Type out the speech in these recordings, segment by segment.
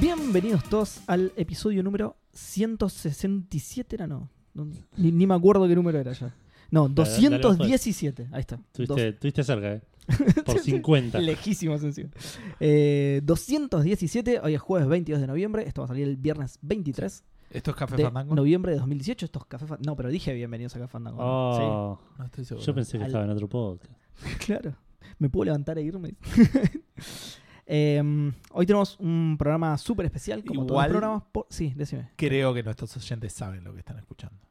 Bienvenidos todos al episodio número 167, era no. no, Ni, ni me acuerdo qué número era ya. No, Dale, dale, dale, 217. Ahí está. Tuviste, tuviste cerca, ¿eh? Por Sí, sí. 50. Dos- lejísimos encima. Eh, 217, hoy es jueves 22 de noviembre. Esto va a salir el viernes 23 ¿Esto es Café de Fandango? noviembre de 2018. Estos Café Fa- No, pero dije bienvenidos a Café Fandango. ¿no? Oh, No estoy seguro. Yo pensé que Al- estaba en otro podcast. Sí, claro. Me puedo levantar e irme. Eh, hoy tenemos un programa súper especial. Como todos los Igual- programas. por- Sí, decime. Creo que nuestros oyentes saben lo que están escuchando.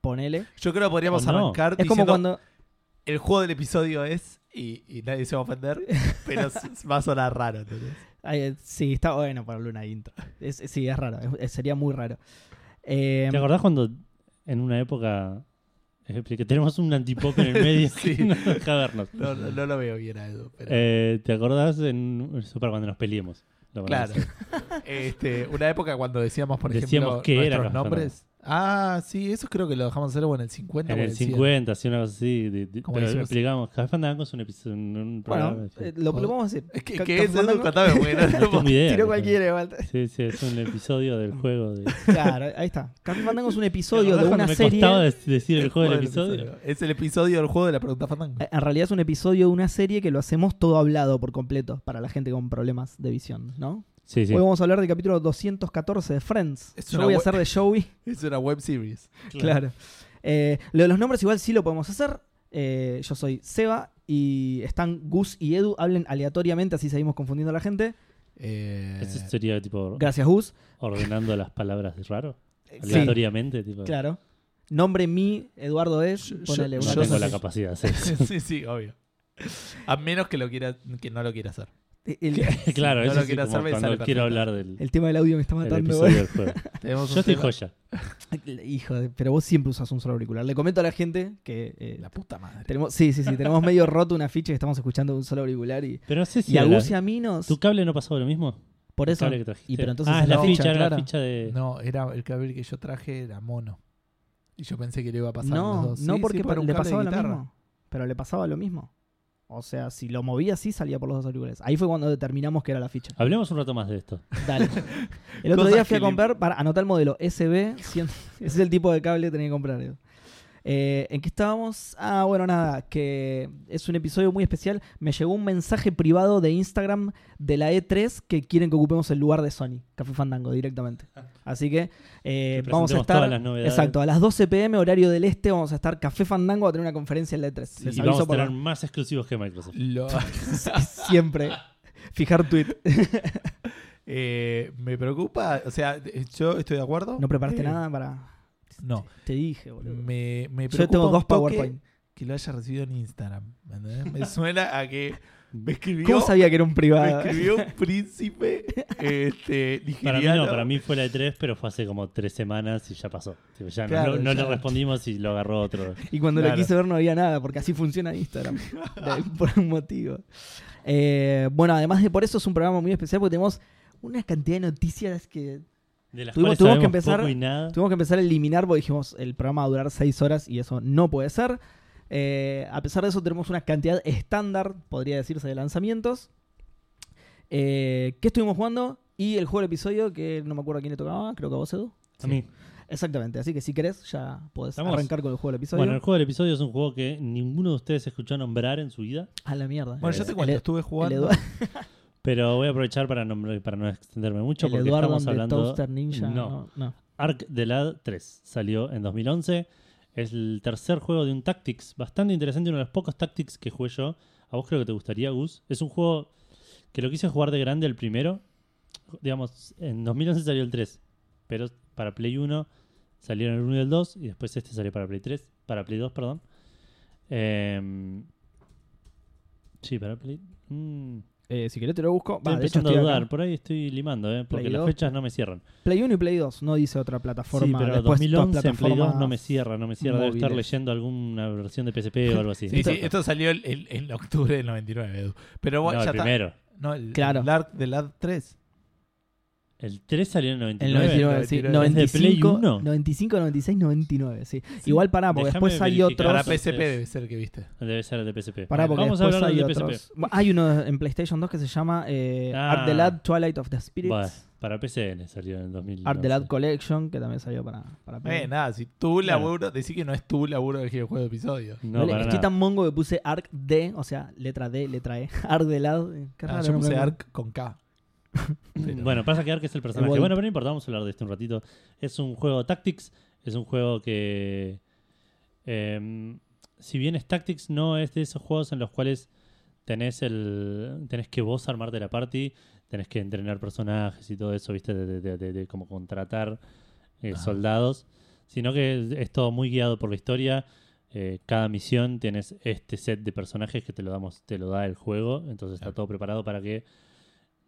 Ponele. Yo creo que podríamos ¿O no? arrancar Es como diciendo, cuando. el juego del episodio es y, y nadie se va a ofender, pero s- va a sonar raro. ¿entendés? Ay, eh, sí, está bueno para una intro. Es- es- sí, es raro. es- es- sería muy raro. Eh, ¿Te acordás cuando en una época expliqué, tenemos un antipop en el medio Sí. que no deja vernos? No, no- no lo veo bien a Edu, pero... Eh, ¿Te acordás en Super cuando nos peleemos? ¿Lo claro. conocés? este, una época cuando decíamos, por Decíamos ejemplo, qué era nuestros Café nombres. Ah, sí, eso creo que lo dejamos hacer o en el 50 En o el 100. 50, sí, una cosa así. de- de- Como pero decimos- explicamos, Café Fandango es un, episodio, un- un programa. bueno, sí. eh, lo, lo vamos a decir. Es que, Ca- ¿qué Café es Fandango. Edu? Contame, porque no- no tengo idea. Tiro cualquiera, igual. Sí, sí, es un episodio del juego. De... Claro, ahí está. Café Fandango es un episodio ¿Te de acordás cuando una me serie. costaba de- decir el juego del episodio? Es el episodio del juego de la pregunta fandango. eh, En realidad es un episodio de una serie que lo hacemos todo hablado por completo para la gente con problemas de visión, ¿no? Sí, sí. Hoy vamos a hablar del capítulo 214 de Friends. Es Yo una voy a bu- hacer de Joey. Es una web series. Claro. Eh, lo de los nombres igual sí lo podemos hacer. Eh, yo soy Seba y están Gus y Edu. Hablen aleatoriamente, así seguimos confundiendo a la gente. Eh, Eso sería tipo Gracias, Gus. ordenando las palabras de raro. Eh, sí, Aleatoriamente, tipo. claro. Nombre mi, Eduardo es. Yo- yo- ponele No una yo tengo cosa la así. capacidad de hacer eso. sí, sí, obvio. A menos que lo quiera, que no lo quiera hacer. El, claro, No eso lo sí, quiero como hacer, me cuando sale quiero perfecto. hablar del el tema del audio me está del matando. episodio del juego. Tenemos un Yo estoy tema- joya. Hijo, de- pero vos siempre usas un solo auricular. Le comento a la gente que eh, La puta madre. tenemos, sí, sí, sí, tenemos medio roto una ficha que estamos escuchando un solo auricular y, Pero no sé si. y a la- Gus y a mí nos- ¿Tu cable no pasó lo mismo? por El eso. cable que trajiste. y pero entonces ah, es la la ficha, ficha, era la claro. ficha de. No, era el cable que yo traje era mono. Y yo pensé que le iba a pasar a los No, dos. no Sí, porque sí, pa- para un le cable de pasaba lo guitarra. mismo. Pero le pasaba lo mismo. O sea, si lo movía sí salía por los dos auriculares. Ahí fue cuando determinamos que era la ficha. Hablemos un rato más de esto. Dale. El otro Cosas día fui a que le- comprar, para anotar el modelo SB, 100. ese es el tipo de cable que tenía que comprar. Edu. Eh, ¿En qué estábamos? Ah, bueno, nada, que es un episodio muy especial. Me llegó un mensaje privado de Instagram de la E3 que quieren que ocupemos el lugar de Sony, Café Fandango, directamente. Así que eh, Que vamos a presentemos estar... todas las novedades. Exacto, a las 12 pm, horario del este, vamos a estar Café Fandango a tener una conferencia en la E3. y Les vamos aviso a por tener más exclusivos que Microsoft. Lo- siempre. Fijar tweet. eh, me preocupa, o sea, eh, yo estoy de acuerdo. No preparaste Eh, nada para... No, Te dije, boludo. me, me preocupa Yo tengo un dos toque PowerPoint. que lo haya recibido en Instagram. ¿me entendés? Me suena a que me escribió, ¿Cómo sabía que era un me privado? escribió un príncipe este, Para nigeriano. mí no, para mí fue la de 3, pero fue hace como tres semanas y ya pasó. Tipo, ya no- Claro, no, no ya. le respondimos y lo agarró otro. Y cuando lo Claro. quise ver no había nada, porque así funciona Instagram. De- por un motivo. Eh, bueno, además de por eso es un programa muy especial porque tenemos una cantidad de noticias que De las Tuvimos- tuvimos cuales que sabemos empezar- poco y nada. tuvimos que empezar a eliminar porque dijimos el programa va a durar seis horas y eso no puede ser. Eh, a pesar de eso tenemos una cantidad estándar, podría decirse, de lanzamientos. Eh, ¿Qué estuvimos jugando? Y el juego del episodio, que no me acuerdo a quién le tocaba, creo que a vos, Edu. A mí. Exactamente, así que si querés ya podés Vamos. arrancar con el juego del episodio. Bueno, el juego del episodio es un juego que ninguno de ustedes escuchó nombrar en su vida. a la mierda. Bueno, yo Eh, te cuento, el- estuve El, jugando. Eduardo- Pero voy a aprovechar para, nombrar- para no extenderme mucho el porque Eduardo estamos de hablando... Toaster Ninja. No. No, no. Arc de Lad 3 salió en 2011. Es el tercer juego de un Tactics bastante interesante, uno de los pocos Tactics que jugué yo. A vos creo que te gustaría, Gus. Es un juego que lo quise jugar de grande el primero. Digamos, en 2011 salió el 3, pero para Play 1 salieron el 1 y el 2 y después este salió para Play 3, para Play 2, perdón. Em, sí, para Play... mm, Eh, si querés te lo busco. estoy Va, de hecho, empezando a estoy dudar, acá. por ahí estoy limando, eh, porque Play las 2. fechas no me cierran. Play 1 y Play 2, no dice otra plataforma. Sí, pero Después, todas 2011 en Play 2 no me plataformas- cierra, no me cierra. Debe estar móviles. leyendo alguna versión de PSP o algo así. Sí, sí, esto salió el- el- en octubre del 99, Edu. Pero No, bueno, el ya está. primero. No, el, Claro. el ARC del AD 3. El 3 salió en El 99. 99, sí. 99. ¿Es de Play 95, uno? 95, 96, 99, sí. Sí. Igual pará, porque Déjame después hay verificar. otros. Para Entonces- PSP debe ser que viste. Debe ser el de PSP. Pará, porque Vamos a después hablar hay del de PSP. otros. Bueno, Hay uno en PlayStation 2 que se llama eh, Ah. Art the Lad Twilight of the Spirits. Bueno, para PCN salió en el 2000. Art the Lad Collection, que también salió para. para Eh, Play. nada, si tu Claro. laburo, decís que no es tu laburo del videojuego de episodio. No, Vale, para Estoy nada. tan mongo que puse Arc D, o sea, letra D, letra E. Art the Lad. eh, Qué Ah, raro. yo no me puse acuerdo. ARC con K. Pero- Bueno, pasa que Ark es el personaje. Igual. Bueno, pero no importa, vamos a hablar de esto un ratito. Es un juego Tactics, es un juego que. em, si bien es Tactics, no es de esos juegos en los cuales tenés el. tenés que vos armarte la party, tenés que entrenar personajes y todo eso, viste, de, de- de- de- de como contratar eh, Ah. soldados. Sino que es todo muy guiado por la historia. Eh, cada misión tienes este set de personajes que te lo damos, te lo da el juego. Entonces está Claro. todo preparado para que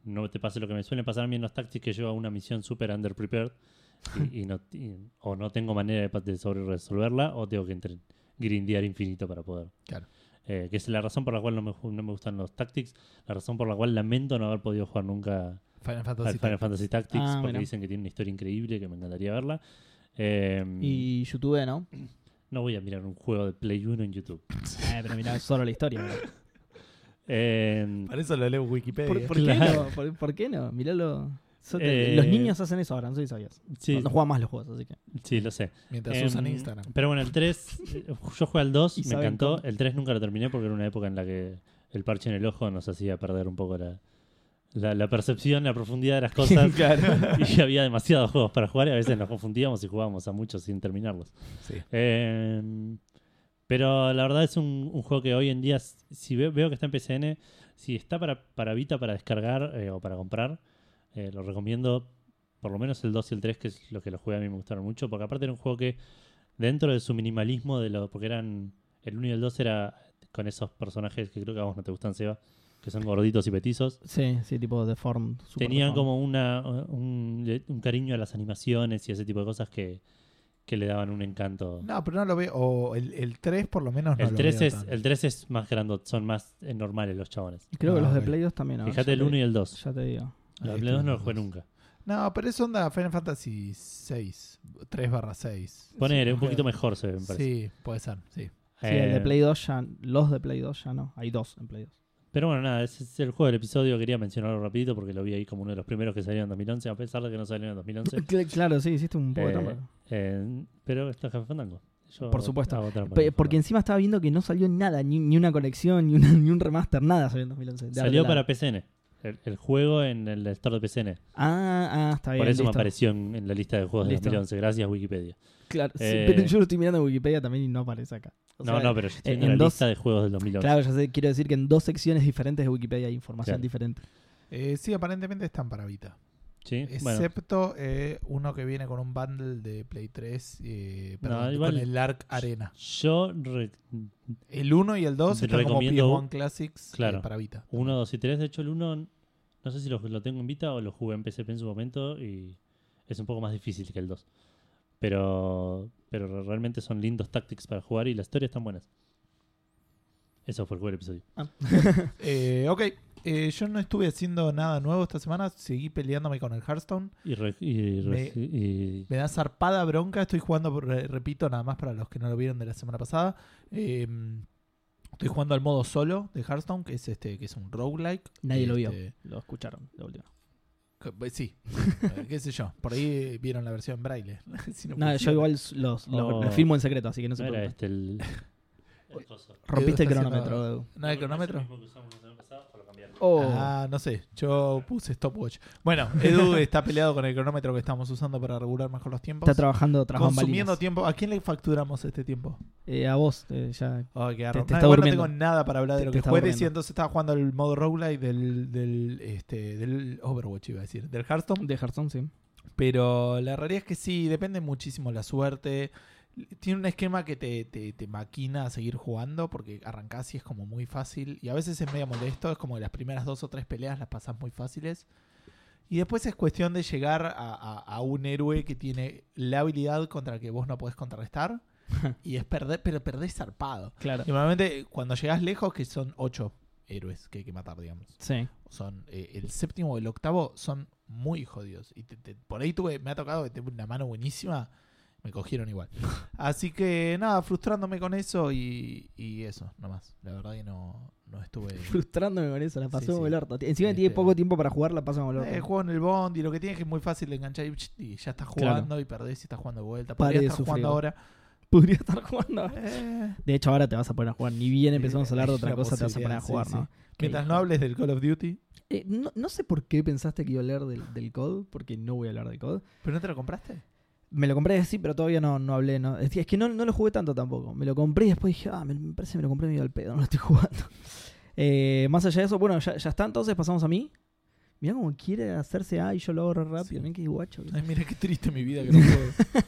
no te pase lo que me suele pasar a mí en los tactics que llevo a una misión super under prepared y, y no, y- o no tengo manera de, pa- de sobre resolverla o tengo que entre- grindear infinito para poder. Claro. Eh, que es la razón por la cual no me, ju- no me gustan los tactics, la razón por la cual lamento no haber podido jugar nunca Final al Fantasy. Final Fantasy Tactics Ah, porque mira. dicen que tiene una historia increíble que me encantaría verla. Eh, Y YouTube, ¿no? No voy a mirar un juego de Play 1 en YouTube. Eh, pero mirá, es solo la historia. bro. Eh, Para eso lo leo en Wikipedia. ¿Por, por qué Claro. no? ¿Por, por qué no? Miralo. Eso te- Eh, Los niños hacen eso ahora, no sé si sabías. sí, No, no juegan más los juegos, así que. sí, lo sé. Mientras Em, usan Instagram. Pero bueno, el 3, eh, yo jugué al 2, Y me saben encantó. cómo. El 3 nunca lo terminé porque era una época en la que el parche en el ojo nos hacía perder un poco la, la, la percepción, la profundidad de las cosas. Claro. y había demasiados juegos para jugar y a veces nos confundíamos y jugábamos a muchos sin terminarlos. Sí. Eh, pero la verdad es un, un juego que hoy en día, si ve- veo que está en PCN, si está para, para Vita, para descargar eh, o para comprar, eh, lo recomiendo por lo menos el 2 y el 3, que es lo que los jugué a mí me gustaron mucho, porque aparte era un juego que dentro de su minimalismo, de lo, porque eran el 1 y el 2 era con esos personajes que creo que a vos no te gustan, Seba, que son gorditos y petizos. Sí, sí, tipo de form. super Tenían deformed. como una, un, un cariño a las animaciones y ese tipo de cosas que, que le daban un encanto. No, pero no lo veo. O el, el 3 por lo menos no El lo 3, veo es, tanto. el 3 es más grande, son más eh, normales los chabones. Creo que Ah, los de ok. Play 2 también. ahora, Fíjate ya el te- 1 y el 2. Ya te digo. Los Ahí de Play 2 están no los los jugué dos. nunca. No, pero es onda Final Fantasy 6. 3 barra 6. Poner, un poquito mejor se ve, me parece. Sí, puede ser. Sí. Sí, el de Eh, Play 2 ya. Los de Play 2 ya no. Hay dos en Play 2. Pero bueno, nada, ese es el juego del episodio. Quería mencionarlo rapidito porque lo vi ahí como uno de los primeros que salieron en 2011, a pesar de que no salieron en 2011. Cl- Claro, sí, hiciste un poco de Eh, trampa. Eh, pero esto es Café Fandango. Yo Por supuesto. hago trampa, Pe- Café Porque Fandango. encima estaba viendo que no salió nada, ni, ni una conexión, ni, una- ni un remaster, nada salió en 2011. de Salió Ardelar. para PCN. El, el juego en el store de PCN. Ah, ah, está bien. Por eso me listo. apareció en, en la lista de juegos de Listo. 2011. Gracias, Wikipedia. Claro, sí, Eh, pero yo lo estoy mirando en Wikipedia también y no aparece acá. O no, sea, eh, no, pero yo estoy en- en, la en dos- lista de juegos del 2011. Claro, ya sé, quiero decir que en dos secciones diferentes de Wikipedia hay información Claro. diferente. Eh, sí, aparentemente están para Vita. Sí, bueno. Excepto eh, uno que viene con un bundle de Play 3. eh, No, perdón, igual- Con el Arc Arena. Yo, re- El 1 y el 2 Te están como recomiendo PS1 Classics eh, Claro. para Vita. 1, 2 y 3, de hecho el 1, no sé si lo, lo tengo en Vita o lo jugué en PSP en su momento y es un poco más difícil que el 2. Pero, pero re- realmente son lindos tactics para jugar y las historias están buenas. Eso fue el buen episodio. Eh, ok, eh, yo no estuve haciendo nada nuevo esta semana. Seguí peleándome con el Hearthstone. Y, re- y re- Me- y- Me da zarpada bronca. Estoy jugando, re- repito, nada más para los que no lo vieron de la semana pasada. Eh, estoy jugando al modo solo de Hearthstone, que es este, que es un roguelike. Nadie lo vio. Este, Lo escucharon, la última. que- pues sí, Eh, qué sé yo. Por ahí eh, vieron la versión braille. Si no No, yo funciona. igual los, los- Oh. lo filmo en secreto, así que no se no era preocupen. este el... el coso. Rompiste el Edu está cronómetro, haciendo- Edu. ¿No hay cronómetro? Oh. Ah, no sé. Yo puse stopwatch. Bueno, Edu está peleado con el cronómetro que estamos usando para regular mejor los tiempos. Está trabajando tras consumiendo bambalinas. tiempo. ¿A quién le facturamos este tiempo? Eh, a vos, eh, ya. Oh, qué garrón. te está No, igual no durmiendo. tengo nada para hablar de Te- lo te que está jugué. durmiendo. Y entonces estaba jugando el modo roguelike del, del, este, del Overwatch, iba a decir, del Hearthstone. De Hearthstone, sí. Pero la realidad es que sí, depende muchísimo la suerte. Tiene un esquema que te, te, te maquina a seguir jugando porque arrancás y es como muy fácil. Y a veces es medio molesto, es como que las primeras dos o tres peleas las pasas muy fáciles. Y después es cuestión de llegar a, a- a un héroe que tiene la habilidad contra la que vos no podés contrarrestar. y es perder, pero perdés zarpado. Claro. Normalmente cuando llegas lejos, que son 8 héroes que hay que matar, digamos. Sí. Son eh, el séptimo o el octavo son muy jodidos. Y te- te- por ahí tuve, me ha tocado que tengo una mano buenísima. Me cogieron igual. Así que nada, frustrándome con eso y, y eso, nomás. La verdad que no, no estuve. Frustrándome con eso, la pasó Sí, sí. como el orto. Encima Este- tiene poco tiempo para jugar, la pasa como el orto. Eh, juego en el Bond y lo que tienes es que es muy fácil de enganchar y, ch- y ya estás jugando y perdés y estás jugando de vuelta. Pare Podría de estar jugando sufrir. ahora. Podría estar jugando. ahora. Eh, De hecho, ahora te vas a poner a jugar. Ni bien empezamos a hablar de Es otra una cosa, te vas a poner a posibilidad, sí, jugar, sí. ¿no? Qué mientras hijo. no hables del Call of Duty, Eh, no, no sé por qué pensaste que iba a hablar del, del COD, porque no voy a hablar de COD. ¿pero no te lo compraste? Me lo compré, sí, pero todavía no, no hablé. No. Es, que- es que no, no lo jugué tanto tampoco. Me lo compré y después dije, ah, me, me parece que me lo compré medio al pedo, no lo estoy jugando. Eh, más allá de eso, bueno, ya, ya está, entonces pasamos a mí. Mirá cómo quiere hacerse, ah, y yo lo hago re rápido. Sí. Mirá qué guacho. que Ay, mira qué triste mi vida que no juego. soy.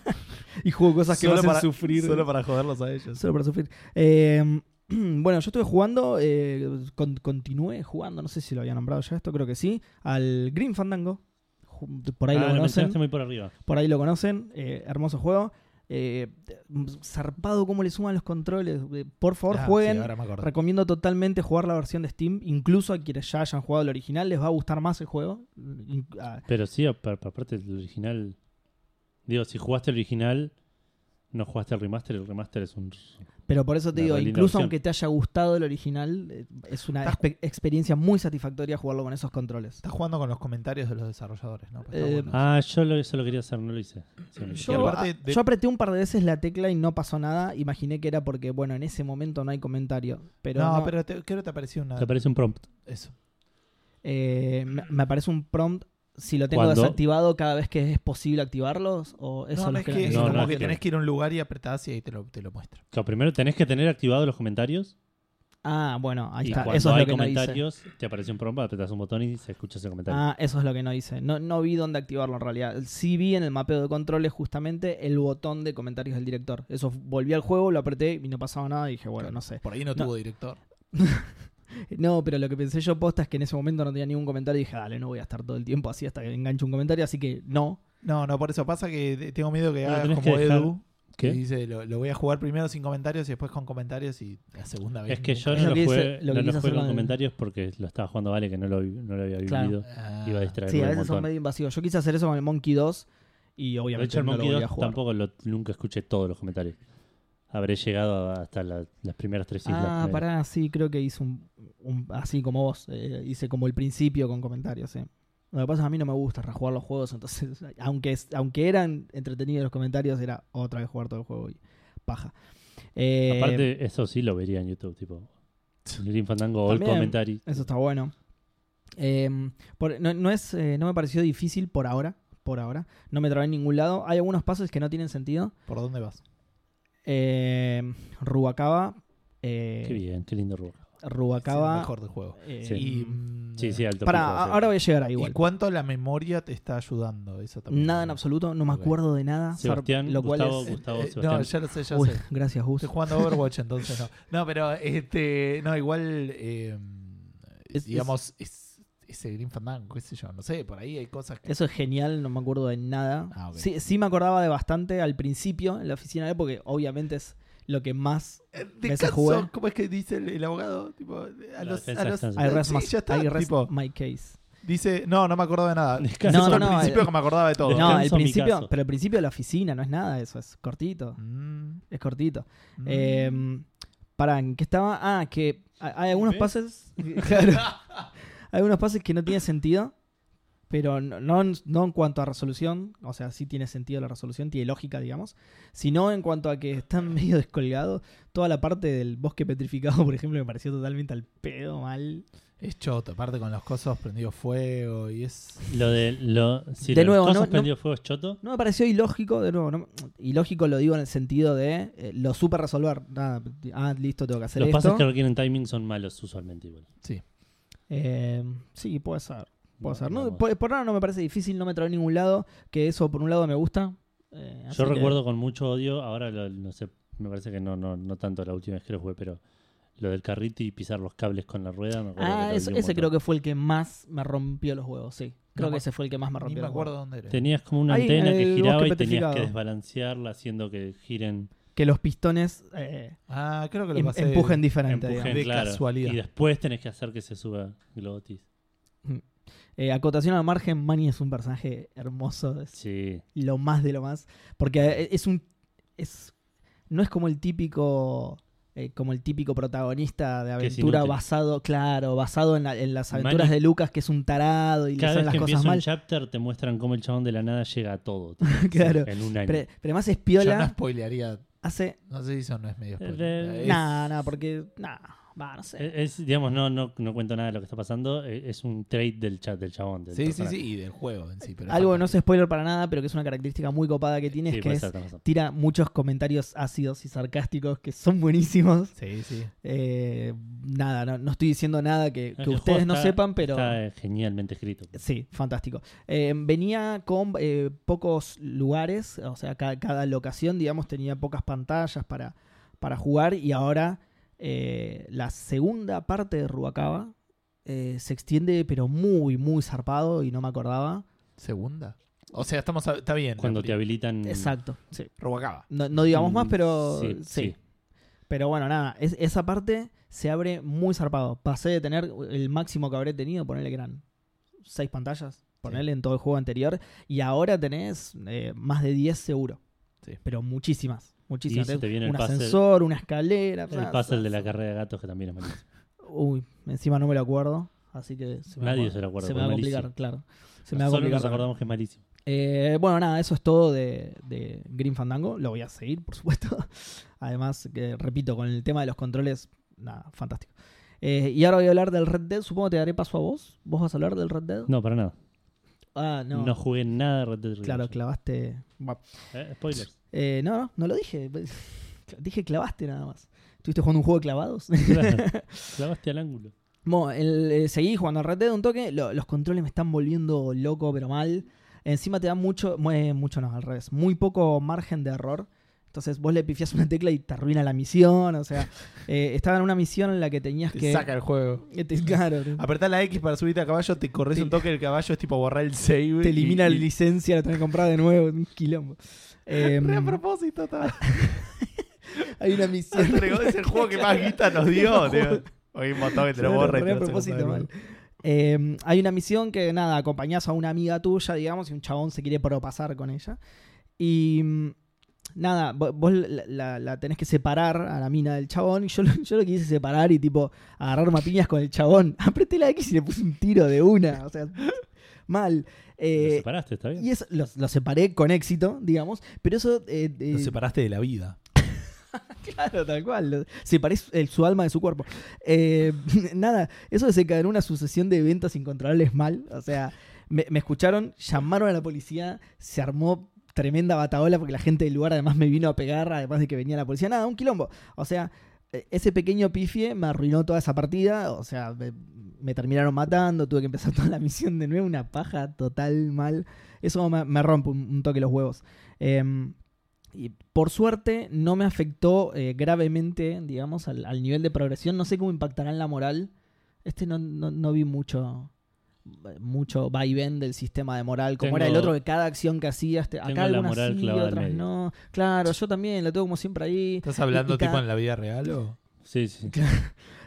Y juego cosas que me Solo hacen para- sufrir. Solo para joderlos a ellos. Solo para sufrir. Eh, bueno, yo estuve jugando, eh, con- continué jugando, no sé si lo había nombrado ya esto, creo que sí, al Green Fandango. Ju- Por ahí Ah, lo me conocen. mencionaste muy por arriba. Por ahí lo conocen. eh, hermoso juego. Eh, zarpado cómo le suman los controles. eh, Por favor, Ah, sí, jueguen. ahora me acordé. Recomiendo totalmente jugar la versión de Steam. Incluso a quienes ya hayan jugado el original, les va a gustar más el juego. In- ah, Pero sí, apar- aparte del original. Digo, si jugaste el original, no jugaste el remaster. El remaster es un. Pero por eso te Una digo, linda incluso opción. aunque te haya gustado el original, eh, es una Estás- expe- experiencia muy satisfactoria jugarlo con esos controles. Estás jugando con los comentarios de los desarrolladores, ¿no? Pues está Eh, bueno. Ah, yo lo, eso lo quería hacer, no lo hice. Sí, me Y Yo, quedé- aparte ah, de- yo apreté un par de veces la tecla y no pasó nada. Imaginé que era porque, bueno, en ese momento no hay comentario. Pero no, no. pero te, creo que te apareció una. Te aparece un prompt. Eso. Eh, me, me aparece un prompt si lo tengo ¿Cuándo? desactivado cada vez que es posible activarlos o eso no, no los es creo que, es No, como no, que es que- tenés que ir a un lugar y apretás y ahí te lo, te lo muestra. Claro, primero tenés que tener activados los comentarios. Ah, bueno, ahí y está. cuando Eso es hay lo que no hice. comentarios, te aparece un prompt, apretas un botón y se escucha ese comentario. Ah, eso es lo que no hice. No, no vi dónde activarlo en realidad. Sí vi en el mapeo de controles justamente el botón de comentarios del director. Eso volví al juego, lo apreté y no pasaba nada. Y dije, bueno, no sé. Por ahí no, No. tuvo director. No, pero lo que pensé yo posta es que en ese momento no tenía ningún comentario. Y dije, dale, no voy a estar todo el tiempo así hasta que enganche un comentario. Así que no. No, no, por eso pasa que te- tengo miedo que No, lo hagas tenés como que dejar- Edu. Que ¿Qué? dice, lo, lo voy a jugar primero sin comentarios y después con comentarios y la segunda vez. Es que yo Es no lo lo que jugué, hice- lo no que lo quise jugué hacer con con- comentarios porque lo estaba jugando Vale, que no lo, vi- no lo había vivido. Claro. Ah. Iba a distraer Sí, a un veces son montón. medio invasivos. Yo quise hacer eso con el Monkey 2 y De hecho, obviamente el no lo Monkey volví a 2 jugar. tampoco lo- nunca escuché todos los comentarios. Habré llegado hasta la- las primeras tres islas. Ah, Me- pará, sí, creo que hice un, un- así como vos, eh, hice como el principio con comentarios, eh. Lo que pasa es que a mí no me gusta rejugar los juegos, entonces, aunque, es- aunque eran entretenidos los comentarios, era otra vez jugar todo el juego y paja. Eh, Aparte, eso sí lo vería en YouTube, tipo. Green Fandango o el También. comentario. Eso está bueno. Eh, por- no, no es, eh, no me pareció difícil por ahora, por ahora. No me trabé en ningún lado. Hay algunos pasos que no tienen sentido. ¿Por dónde vas? Eh, Rubacaba. eh, Qué bien, qué lindo robo. Es el Rubacaba. mejor del juego. eh, Sí. Y, mm, Sí, sí, alto. pico, Para, sí. ahora voy a llegar ahí igual. ¿Y cuánto la memoria te está ayudando? Eso también. Nada en absoluto, no me Ok. acuerdo de nada. Sebastián, Sar- lo cual Gustavo, es- Gustavo, Eh, Sebastián. no, ya lo sé, ya Uy, sé. gracias, Gus. Estoy jugando Overwatch, entonces no. No, pero este. No, igual. eh, Es- digamos, es, ese Green Fandango, qué sé yo. No sé, por ahí hay cosas que. Eso es genial, no me acuerdo de nada. Ah, ok. sí, sí me acordaba de bastante al principio en la oficina, porque obviamente es lo que más... Eh, Mesa jugué. ¿Cómo es que dice el, el abogado? Tipo, a los. defensa A los descansa. I rest, sí, my- ya está, I rest tipo, my case. dice. No, no me acordaba de nada. Descanso. No, no, al no, principio eh, que me acordaba de todo. No, el Descanso mi principio, caso. pero el principio de la oficina no es nada eso, es cortito, Mm, es cortito. mm. Eh, para, ¿en qué estaba? Ah, que ha- hay algunos pases. mm. Claro. hay algunos pases que no tiene sentido. Pero no, no en- no en cuanto a resolución, o sea, sí tiene sentido la resolución, tiene lógica, digamos, sino en cuanto a que están medio descolgados. Toda la parte del bosque petrificado, por ejemplo, me pareció totalmente al pedo, mal. Es choto, aparte con los cosos prendido fuego y es. Lo de. Lo, si De los nuevo, cosos no- no- prendido fuego es choto. No me pareció ilógico, de nuevo, no- ilógico lo digo en el sentido de eh, lo supe resolver. Nada, ah, listo, tengo que hacer Los esto. pases que requieren timing son malos usualmente igual. Eh, sí, puede ser. Puede ser. No, Digamos. por, por ahora no me parece difícil, no me trae a ningún lado. Que eso, por un lado, me gusta. Eh, así Yo que- recuerdo con mucho odio, ahora lo- no sé, me parece que no, no, no tanto la última vez que lo jugué, pero lo del carrito y pisar los cables con la rueda. Me acuerdo Ah, que lo eso- odié un ese creo montón. que fue el que más me rompió los huevos, sí. Creo No que me- ese fue el que más me Ni rompió me los acuerdo dónde era. Tenías como una Ahí, en antena que el giraba bosque y tenías petrificado. que desbalancearla haciendo que giren que los pistones eh, Ah, creo que lo em- pasé. empujen diferente. Empujen, digamos. de claro. casualidad. Y después tenés que hacer que se suba Globotis. Eh, acotación al margen, Manny es un personaje hermoso, es Sí. lo más de lo más, porque eh, es un es no es como el típico eh, como el típico protagonista de Que es aventura inútil. basado, claro, basado en, la- en las aventuras Manny- de Lucas que es un tarado y le Cada hacen vez las que cosas empieza un mal. chapter te muestran cómo el chabón de la nada llega a todo. tío. Claro. En un año. Pero, pero además es Yo piola, no spoilearía. hace No sé si eso no es medio spoiler. Eh, Es- nada, nada, porque nada, va, no sé. Es, es, digamos, no, no, no cuento nada de lo que está pasando. e- Es un trade del chat del chabón. del Sí, sí, personaje. sí. Y del juego en sí. Pero Algo que no es es spoiler para nada, pero que es una característica muy copada que tiene Sí, es que puede es- ser, tenés razón. tira muchos comentarios ácidos y sarcásticos que son buenísimos. fantástico. Sí, sí. Eh, nada, no, no estoy diciendo nada que, que El juego ustedes no está- sepan, pero... Está eh, genialmente escrito. Sí, fantástico. Eh, venía con eh, pocos lugares, o sea, ca- cada, locación, digamos, tenía pocas pantallas para, para jugar y ahora eh, la segunda parte de Ruacaba eh, se extiende, pero muy, muy zarpado y no me acordaba. Segunda. O sea, estamos. a- Está bien. Cuando te habilitan. Exacto, sí. Robacaba. No, no digamos Mm, más, pero sí, sí. sí. Pero bueno, nada, es- esa parte se abre muy zarpado. Pasé de tener el máximo que habré tenido, ponerle que eran seis pantallas, ponerle en todo el juego anterior, y ahora tenés eh, más de 10 seguro. Sí. Pero muchísimas, Y muchísimas. se te viene el un puzzle, ascensor, una escalera. el puzzle de la carrera de gatos que también es malísimo. Uy, encima no me lo acuerdo, así que se me va a- Nadie se lo acuerda, se me va a porque complicar, malísimo. claro. Se me va a Solo complicar. nos acordamos que es malísimo. Eh, bueno, nada, eso es todo de, de Green Fandango. Lo voy a seguir, por supuesto. Además, que, repito, con el tema de los controles, nada, fantástico. Eh, y ahora voy a hablar del Red Dead. Supongo que te daré paso a vos. ¿Vos vas a hablar del Red Dead? No, para nada. Ah, no. No, jugué nada de Red Dead Redemption. Claro, clavaste. Bueno. Eh, spoilers. Eh, no, no, no lo dije. Dije clavaste nada más. ¿Estuviste jugando un juego de clavados? Claro. Clavaste al ángulo. Bueno, el- eh, seguí jugando al Red Dead un toque. lo- los controles me están volviendo loco, pero mal. Encima te dan mucho, mu- eh, mucho no, al revés, muy poco margen de error. Entonces vos le pifias una tecla y te arruina la misión. O sea, eh, estaba en una misión en la que tenías Te que. saca el juego. Eh, te- claro, te, Apretá la X para subirte a caballo, te corres Te- un toque del caballo, es tipo borrar el save. te elimina y- la y- licencia, la tenés que comprar de nuevo, un quilombo. Eh, Re a propósito, estaba. hay una misión. Entregó ese juego que más guita nos dio, tío. Oye, un montón que te lo Claro, borra y re te a lo hace propósito, comprar. mal. Eh, hay una misión que, nada, acompañás a una amiga tuya, digamos, y un chabón se quiere propasar con ella. Y mm, nada, vo- vos la, la- la tenés que separar a la mina del chabón. Y yo, lo- yo lo quise separar y, tipo, agarrarme a piñas con el chabón. Apreté la X y le puse un tiro de una. O sea, mal. Lo Eh, separaste, está bien. y eso, los- los separé con éxito, digamos. Pero eso. eh, eh, Lo separaste de la vida. Claro, tal cual. Lo- Separé su- el- su alma de su cuerpo. Eh, nada, eso desencadenó una sucesión de eventos incontrolables mal. O sea, me, me escucharon, llamaron a la policía, se armó tremenda bataola porque la gente del lugar además me vino a pegar, además de que venía la policía. Nada, un quilombo. O sea, eh, ese pequeño pifie me arruinó toda esa partida. O sea, me, me terminaron matando, tuve que empezar toda la misión de nuevo. Una paja total mal. Eso me, me rompe un, un toque los huevos. Em, y por suerte no me afectó eh, gravemente, digamos, al, al nivel de progresión. No sé cómo impactará en la moral. Este no, no- no vi mucho mucho vaivén del sistema de moral como Tengo- era el otro que cada acción que este, hacías te- tengo acá la algunas moral sí clavada al otras medio. no claro yo también la tengo como siempre ahí ¿Estás hablando, hablando Y- y tipo, tipo cada- en la vida real o? Sí, sí.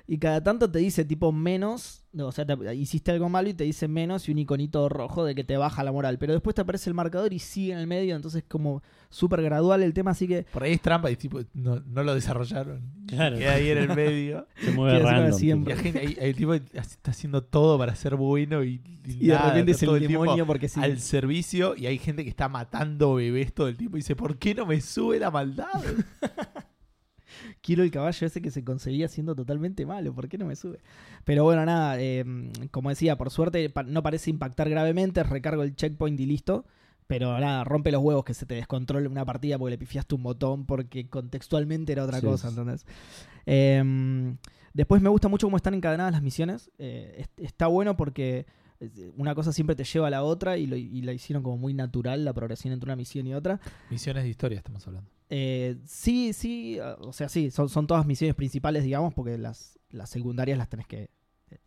Y cada tanto te dice tipo menos, o sea, te- hiciste algo malo y te dice menos y un iconito rojo de que te baja la moral. Pero después te aparece el marcador y sigue en el medio, entonces como súper gradual el tema, así que Por ahí es trampa y tipo, no, no lo desarrollaron. Claro. Queda ahí en el medio. Se mueve Queda encima de random. siempre. Y la gente, ahí- ahí el tipo está haciendo todo para ser bueno y, y nada, de repente está es todo el tiempo demonio porque sí. al servicio y hay gente que está matando bebés todo el tiempo y dice, ¿por qué no me sube la maldad? Quiero el caballo ese que se conseguía siendo totalmente malo, ¿por qué no me sube? Pero bueno, nada, eh, como decía, por suerte pa- no parece impactar gravemente, recargo el checkpoint y listo. Pero nada, rompe los huevos que se te descontrole una partida porque le pifiaste un botón, porque contextualmente era otra Sí, cosa, sí. ¿entendés? Eh, después me gusta mucho cómo están encadenadas las misiones. Eh, est- está bueno porque eh, una cosa siempre te lleva a la otra y, lo- y la hicieron como muy natural la progresión entre una misión y otra. Misiones de historia estamos hablando. Eh, sí, ah, sí, o sea, sí, son, son todas misiones principales, digamos, porque las, las secundarias las tenés que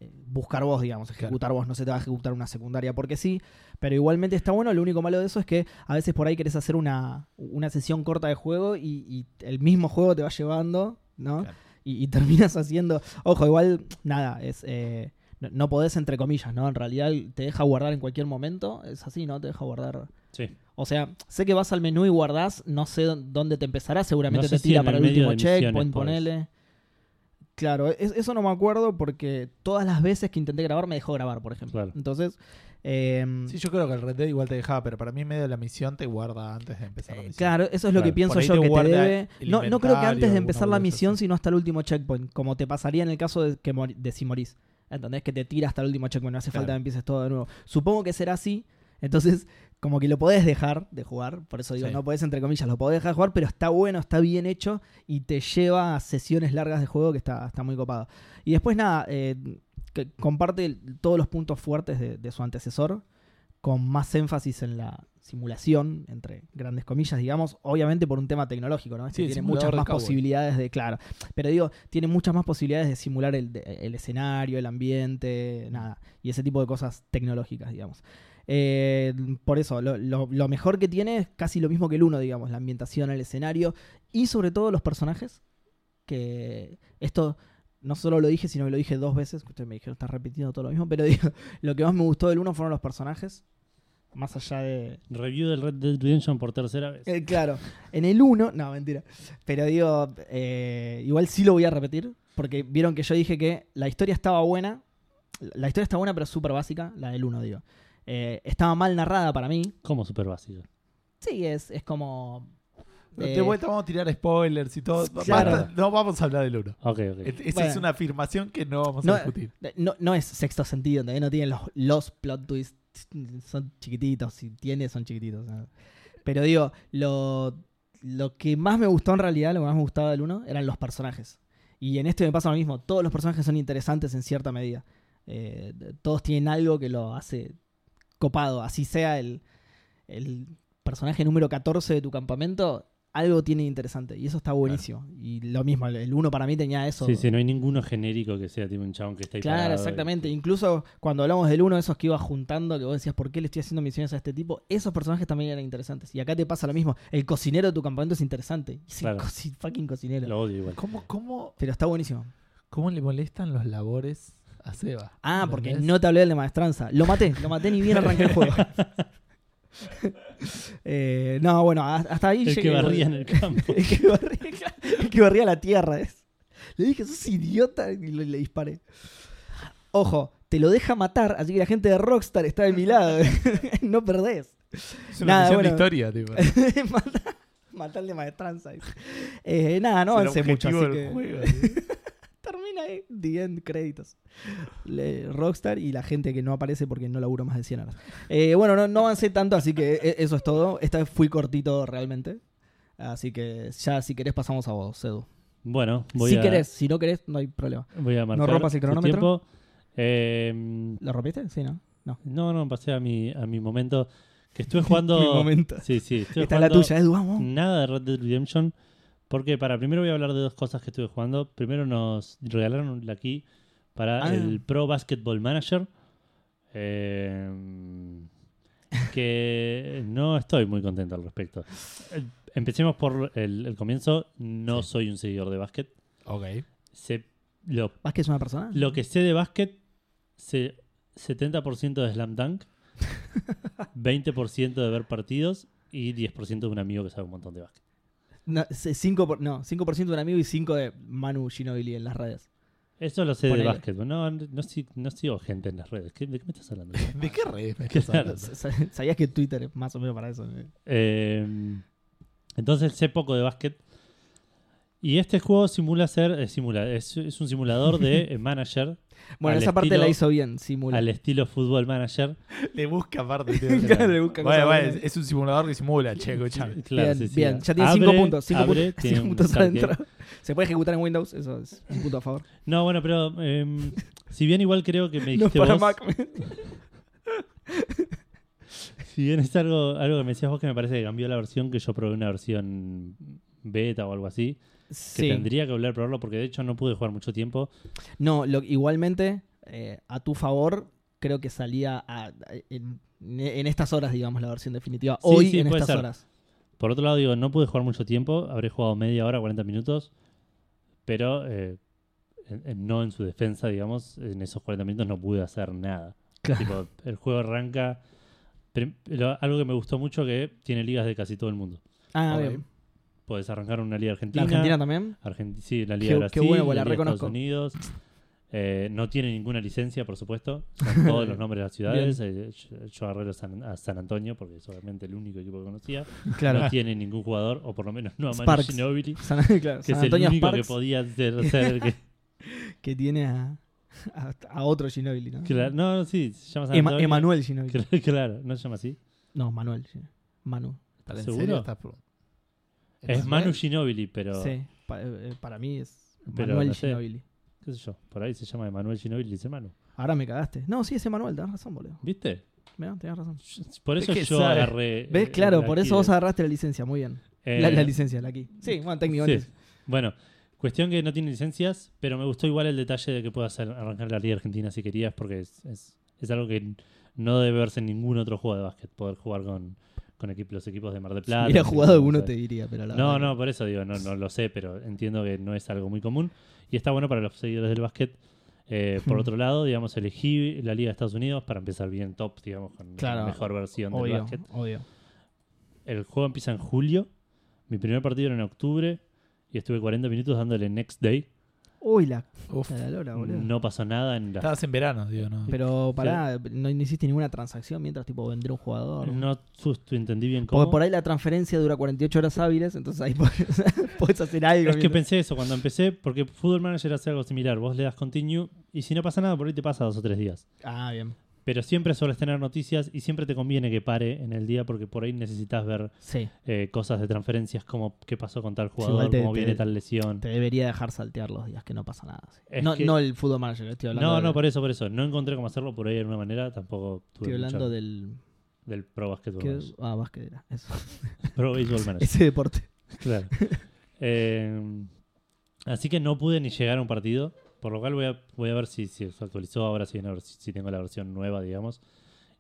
eh, buscar vos, digamos, ejecutar vos, no se te va a ejecutar una secundaria porque sí, pero igualmente está bueno, lo único malo de eso es que a veces por ahí querés hacer una, una sesión corta de juego y, y el mismo juego te va llevando, ¿no? Claro. Y, y terminas haciendo, ojo, igual, nada, es... eh, no- no podés entre comillas, ¿no? En realidad te deja guardar en cualquier momento. Es así, ¿no? Te deja guardar Sí. o sea, sé que vas al menú y guardás, no sé dó- dónde te empezará, seguramente No sé te si tira en para el el medio último de misiones checkpoint, podés. ponele. Claro, es- eso no me acuerdo porque todas las veces que intenté grabar me dejó grabar, por ejemplo. Claro. Entonces, em, Sí, yo creo que el Red Dead igual te dejaba, pero para mí en medio de la misión te guarda antes de empezar la eh, misión. claro, eso es lo que Claro, pienso por ahí yo te que te guarda debe. el No, no creo que inventario, antes de alguna empezar la boludez misión, así. sino hasta el último checkpoint, como te pasaría en el caso de, que mori- de si morís. ¿Entendés? Que te tira hasta el último checkpoint, no hace falta Claro. que empieces todo de nuevo. Supongo que será así, entonces como que lo podés dejar de jugar, por eso digo, Sí. no podés entre comillas, lo podés dejar de jugar, pero está bueno, está bien hecho y te lleva a sesiones largas de juego que está, está muy copado. Y después nada, eh, que comparte el- todos los puntos fuertes de, de su antecesor, con más énfasis en la simulación, entre grandes comillas, digamos, obviamente por un tema tecnológico, ¿no? Es que Sí, el tiene simulador muchas de más cowboy. posibilidades de, claro, pero digo, tiene muchas más posibilidades de simular el, de- el escenario, el ambiente, nada, y ese tipo de cosas tecnológicas, digamos. Eh, por eso, lo, lo- lo mejor que tiene es casi lo mismo que el uno, digamos, la ambientación, el escenario y sobre todo los personajes, que esto no solo lo dije, sino que lo dije dos veces, que ustedes me dijeron, estás repitiendo todo lo mismo, pero digo, lo que más me gustó del uno fueron los personajes, más allá de, Review del Red Dead Redemption por tercera vez. eh, claro, en el 1, no, mentira. Pero digo, eh, igual sí lo voy a repetir, porque vieron que yo dije que la historia estaba buena. La historia está buena, pero súper básica, la del 1, digo. Eh, estaba mal narrada para mí. Como súper básico. Sí, es, es como. De eh, vuelta vamos a tirar spoilers y todo. Claro. Basta, no vamos a hablar del uno. Ok, ok. E- Esa es Bueno. una afirmación que no vamos No, a discutir. No, no es sexto sentido, todavía no tienen los, los plot twists. Son chiquititos, si tiene, son chiquititos. ¿no? Pero digo, lo, lo que más me gustó en realidad, lo que más me gustaba del uno, eran los personajes. Y en este me pasa lo mismo. Todos los personajes son interesantes en cierta medida. Eh, de- todos tienen algo que lo hace copado. Así sea el, el personaje número 14 de tu campamento, algo tiene interesante. Y eso está buenísimo. Y lo mismo, el- el uno para mí tenía eso. Sí, sí, no hay ninguno genérico que sea tipo un chabón que está ahí Claro, parado y- exactamente. Incluso cuando hablamos del uno, esos que iba juntando, que vos decías, ¿por qué le estoy haciendo misiones a este tipo? Esos personajes también eran interesantes. Y acá te pasa lo mismo. El cocinero de tu campamento es interesante. Es el Claro. coci- fucking cocinero. Lo odio igual. ¿Cómo, cómo, Pero está buenísimo. ¿Cómo le molestan los labores a Seba? Ah, porque ¿Entendés? no te hablé del de maestranza. Lo maté, lo maté ni bien arranqué el juego. Eh, no, bueno, ha- hasta ahí El que llegué. barría en el campo. El que barría, claro, el que barría la tierra es. Le dije, sos idiota, y le, le disparé. Ojo, te lo deja matar, así que la gente de Rockstar está de mi lado. no perdés. Es una Nada, misión bueno. de historia, tipo. Matá- Matar de maestranza. dice. Eh, nada, no Es el avancé mucho, objetivo así del que juego, ¿sí? termina ahí. The end, créditos. Le- Rockstar y la gente que no aparece porque no laburo más de 100 horas. Eh, bueno, no, no avancé tanto, así que e- eso es todo. Esta vez fui cortito realmente. Así que ya, si querés, pasamos a vos, Edu. Bueno, voy si a. querés, si no querés, no hay problema. Voy a marcar. rompas el tu cronómetro? tiempo. Eh, ¿Lo rompiste? Sí, ¿no? No. No, no, pasé a mi, a mi momento. Que estuve jugando. Mi momento. Sí, sí, estuve Esta es la jugando tuya, Edu, vamos. Nada de Red Dead Redemption. Porque para primero voy a hablar de dos cosas que estuve jugando. Primero nos regalaron la key para Ah. el Pro Basketball Manager. eh, que no estoy muy contento al respecto. Eh, Empecemos por el, el comienzo. No soy un seguidor de básquet. Ok. Sé- lo ¿Vas que es una persona? lo que sé de básquet, sé 70% de slam dunk, 20% de ver partidos y 10% de un amigo que sabe un montón de básquet. No, 5%, por, no, 5 de un amigo y 5 de Manu Ginobili en las redes. Eso lo sé Ponele. de básquet. No, no, sig- no sigo gente en las redes. ¿Qué- ¿De qué me estás hablando? ¿De qué redes me Qué estás hablando? raro. Sa- Sabías que Twitter es más o menos para eso. ¿no? Eh, entonces sé poco de básquet. Y este juego simula ser. eh, simula, es, es un simulador de eh, manager Bueno, Al esa parte la estilo- hizo bien, simula. al estilo fútbol manager. Le busca aparte. tío. Claro, le busca Bueno, cosas bueno, buenas. es, es un simulador que simula, che, escuchame. Claro, bien, sí, sí. bien. ya tiene 5 Abre- puntos. 5 abre, puntos, tiene cinco un puntos start game. adentro. Se puede ejecutar en Windows, eso es un punto a favor. No, bueno, pero em, si bien igual creo que me No dijiste para vos, Mac. si bien es algo, algo que me decías vos que me parece que cambió la versión, que yo probé una versión beta o algo así, que Sí. tendría que volver a probarlo porque de hecho no pude jugar mucho tiempo. No, lo- igualmente eh, a tu favor, creo que salía a- a- en, en estas horas, digamos, la versión definitiva. Sí, Hoy sí, en puede estas ser. horas. Por otro lado, digo, no pude jugar mucho tiempo, habré jugado media hora, 40 minutos, pero eh, en- en- no en su defensa, digamos, en esos 40 minutos no pude hacer nada. Claro. Tipo, el juego arranca. prim- lo- algo que me gustó mucho que tiene ligas de casi todo el mundo. Ah, Ok. bien. Puedes arrancar una liga ¿La argentina. Argentina también? Argenti- sí, la Liga Qué- de qué Brasil, bueno, pues la la Liga de Estados reconozco. Unidos. Eh, no tiene ninguna licencia, por supuesto. Son todos los nombres de las ciudades. Eh, yo, yo agarré los San- a San Antonio porque es obviamente el único equipo que conocía. No tiene ningún jugador, o por lo menos no a Manu Sparks. Ginobili, que San, claro, San es el Antonio único que Sparks, podía ser. ser que- que, tiene a, a- a otro Ginobili, ¿no? claro, no, no, sí, se llama San Ema- Antonio. Emanuel Ginobili. Claro, claro, no se llama así. No, Manuel. Gin- Manu. ¿Para en ¿Seguro? serio estás pro- Es Manu Ginobili, pero. Sí, pa- eh, para mí es Pero Manuel no sé. Ginobili. ¿Qué sé yo? Por ahí se llama Emanuel Ginobili, dice Manu. Ahora me cagaste. No, sí, es Emanuel, tenés razón, boludo. ¿Viste? Mirá, tenés razón. Por eso ¿Qué yo sabe? agarré. ¿Ves? eh, Claro, la por eso Kiden. vos agarraste la licencia, muy bien. Eh, la, la licencia, la aquí. Sí, bueno, técnico Sí. antes. Bueno, cuestión que no tiene licencias, pero me gustó igual el detalle de que puedas ar- arrancar la Liga Argentina si querías, porque es, es- es algo que n- no debe verse en ningún otro juego de básquet, poder jugar con, con equi- los equipos de Mar del Si Plata. hubiera no sé, jugado no alguno sé. te diría, pero la No, verdad no, por eso digo, no, no lo sé, pero entiendo que no es algo muy común. Y está bueno para los seguidores del básquet. Eh, por Hmm. otro lado, digamos, elegí la Liga de Estados Unidos para empezar bien top, digamos, con la Claro, mejor que- versión del obvio, básquet. obvio. El juego empieza en julio. Mi primer partido era en octubre. Y estuve 40 minutos dándole next day. Uy, la Uf, puta de la lora, Ah, boludo. No pasó nada en la. estabas en verano, digo, ¿no? Pero pará, no hiciste ninguna transacción mientras tipo vendré un jugador. No justo entendí bien Porque cómo. por ahí la transferencia dura 48 horas hábiles, entonces ahí podés, podés hacer algo. es que mientras- pensé eso cuando empecé, porque Football Manager hace algo similar. Vos le das continue y si no pasa nada, por ahí te pasa dos o tres días. Ah, bien. Pero siempre sueles tener noticias y siempre te conviene que pare en el día porque por ahí necesitas ver Sí, eh, cosas de transferencias, como qué pasó con tal igual jugador, te- cómo te- viene tal lesión. te debería dejar saltear los días que no pasa nada. sí. Es No, que- no el fútbol manager, estoy hablando. No, de- no, por eso, por eso. No encontré cómo hacerlo por ahí de alguna manera. Tampoco tuve Estoy hablando mucha- del. del Pro Basketball ¿qué? Manager. Ah, básquet era, eso. Pro Baseball Manager. Ese deporte. Claro. Eh, así que no pude ni llegar a un partido. Por lo cual voy a, voy a ver si, si se actualizó ahora, si, hay una vers- si tengo la versión nueva, digamos.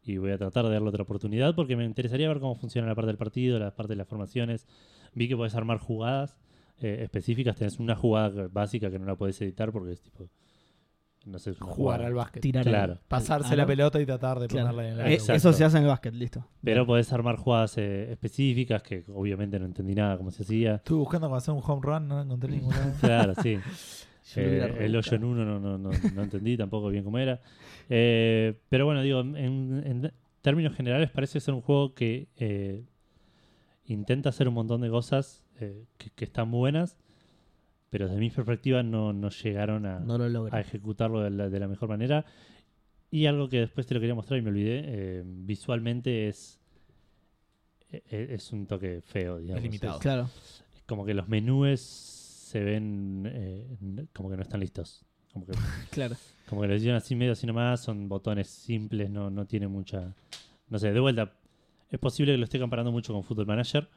Y voy a tratar de darle otra oportunidad porque me interesaría ver cómo funciona la parte del partido, la parte de las formaciones. Vi que podés armar jugadas eh, específicas. Tenés una jugada que- básica que no la podés editar porque es tipo. No sé, es una Jugar jugada. al básquet. Tirar al- Claro. Pasarse al la aro. pelota y tratar de Ah, Claro. ponerla en Eh, el Exacto. Eso se hace en el básquet, listo. Pero podés armar jugadas eh, específicas que obviamente no entendí nada cómo se hacía. Estuve buscando para hacer un home run, no lo encontré en ningún lado. Claro, sí. Yo lo Eh, hubiera el hoyo rebuscado. en uno no, no, no, no entendí tampoco bien cómo era. Eh, pero bueno, digo, en, en términos generales parece ser un juego que eh, intenta hacer un montón de cosas eh, que, que están buenas, pero desde mi perspectiva no, no llegaron a, No lo logra. a ejecutarlo de la, de la mejor manera. Y algo que después te lo quería mostrar y me olvidé, eh, visualmente es, e- e- es un toque feo, digamos. limitado. Claro. Es como que los menúes se ven eh, n- como que no están listos. Como que, Claro. como que lo hicieron así medio así nomás, son botones simples, no, no tiene mucha... No sé, de vuelta, es posible que lo esté comparando mucho con Football Manager.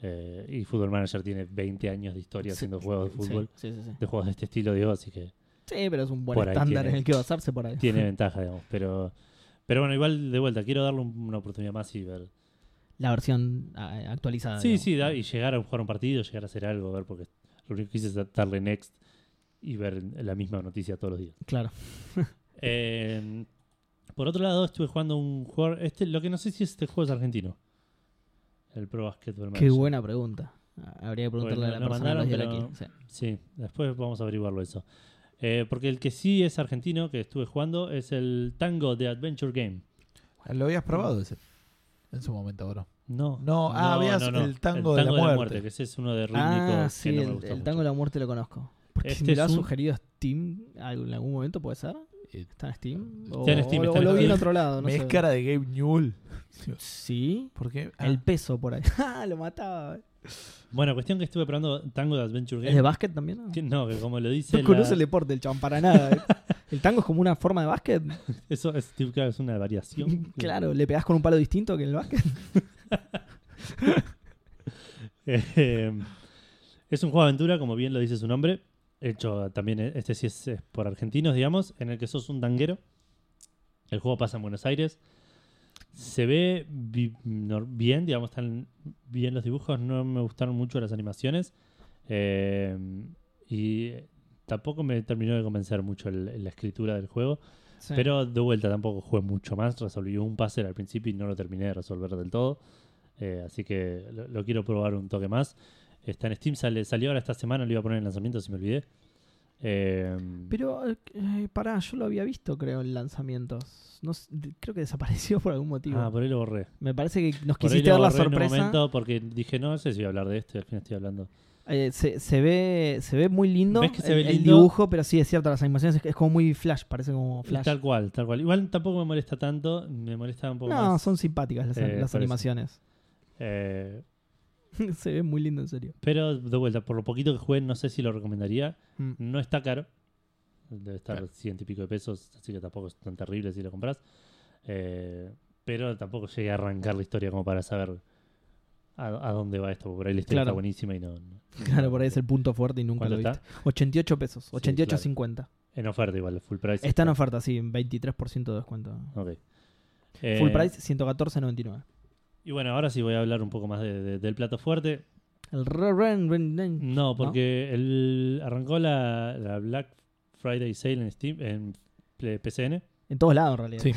eh, y Football Manager tiene 20 años de historia Sí, haciendo juegos de fútbol, Sí, sí, sí. de juegos de este estilo, digo, así que Sí, pero es un buen Por ahí estándar tiene- en el que basarse por ahí. tiene ventaja, digamos. Pero, pero bueno, igual de vuelta, quiero darle un- una oportunidad más y ver. La versión ah, actualizada. Sí, digamos. sí, da- y llegar a jugar un partido, llegar a hacer algo, ver, porque lo único que hice es darle next y ver la misma noticia todos los días. Claro. Eh, por otro lado, estuve jugando un juego. Este, lo que no sé si este juego es argentino. El Pro Basketball Qué Manager. buena pregunta. Ah, Habría que preguntarle Bueno, a la lo persona mandaron, que nos pero- dio la aquí. Sí, después vamos a averiguarlo eso. Eh, porque el que sí es argentino, que estuve jugando, es el Tango de Adventure Game. ¿Lo habías probado ese? En su momento, bro. No. No, ah, habías el Tango de la Muerte. que ese es uno de sí. rítmicos Ah, que sí, no me el, gustó el mucho. tango de la muerte lo conozco. Porque Este me lo ha es un- sugerido Steam al- en algún momento, ¿puede ser? Eh, ¿Está en Steam? O, Está en Steam, o lo- está en o lo vi en Steam. otro lado, no Me sé. es cara de Gabe Newell. Sí. ¿Por qué? Ah, El peso por ahí. Ah, lo mataba. Bueno, cuestión que estuve probando Tango de Adventure ¿Es de Game. básquet también? No, Que no, que como lo No dice. conoce la- el deporte, el chabón, para nada. eh. ¿El tango es como una forma de básquet? Eso es, típica, es una variación. Claro, le pegás con un palo distinto que en el básquet. Eh, es un juego de aventura, como bien lo dice su nombre. hecho también, eh, este sí es, es por argentinos, digamos, en el que sos un tanguero. El juego pasa en Buenos Aires. Se ve bi- nor- bien, digamos, están bien los dibujos. No me gustaron mucho las animaciones. Eh, y eh, tampoco me terminó de convencer mucho el- la escritura del juego. Sí. Pero de vuelta tampoco jugué mucho más. Resolví un puzzle al principio y no lo terminé de resolver del todo. Eh, así que lo, lo quiero probar un toque más. Está en Steam, sale, salió ahora esta semana, lo iba a poner en lanzamiento si me olvidé. Eh, Pero, eh, pará, yo lo había visto, creo, en lanzamientos. No sé, de- creo que desapareció por algún motivo. ah, por ahí lo borré. Me parece que nos Por ahí quisiste lo dar la borré en un sorpresa. momento porque dije, no, no sé si voy a hablar de esto y al final estoy hablando. Eh, se, se ve se ve muy lindo, ¿Ves que se el, ve el lindo? dibujo, pero sí, es cierto, las animaciones es, es como muy flash, parece como flash. Tal cual, tal cual. Igual tampoco me molesta tanto, me molesta un poco No, más. son simpáticas las, Eh, por las eso. animaciones. Eh, se ve muy lindo, en serio. pero de vuelta, por lo poquito que jugué, no sé si lo recomendaría. Mm. No está caro. Debe estar Claro. 100 y pico de pesos, así que tampoco es tan terrible si lo compras. Eh, pero tampoco llegué a arrancar la historia como para saber a, a dónde va esto. porque Por ahí la historia Claro. está buenísima y no. no- Claro, por ahí es el punto fuerte y nunca ¿Cuánto lo está? viste. 88 pesos, Sí, 88.50. En oferta, igual, full price. Está en oferta, sí, 23% de descuento. Ok. Eh, Full price 114.99. Y bueno, ahora sí voy a hablar un poco más de- de- del plato fuerte. El re- re- re- re- No, porque El, arrancó la, la Black Friday Sale en Steam, en P- PCN. en todos lados en realidad. Sí.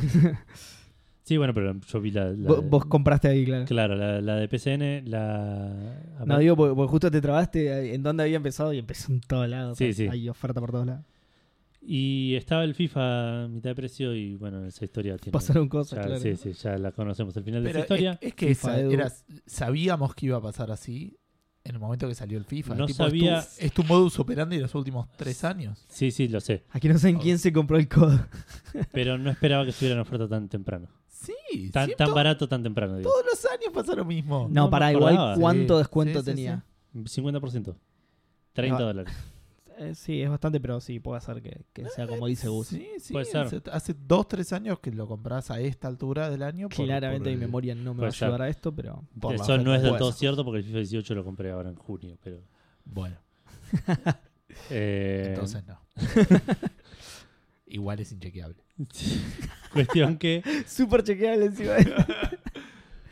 Sí, bueno, pero yo vi la. la- Vos, vos compraste ahí, claro. Claro, la, la de PCN, la. No, digo, porque, porque justo te trabaste eh, en donde había empezado y empezó en todos lados. Sí, O sea, sí. Hay oferta por todos lados. Y estaba el FIFA a mitad de precio y bueno, esa historia tiene. Pasaron cosas, ya, claro. Sí, sí, ya la conocemos. El final de Pero esa historia. es, es que FIFA, esa- Edu. era- sabíamos que iba a pasar así en el momento que salió el FIFA. No Tipo, es tu- sabía- Es tu, modus operandi de los últimos tres años. Sí, sí, lo sé. Aquí no saben quién se compró el codo. Pero no esperaba que estuviera en oferta tan temprano. Sí, Tan, sí, tan to- barato, tan temprano, digo. todos los años pasa lo mismo. Oh, No, me para igual, acordaba. ¿cuánto Sí, descuento sí, sí, tenía? 50%. 30 No. dólares. Eh, sí, es bastante, pero sí, puede ser que, que sea como dice Gus. Sí, sí, Puede ser. hace, hace dos, tres años que lo compras a esta altura del año. por- Claramente por mi el- memoria no me va a puede ser. ayudar a esto, pero. por la Eso no oferta. es del Puede todo ser. cierto porque el FIFA 18 lo compré ahora en junio, pero. Bueno, eh, entonces no. Igual es inchequeable. Cuestión que. Súper chequeable encima de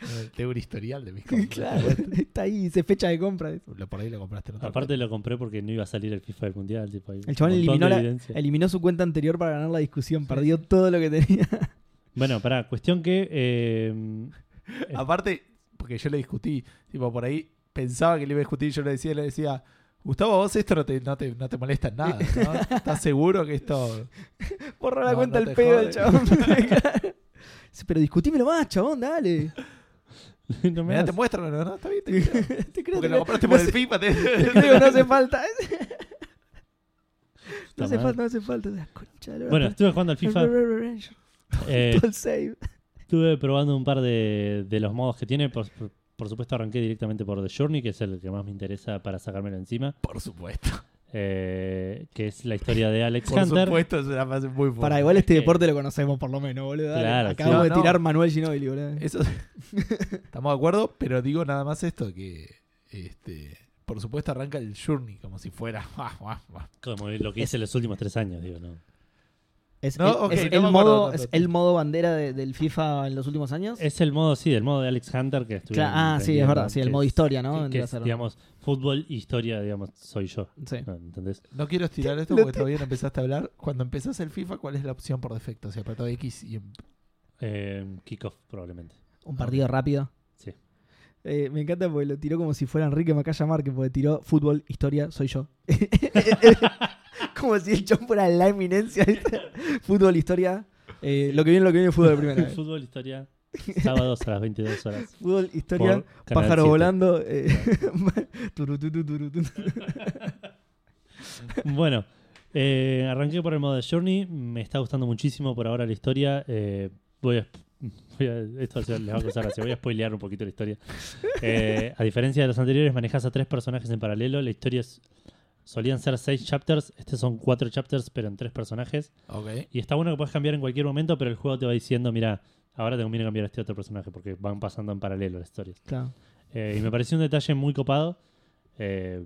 Eh, Tengo un historial de mis compras. Claro, está ahí, se fecha de compra. Lo- Por ahí lo compraste en otra Aparte lo compré porque no iba a salir el FIFA del Mundial. Tipo, hay un El chabón montón eliminó, de la- evidencia. eliminó su cuenta anterior para ganar la discusión, perdió todo lo que tenía. Bueno, pará, cuestión que. eh, Eh. Aparte, porque yo le discutí, tipo, por ahí pensaba que le iba a discutir, yo le decía, le decía, Gustavo, vos esto no te, no te, no te molesta en nada, ¿no? ¿Estás seguro que esto...? Borró la No, cuenta no al te pedo del jode. chabón. Sí, pero discutímelo más, chabón, dale. no me Mirá, das. te muestro, ¿no? ¿no? Está bien, te creo. Te creo Porque que lo compraste por el FIFA. te- Creo que no hace falta. Puta No hace madre. falta, no hace falta. La concha de la Bueno, lora. estuve jugando al FIFA. eh, Todo el save. estuve probando un par de, de los modos que tiene. Por, por- por supuesto, arranqué directamente por The Journey, que es el que más me interesa para sacármelo encima. Por supuesto. eh, que es la historia de Alex Por Hunter. supuesto, es una frase muy fuerte. Para igual este Eh. deporte lo conocemos por lo menos, boludo. dale. Claro, Acabamos sí. de No, no. tirar Manuel Ginobili, boludo. Eso- Estamos de acuerdo, pero digo nada más esto, que... este Por supuesto arranca el journey, como si fuera... guau, guau, guau. Como lo que hice los últimos tres años, digo, ¿no? Es, No, el, ok, es no el me acuerdo modo, tanto, es tío. el modo bandera de- del FIFA en los últimos años. Es el modo, sí, el modo de Alex Hunter que estuve. Claro, ah, sí, es verdad. Sí, el modo historia, ¿no? Que Vendría a es, ser- digamos, fútbol, historia, digamos, soy yo. sí. ¿no? ¿Entendés? No quiero estirar esto Lo porque todavía no empezaste a hablar. Cuando empezás el FIFA, ¿cuál es la opción por defecto? O sea, apretó X y em- Eh, kickoff, probablemente. Un partido rápido. Sí. Eh, me encanta porque lo tiró como si fuera Enrique Macaya Márquez, porque tiró fútbol, historia, soy yo. como si el chon fuera la eminencia. ¿viste? fútbol, historia. eh, lo que viene, lo que viene, fútbol primero. eh. Fútbol, historia, sábados a las 22 horas. Fútbol, historia, por Canal pájaro 7. volando. eh, turu, tu, tu, turu, tu. Bueno, eh, arranqué por el modo de Journey. Me está gustando muchísimo por ahora la historia. Eh, voy a. voy a- esto se- les va a causar gracia. Voy a spoilear un poquito la historia. Eh, a diferencia de los anteriores, manejas a tres personajes en paralelo. La historia es- solían ser seis chapters. Este son cuatro chapters, pero en tres personajes. Ok. Y está bueno que puedes cambiar en cualquier momento, pero el juego te va diciendo: Mira, ahora te conviene cambiar a este otro personaje porque van pasando en paralelo las historias. Claro. Eh, y me pareció un detalle muy copado. Eh,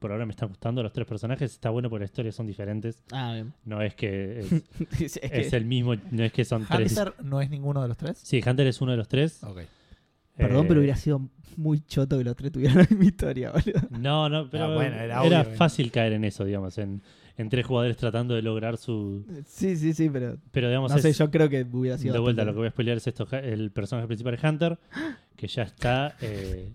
por ahora me están gustando los tres personajes. Está bueno porque las historias son diferentes. Ah, bien. No es que es, Es que- es el mismo, no es que son tres. Hunter no es ninguno de los tres. Sí, Hunter es uno de los tres. Ok. Perdón, Eh, pero hubiera sido muy choto que los tres tuvieran la misma historia, boludo. No, no, pero Ah, bueno, era, era obvio, eh. fácil caer en eso, digamos, en, en tres jugadores tratando de lograr su... Sí, sí, sí, pero. Pero digamos, No sé, es- yo creo que hubiera sido. de vuelta, lo que bastante- voy a spoilear es esto, Ja- el personaje principal es Hunter, que ya está, eh,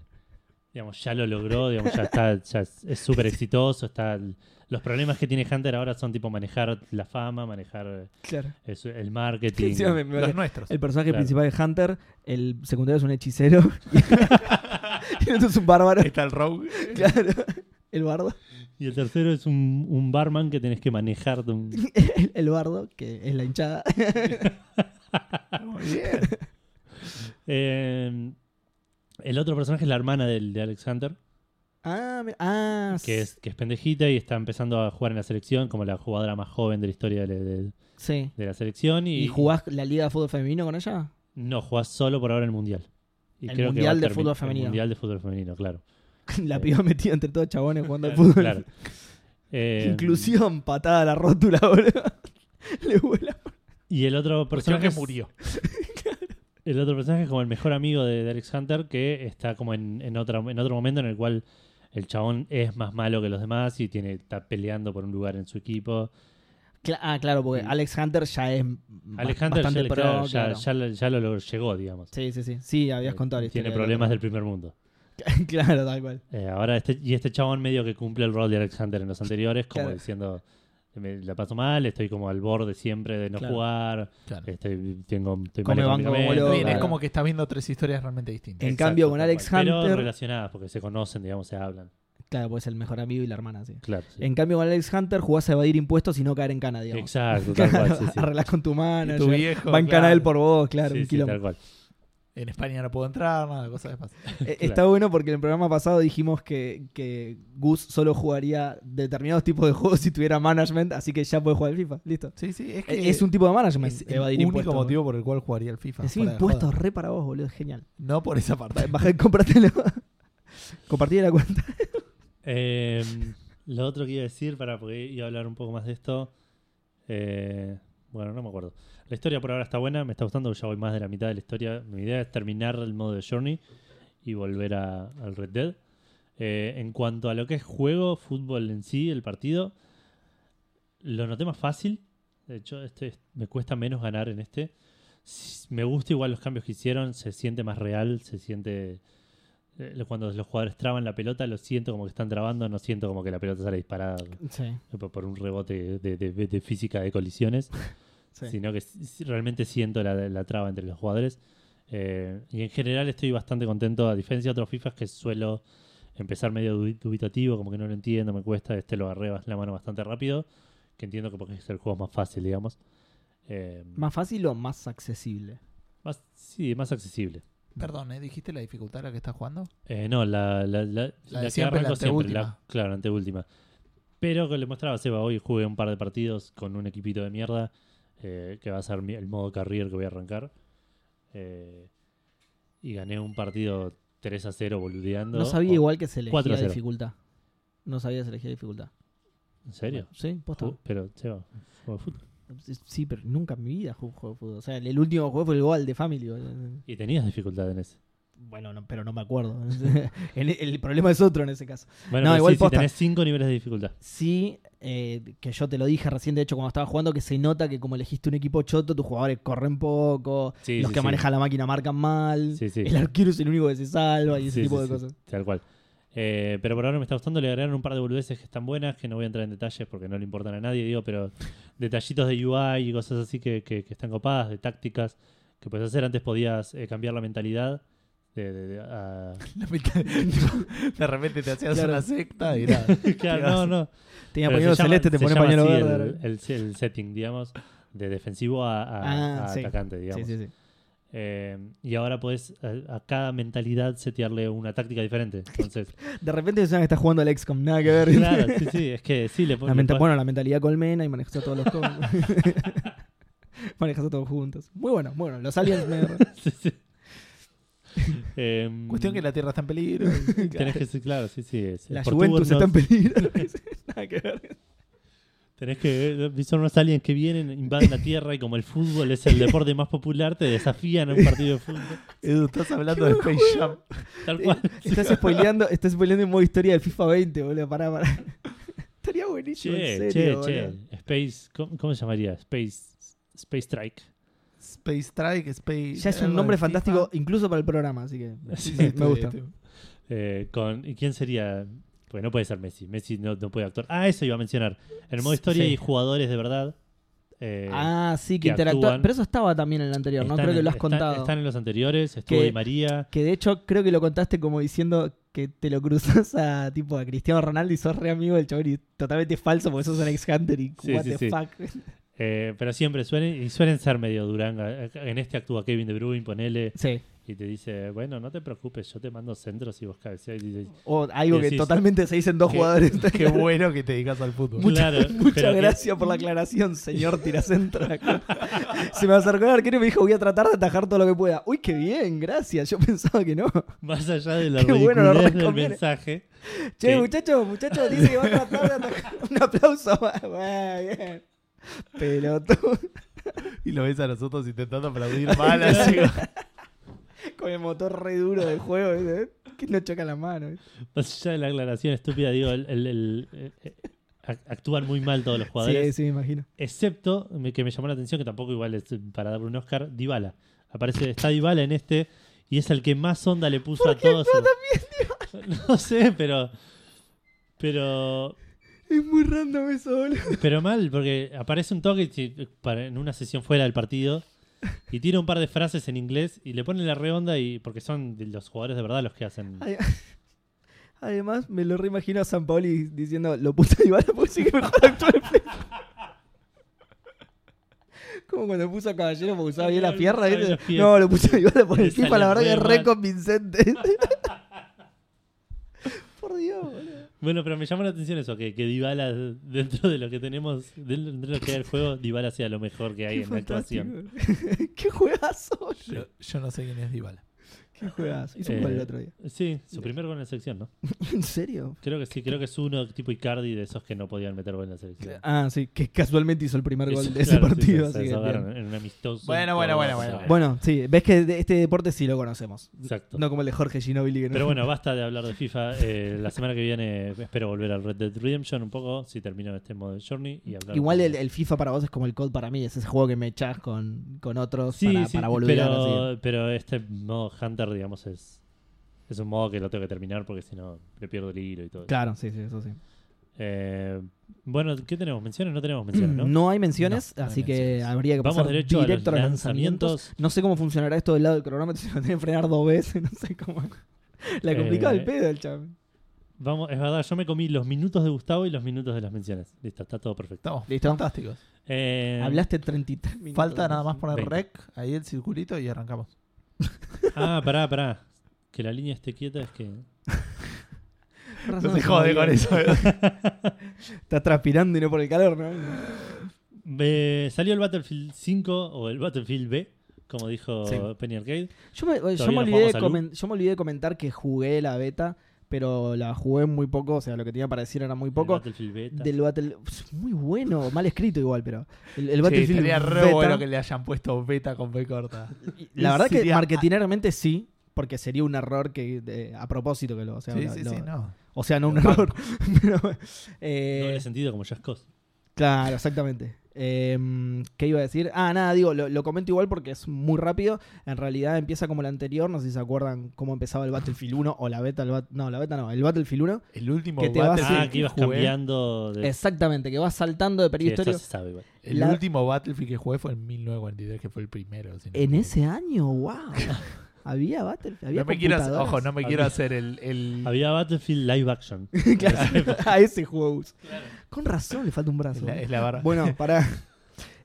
digamos, ya lo logró, digamos, ya está, ya es es súper exitoso, está... Los problemas que tiene Hunter ahora son tipo manejar la fama, manejar Claro. el, su- el marketing. Encima me- me- Los nuestros. El personaje Claro. principal es Hunter, el secundario es un hechicero. y el otro es un bárbaro. Está el Rogue. Claro. El bardo. Y el tercero es un, un barman que tenés que manejar. de un- El, el bardo, que es la hinchada. Muy bien. Eh, el otro personaje es la hermana del, de Alex Hunter. Ah, mira- ah que es, que es pendejita y está empezando a jugar en la selección como la jugadora más joven de la historia de, de- Sí. de la selección. ¿Y ¿Y, jugás la Liga de Fútbol Femenino con ella? No, jugás solo por ahora en el Mundial. Y El creo que Mundial va a de termi- Fútbol el Femenino. mundial de Fútbol Femenino, claro. La Sí. piba metida entre todos chabones jugando al fútbol. Eh. Claro. Eh, Inclusión, patada a la rótula, boludo. Le vuela. Y el otro Cuestión personaje. que es- murió. El otro personaje es como el mejor amigo de, de Alex Hunter, que está como en, en, otra, en otro momento en el cual el chabón es más malo que los demás y tiene, está peleando por un lugar en su equipo. Cla- ah, claro, porque Sí. Alex Hunter ya es ba- Alex Hunter ya, bastante le- pro. claro, ya- claro. ya lo- ya lo logró- llegó, digamos. Sí, sí, sí. Sí, habías Eh, contado la historia Tiene del problemas del primer mundo. otro. claro, tal cual. Eh, ahora este, y este chabón medio que cumple el rol de Alex Hunter en los anteriores, como Claro. diciendo, "Eh, me la paso mal, estoy como al borde siempre de no Claro. jugar, Claro. estoy, tengo, estoy Come mal banco, económicamente, boludo, Eh, Bien, claro. Es como que estás viendo tres historias realmente distintas. En Exacto, cambio, con tal Alex cual. Pero Hunter- relacionadas, porque se conocen, digamos, se hablan. Claro, pues el mejor amigo y la hermana, sí. Claro. sí. En cambio, con Alex Hunter jugás a evadir impuestos y no caer en cana, digamos. Exacto, tal cual. sí, sí. Arreglás con tu mano. Y tu viejo, Va en cana claro. él por vos, claro. Sí, un sí, quilombo. tal cual. En España no puedo entrar, nada, cosas de fácil. Eh, Está bueno porque en el programa pasado dijimos que, que Gus solo jugaría determinados tipos de juegos si tuviera management, así que ya puede jugar al FIFA. Listo. Sí, sí, es Eh, que Es un tipo de management. es el evadir único impuestos. motivo por el cual jugaría el FIFA. Encima fuera de impuestos joda. re para vos, boludo. Es genial. No por esa parte. Bajá y compártelo. Compartí la cuenta. Eh, lo otro que iba a decir, para porque iba a hablar un poco más de esto. eh, bueno, no me acuerdo. La historia por ahora está buena, me está gustando, ya voy más de la mitad de la historia. Mi idea es terminar el modo de Journey y volver a- al Red Dead. Eh, en cuanto a lo que es juego, fútbol en sí, el partido, lo noté más fácil. De hecho, este es- me cuesta menos ganar en este. S- Me gusta igual los cambios que hicieron, se siente más real, se siente... eh, Cuando los jugadores traban la pelota, lo siento como que están trabando, no siento como que la pelota sale disparada Sí, por por un rebote de, de- de- de física de colisiones, sino que s- s- realmente siento la, la traba entre los jugadores. Eh, y en general estoy bastante contento, a diferencia de otros FIFAs que suelo empezar medio dubi- dubitativo, como que no lo entiendo, me cuesta, este lo agarré bas- la mano bastante rápido, que entiendo que porque es el juego más fácil, digamos. Eh, ¿Más fácil o más accesible? más- sí, más accesible. Perdón, ¿eh? ¿dijiste la dificultad a la que estás jugando? Eh, no, la, la, la, la que siempre, la arranco siempre, anteúltima. la- claro, anteúltima. Pero que le mostraba a Seba, hoy jugué un par de partidos con un equipito de mierda, eh, que va a ser mi- el modo carrier que voy a arrancar. Eh, y gané un partido 3 a 0 boludeando. Oh, No, sabía O- igual que se elegía 4 a la 0. dificultad. No sabía que se elegía dificultad. ¿En serio? Sí, posta. Ju- Pero, Seba, juego de fútbol. Sí, pero nunca en mi vida jugué un juego de fútbol. O sea, el, el último juego fue el Goal de Family. boludo. Y tenías dificultad en ese. Bueno, no- pero no me acuerdo. el, el problema es otro en ese caso. Bueno, No, pero igual sí, sí, posta. tenés 5 niveles de dificultad. Sí, eh, que yo te lo dije recién, de hecho, cuando estaba jugando, que se nota que como elegiste un equipo choto, tus jugadores corren poco, Sí, los sí, que sí. manejan la máquina marcan mal, Sí, sí. el arquero es el único que se salva y ese Sí, tipo sí, de sí, cosas. Tal cual. Eh, pero por ahora me está gustando, le agregaron un par de boludeces que están buenas, que no voy a entrar en detalles porque no le importan a nadie, digo, pero detallitos de UI y cosas así que, que- que están copadas, de tácticas que puedes hacer. Antes podías eh, cambiar la mentalidad. De, de- de- a- La mitad- de repente te hacías Claro. una secta y nada. Claro, no, no. Tenía Pero se pañuelo llama- celeste, te se pone llama pañuelo así verde. El, el- el setting, digamos, de defensivo a, a- Ah, a sí. atacante, digamos. Sí, sí, sí. Eh, y ahora puedes a, a cada mentalidad setearle una táctica diferente. Entonces, De repente decían que está jugando al XCOM, nada que ver. claro, sí, sí, es que sí, le, La le menta- podés- bueno, la mentalidad colmena y manejas a todos los combos. manejas a todos juntos. Muy bueno, muy bueno. Los aliens me- Sí, sí. Em, Cuestión que la Tierra está en peligro. Tenés que ser claro, sí, sí. es- es La por Juventus está en turnos, peligro. Nada que ver. Tenés que. eh, Son unos aliens que vienen, invaden la Tierra y como el fútbol es el deporte más popular, te desafían a un partido de fútbol. Edu, estás hablando de Space Jam. Tal cual. Estás spoileando, estás spoileando en modo historia del FIFA 20, boludo. Pará, pará. Estaría buenísimo. Che, en serio, che, boludo. che. Space. ¿Cómo, cómo se llamaría? Space. Space Strike. Space Strike, Space. Ya es algo un de nombre FIFA. fantástico incluso para el programa, así que. Sí, sí, este, me estoy- gusta. estoy- Eh, con, ¿y ¿Quién sería? Pues no puede ser Messi. Messi no, no puede actuar. Ah, eso iba a mencionar. En el modo historia Sí. hay jugadores de verdad. eh, ah, sí, que que interactúan. actúan. Pero eso estaba también en el anterior, ¿no? están Creo que en- lo has están- contado. Están en los anteriores. Estuvo Que- Di María. Que de hecho creo que lo contaste como diciendo que te lo cruzas a tipo a Cristiano Ronaldo y sos re amigo del chabón y totalmente falso porque sos un ex hunter y Sí, what sí, the sí. fuck. Eh, pero siempre suelen, y suelen ser medio duranga. En este actúa Kevin De Bruyne, ponele, Sí. y te dice, bueno, no te preocupes, yo te mando centros y vos cabeceas. Y dices, O algo Y que decís, totalmente se dicen dos qué- jugadores. Qué bueno que te dedicas al fútbol. Mucha- claro, pero Muchas que- gracias por la aclaración, señor tiracentro. Se me acercó el arquero y me dijo, voy a tratar de atajar todo lo que pueda. Uy, qué bien, gracias. Yo pensaba que no. Más allá de la Qué bueno, lo ridiculez del reconviene. mensaje, Che, Sí. muchachos, muchachos, dice que va a tratar de atajar. Un aplauso. Bueno, bien. Pelotudo. Y lo ves a nosotros intentando aplaudir mal. así. Con el motor re duro del juego. ¿eh? Que no choca la mano. ¿eh? más allá de la aclaración estúpida, digo, el- el- el- eh, eh, ac- actúan muy mal todos los Sí, jugadores, sí, me imagino. excepto, me- que me llamó la atención, que tampoco igual es para dar un Oscar, Dybala. Aparece, está Dybala en este, y es el que más onda le puso a todos. no sé, pero... Pero Es muy random eso, boludo. Pero mal, porque aparece un toque y- para- en una sesión fuera del partido y tira un par de frases en inglés y le pone la redonda y porque son de los jugadores de verdad los que hacen. Ay, Además, me lo reimagino a San Paoli diciendo, lo puse a Dybala porque sí que mejor actúa el Pepe". Como cuando puso a Caballero porque usaba bien la pierna. Usaba bien ¿viste? las piernas. No, lo puse a Dybala por Le el FIFA, la sale verdad que es re re mal. convincente. por Dios, boludo. Bueno, pero me llama la atención eso, que, que Dybala, dentro de lo que tenemos, dentro de lo que es el juego, Dybala sea lo mejor que hay Qué en la actuación. fantástico. Qué juegazo, boludo. Yo, yo no sé quién es Dybala. Qué juegazo. Hizo un Eh, gol el otro día. Sí, su primer gol en la selección, ¿no? ¿En serio? Creo que sí, creo que es uno tipo Icardi de esos que no podían meter gol en la selección. Ah, sí, que casualmente hizo el primer gol Eso, de ese claro, sí, partido. se- se así que desahogaron bien. en un amistoso. Bueno, bueno, bueno, Sí. bueno. Bueno, sí, ves que de- este deporte sí lo conocemos. Exacto. No como el de Jorge Ginobili. Que no- Pero bueno, basta de hablar de FIFA. Eh, la semana que viene espero volver al Red Dead Redemption un poco, si termino este modo de Journey. Y hablar Igual de- el, el FIFA para vos es como el COD para mí, es ese juego que me echás con, con otros sí, para, sí, para boludear. así. pero, pero este modo Hunter, digamos, es, es un modo que lo tengo que terminar porque si no le pierdo el hilo y todo. eso. Claro, sí, sí, eso sí. Eh, bueno, ¿qué tenemos? ¿Menciones? No tenemos menciones, ¿no? Mm, hay menciones, No, no hay así que menciones. habría que Vamos pasar derecho a los directo a los lanzamientos. lanzamientos. No sé cómo funcionará esto del lado del cronómetro, si lo tienen que frenar dos veces, no sé cómo. La complicaba Eh, el pedo el chaval. Vamos, es verdad, yo me comí los minutos de Gustavo y los minutos de las menciones. Listo, está todo perfecto. Estamos ¿Listo? fantásticos. Eh, Hablaste 33 minutos. Falta nada más poner 20. rec, ahí el circulito y arrancamos. Ah, pará, pará. Que la línea esté quieta es que... Con razón, No se jode con eso. ¿eh? ¿eh? Estás transpirando y no por el calor, ¿no? Ve- salió el Battlefield 5 o el Battlefield B, como dijo Sí. Penny Arcade. Yo me, eh, yo me no olvidé jugamos de a Lu. comen- yo me olvidé de comentar que jugué la beta, pero la jugué muy poco, o sea, lo que tenía para decir era muy El poco. Battlefield Beta. Del Battle... Pss, Muy bueno, mal escrito igual, pero... El, el Sí, Battlefield sería re beta, bueno que le hayan puesto beta con B corta. La verdad que sería- marketineramente sí, porque sería un error que eh, a propósito que lo... O sea, sí, lo- sí, lo- sí, no. O sea, no un Lo error. pero, eh, Doble sentido como Just Cause. Claro, exactamente. Eh, ¿Qué iba a decir? Ah, nada, digo, lo, lo comento igual porque es muy rápido. En realidad empieza como el anterior, no sé si se acuerdan cómo empezaba el Battlefield 1 o la beta. el Bat- no, la beta no, el Battlefield 1. El último Que te vas- Battlefield Ah, sí, que ibas jugué- cambiando de... Exactamente, que va saltando de Sí, periodo esto histórico. se sabe igual. El la- último Battlefield que jugué fue en 1943, que fue el primero. si no me En equivoco. ese año, wow. había Battlefield, había No me quiero hacer- computadoras. ojo, no me Había- quiero hacer el, el, Había Battlefield Live Action. Claro, a ese juego. Con razón le falta un brazo. es la, es la barra. Bueno, pará.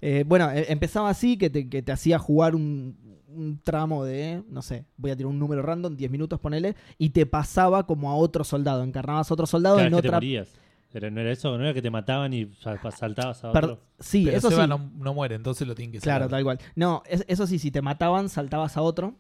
Eh, bueno, eh, empezaba así, que te, que te hacía jugar un, un tramo de, no sé, voy a tirar un número random, 10 minutos, ponele, y te pasaba como a otro soldado, encarnabas a otro soldado Cada vez en que te otra... morías. Pero no era eso, no era que te mataban y sal- saltabas a Per- otro. Sí, Pero eso sí. Seba no, no muere, entonces lo tienen que Claro, sacar. tal cual. No, es- eso sí, si te mataban, saltabas a otro.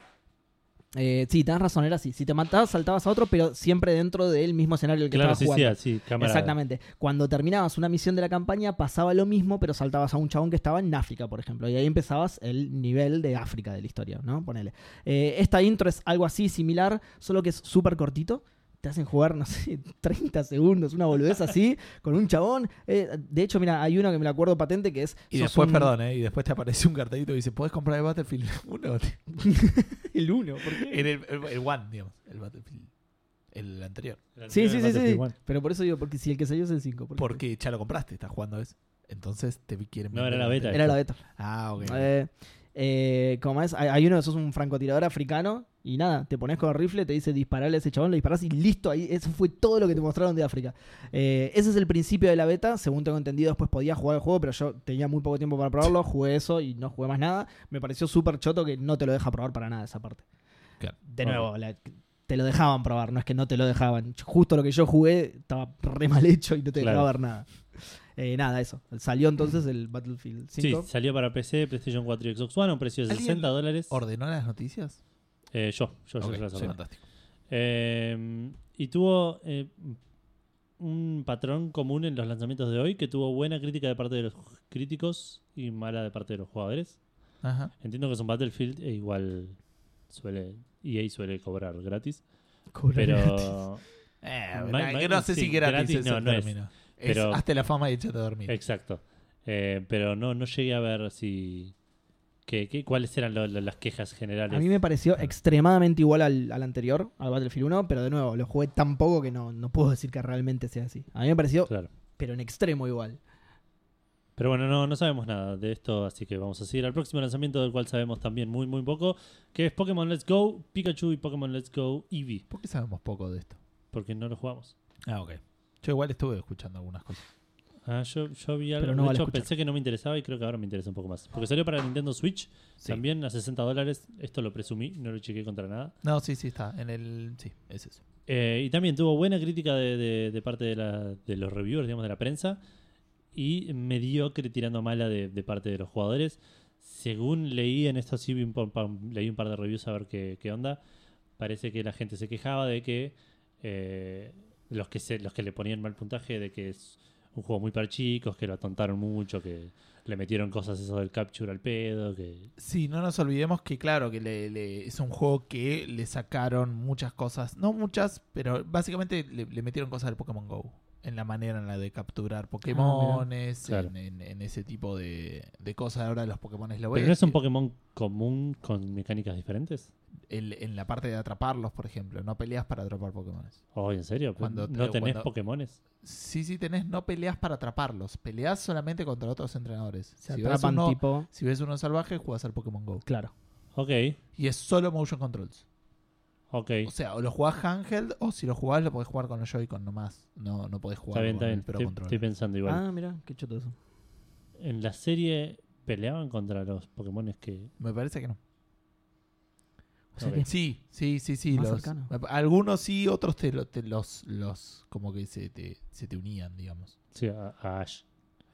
Eh, sí, tenés razón, era así. Si te matabas, saltabas a otro, pero siempre dentro del mismo escenario el que Claro, estabas sí, sí, jugando. así, cámara. Exactamente. Cuando terminabas una misión de la campaña, pasaba lo mismo, pero saltabas a un chabón que estaba en África, por ejemplo. Y ahí empezabas el nivel de África de la historia, ¿no? Ponele. Eh, esta intro es algo así, similar, solo que es súper cortito. Te hacen jugar, no sé, 30 segundos, una boludez así, con un chabón. Eh, de hecho, mira, hay uno que me lo acuerdo patente que es. Y sos después, un- perdón, ¿eh? y después te aparece un cartelito y dice, ¿podés comprar el Battlefield 1? El uno, ¿por qué? En el, el, el One, digamos, el Battlefield. El anterior. Sí, sí, sí, sí. Battlefield One. Pero por eso digo, porque si el que salió es el 5. ¿por qué? Porque ya lo compraste, estás jugando ese. Entonces te quieren No, era vender la el beta. Era la beta. anterior. Ah, ok. Eh, eh, como es, hay, hay uno que sos un francotirador africano y nada, te pones con el rifle, te dice dispararle a ese chabón, le disparás y listo, ahí, eso fue todo lo que te mostraron de África. Eh, ese es el principio de la beta, según tengo entendido, después podía jugar el juego, pero yo tenía muy poco tiempo para probarlo, jugué eso y no jugué más nada. Me pareció súper choto que no te lo deja probar para nada esa parte. Claro. De nuevo, la- te lo dejaban probar, no es que no te lo dejaban. Justo lo que yo jugué estaba re mal hecho y no te dejaba Claro. ver nada. Eh, nada, eso. Salió entonces el Battlefield 5. Sí, salió para PC, PlayStation 4 y Xbox One a un precio de ¿Alguien 60 dólares. ¿Ordenó las noticias? Eh, yo, yo, yo, Ok, yo las sí, ordené. fantástico. Eh, y tuvo eh, un patrón común en los lanzamientos de hoy que tuvo buena crítica de parte de los críticos y mala de parte de los jugadores. Ajá. Entiendo que es un Battlefield e igual suele EA suele cobrar gratis, Cobra gratis. pero Eh, Ma- que ma- no sé sí, si gratis, gratis es no, el no es. término. Es Pero- hazte la fama y échate a dormir. exacto. Eh, pero no no llegué a ver si que, que- cuáles eran lo- lo- las quejas generales. A mí me pareció extremadamente igual al, al anterior, al Battlefield 1, pero de nuevo, lo jugué tan poco que no, no puedo decir que realmente sea así. A mí me pareció, Claro. pero en extremo igual. Pero bueno, no, no sabemos nada de esto, así que vamos a seguir al próximo lanzamiento del cual sabemos también muy, muy poco, que es Pokémon Let's Go, Pikachu y Pokémon Let's Go Eevee, ¿Por qué sabemos poco de esto? porque no lo jugamos. Ah, ok. Yo igual estuve escuchando algunas cosas. Ah, yo, yo vi algo, Pero no de vale hecho escuchar. pensé que no me interesaba y creo que ahora me interesa un poco más. Porque salió para Nintendo Switch, Sí. también a 60 dólares, esto lo presumí, no lo chequé contra nada. No, sí, sí, está. En el. Sí, es eso. Eh, y también tuvo buena crítica de, de- de parte de, la- de los reviewers, digamos, de la prensa. Y mediocre tirando a mala de, de parte de los jugadores. Según leí en esto, sí, vi un pa- pa- leí un par de reviews a ver qué, qué onda. Parece que la gente se quejaba de que eh, los que se, los que le ponían mal puntaje, de que es un juego muy para chicos, que lo atontaron mucho, que le metieron cosas eso del capture al pedo, que Sí, no nos olvidemos que, claro, que le- le- es un juego que le sacaron muchas cosas. No muchas, pero básicamente le, le metieron cosas al Pokémon Go. En la manera en la de capturar Pokémones, Claro. en, en- en ese tipo de, de cosas. Ahora los Pokémones lo Pero ves. no es un que- Pokémon común con mecánicas diferentes. el- en la parte de atraparlos, por ejemplo. No peleas para atrapar Pokémones. Oh, ¿en serio? Cuando te- ¿No tenés cuando- Pokémones? Sí, sí, tenés. No peleas para atraparlos. Peleas solamente contra otros entrenadores. Se Si ves atrapan uno- tipo... Si ves uno salvaje, juegas al Pokémon Go. Claro. Ok, Y es solo motion controls. ok. O sea, o lo jugás handheld o si lo jugás lo podés jugar con los Joy-Con nomás. No, no podés Está jugar bien, con está bien. el Pro Estoy, estoy Controller. pensando igual. Ah, mira, qué choto eso. En la serie peleaban contra los Pokémones que. Me parece que no. O sea Ok. que- Sí, sí, sí, sí. Más los- cercano. algunos sí, otros te, lo- te los, los como que se te, se te unían, digamos. Sí, a, a Ash.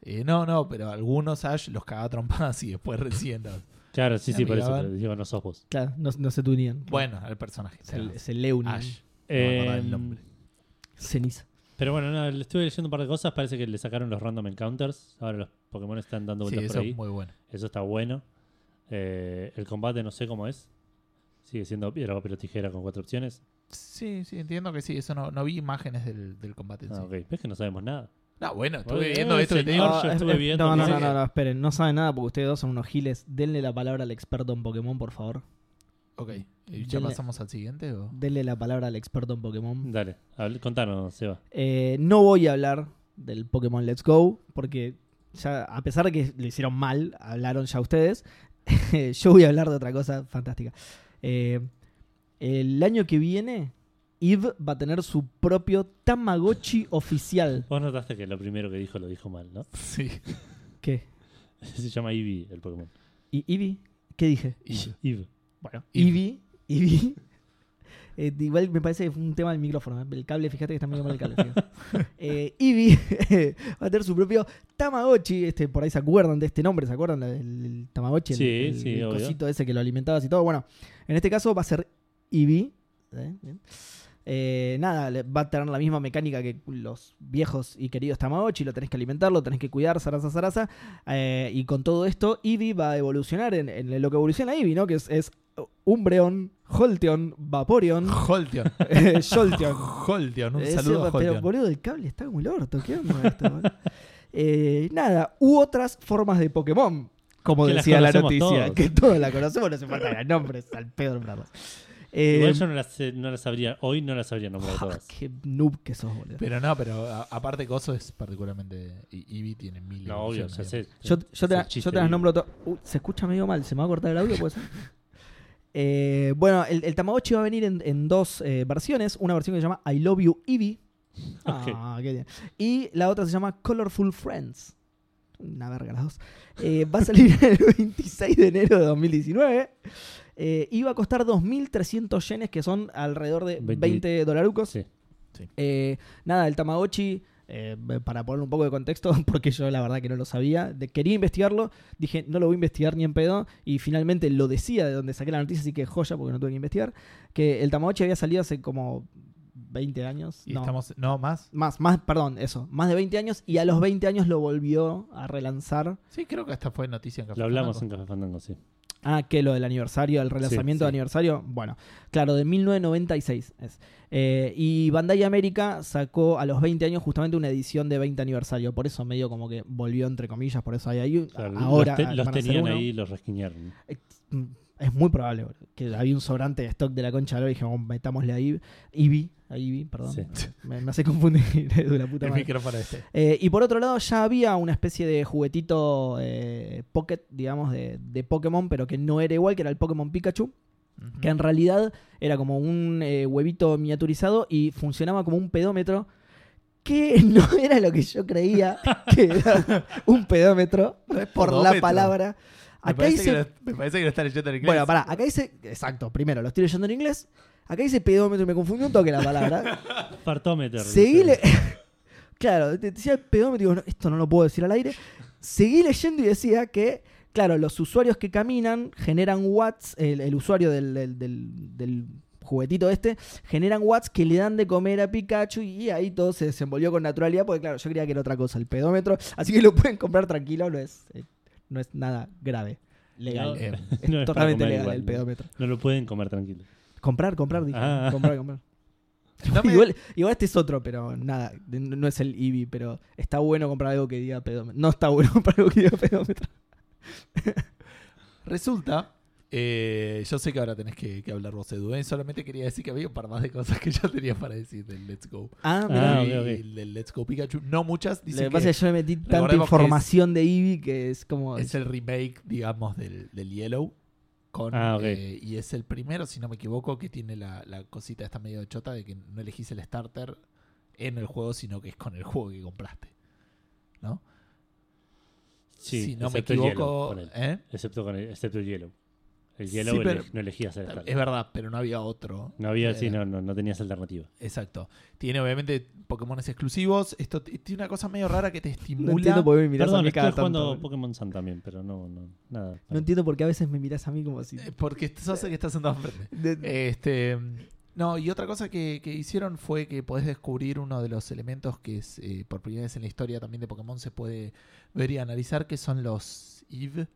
Eh, no, no, pero algunos Ash los cagaba a trompadas y después recién los- Claro, sí, Se sí, por eso. amigaban. Pero digo, no sos vos. Claro, no, no se tunían. Bueno, al personaje. Se, se le unían. Ash. me acordaba Eh, el nombre. Ceniza. pero bueno, nada, le estuve leyendo un par de cosas. Parece que le sacaron los random encounters. Ahora los Pokémon están dando Sí, vueltas eso por ahí. es muy bueno. Eso está bueno. Eh, el combate no sé cómo es. Sigue siendo piedra, papel o tijera con cuatro opciones. Sí, sí, entiendo que sí. Eso no, no vi imágenes del, del combate en sí. Ah, ok. Ves que no sabemos nada. No, bueno, Oye, estuve viendo esto que te señor. digo. yo estuve eh, viendo, No, no, dice no, que- no, no, esperen, no saben nada porque ustedes dos son unos giles. Denle la palabra al experto en Pokémon, por favor. Ok, ¿y ¿ya Dale. pasamos al siguiente? o? Denle la palabra al experto en Pokémon. Dale, habl- contanos, Seba. Eh, no voy a hablar del Pokémon Let's Go, porque ya, a pesar de que lo hicieron mal, hablaron ya ustedes, yo voy a hablar de otra cosa fantástica. Eh, el año que viene, Eve va a tener su propio Tamagotchi oficial. Vos notaste que lo primero que dijo lo dijo mal, ¿no? Sí. ¿Qué? Se llama Eevee el Pokémon. ¿Y Eevee? ¿Qué dije? Y- Eevee. Bueno, Eevee. Eevee, Eevee. Eh, igual me parece que fue un tema del micrófono. ¿eh? El cable, fíjate que está medio mal el cable. fíjate. Eh, Eevee va a tener su propio Tamagotchi. Este, por ahí se acuerdan de este nombre, ¿se acuerdan? El, el Tamagotchi, el- Sí, el, sí, el obvio. cosito ese que lo alimentabas y todo. Bueno, en este caso va a ser y vi. ¿eh? Bien. Eh, nada, le- va a tener la misma mecánica que los viejos y queridos Tamagotchi. Lo tenés que alimentar, lo tenés que cuidar, zaraza, zaraza. Eh, y con todo esto, Eevee va a evolucionar en, en lo que evoluciona Eevee, ¿no? Que es, es Umbreon, Holteon, Vaporeon, Holtion. eh, Jolteon. Holtion, un Ese, saludo a Pero Holtion. boludo, el cable está como el orto. ¿Qué onda esto, boludo? Eh, nada, u otras formas de Pokémon, como Que las decía la conocemos noticia. todos. Que todos la conocemos, no se falta los nombres, al pedo nombrarlos. Eh, Igual yo no las, sé- no las sabría, hoy no las sabría nombrar ah, todas. qué noob que sos, boludo. Pero no, pero a- aparte Coso es particularmente... Y Eevee tiene mil No, obvio, ya evoluciones. sé. Yo, yo, Es te, el la- chiste, yo te las Vivi. nombro todas. se escucha medio mal, se me va a cortar el audio, puede ser. Eh, bueno, el, el Tamagotchi va a venir en, en dos eh, versiones. Una versión que se llama I Love You Eevee. Ah, qué bien. Y la otra se llama Colorful Friends. Una verga las dos. Eh, va a salir el 26 de enero de 2019. Eh, y va a costar 2.300 yenes, que son alrededor de 20, Veinti- dolarucos. Sí. Sí. Eh, nada, el Tamagotchi, eh, para poner un poco de contexto, porque yo la verdad que no lo sabía, de- quería investigarlo, dije, no lo voy a investigar ni en pedo, y finalmente lo decía de donde saqué la noticia, así que joya, porque no tuve que investigar, que el Tamagotchi había salido hace como 20 años. Y no, estamos... No, más. Más, más, perdón, eso, más de 20 años, y a los 20 años lo volvió a relanzar. Sí, creo que esta fue noticia en Café Lo hablamos Fandango. en Café Fandango, sí. Ah, que lo del aniversario, el relanzamiento sí. de aniversario. Bueno, claro, de 1996 es. Eh, y Bandai América sacó a los 20 años justamente una edición de 20 aniversario. Por eso medio como que volvió entre comillas, por eso hay ahí. Claro, ahora los, te- ah, van los a hacer tenían uno. ahí, los resquiñaron. Mm, Es muy probable boludo, que había un sobrante de stock de la concha de oro y dijimos, metámosle a Ivy. Ivy, a Ivy, perdón. Sí. Me, me hace confundir, de la puta El madre. micrófono este. Eh, y por otro lado, ya había una especie de juguetito eh, pocket, digamos, de, de Pokémon, pero que no era igual, que era el Pokémon Pikachu, Ujú. que en realidad era como un eh, huevito miniaturizado y funcionaba como un pedómetro, que no era lo que yo creía que era un pedómetro, por la Podómetro. palabra. Me Acá parece, dice que lo, me parece que lo está leyendo en inglés. bueno, pará, acá dice. Exacto, primero, lo estoy leyendo en inglés. Acá dice pedómetro y me confundió un toque la palabra. Partómetro. Seguí. dice. le- claro, te decía el pedómetro y digo, no, esto no lo puedo decir al aire. Seguí leyendo y decía que, claro, los usuarios que caminan generan watts, el, el usuario del, del- del- del juguetito este, generan watts que le dan de comer a Pikachu y ahí todo se desenvolvió con naturalidad, porque claro, yo creía que era otra cosa, el pedómetro. Así que lo pueden comprar tranquilo, no es, eh, no es nada grave. Legal. No, Eh, no Es para totalmente comer legal igual, el ¿no? pedómetro. No lo pueden comer tranquilo. Comprar, comprar, dije. Ah. Comprar, comprar. No me- Igual, igual este es otro, pero nada, de- no es el IBI, pero está bueno comprar algo que diga pedómetro. No está bueno comprar algo que diga pedómetro. Resulta, eh, yo sé que ahora tenés que, que hablar vos, Edu. eh, Solamente quería decir que había un par más de cosas que yo tenía para decir del Let's Go. Ah, Ah, mira. ok, ok. Y el del Let's Go Pikachu. No muchas, Lo dice que que, pasa es que yo le metí tanta recordemos que información de IBI que es como. es el remake, digamos, del, del Yellow. Con, Ah, ok. eh, y es el primero, si no me equivoco, que tiene la, la cosita esta medio chota de que no elegís el starter en el juego, sino que es con el juego que compraste. ¿No? Sí, si no me excepto el hielo, equivoco. ponele. ¿eh? Excepto, con el, excepto el hielo. El Sí, hielo ele- pero- no elegías el Es estar. verdad, pero no había otro. No había, Eh, sí, no, no, no tenías alternativa. Exacto. Tiene obviamente Pokémones exclusivos. Esto t- tiene una cosa medio rara que te no estimula. entiendo por qué me mirás a Perdón, mí estoy cada jugando tanto. boludo. Pokémon Sun también, pero no, no, nada. No entiendo por qué a veces me mirás a mí como si. Eh, porque sos el que está sentado enfrente. de- Este, no, y otra cosa que, que hicieron fue que podés descubrir uno de los elementos que es, eh, por primera vez en la historia también de Pokémon se puede ver y analizar, que son los IV.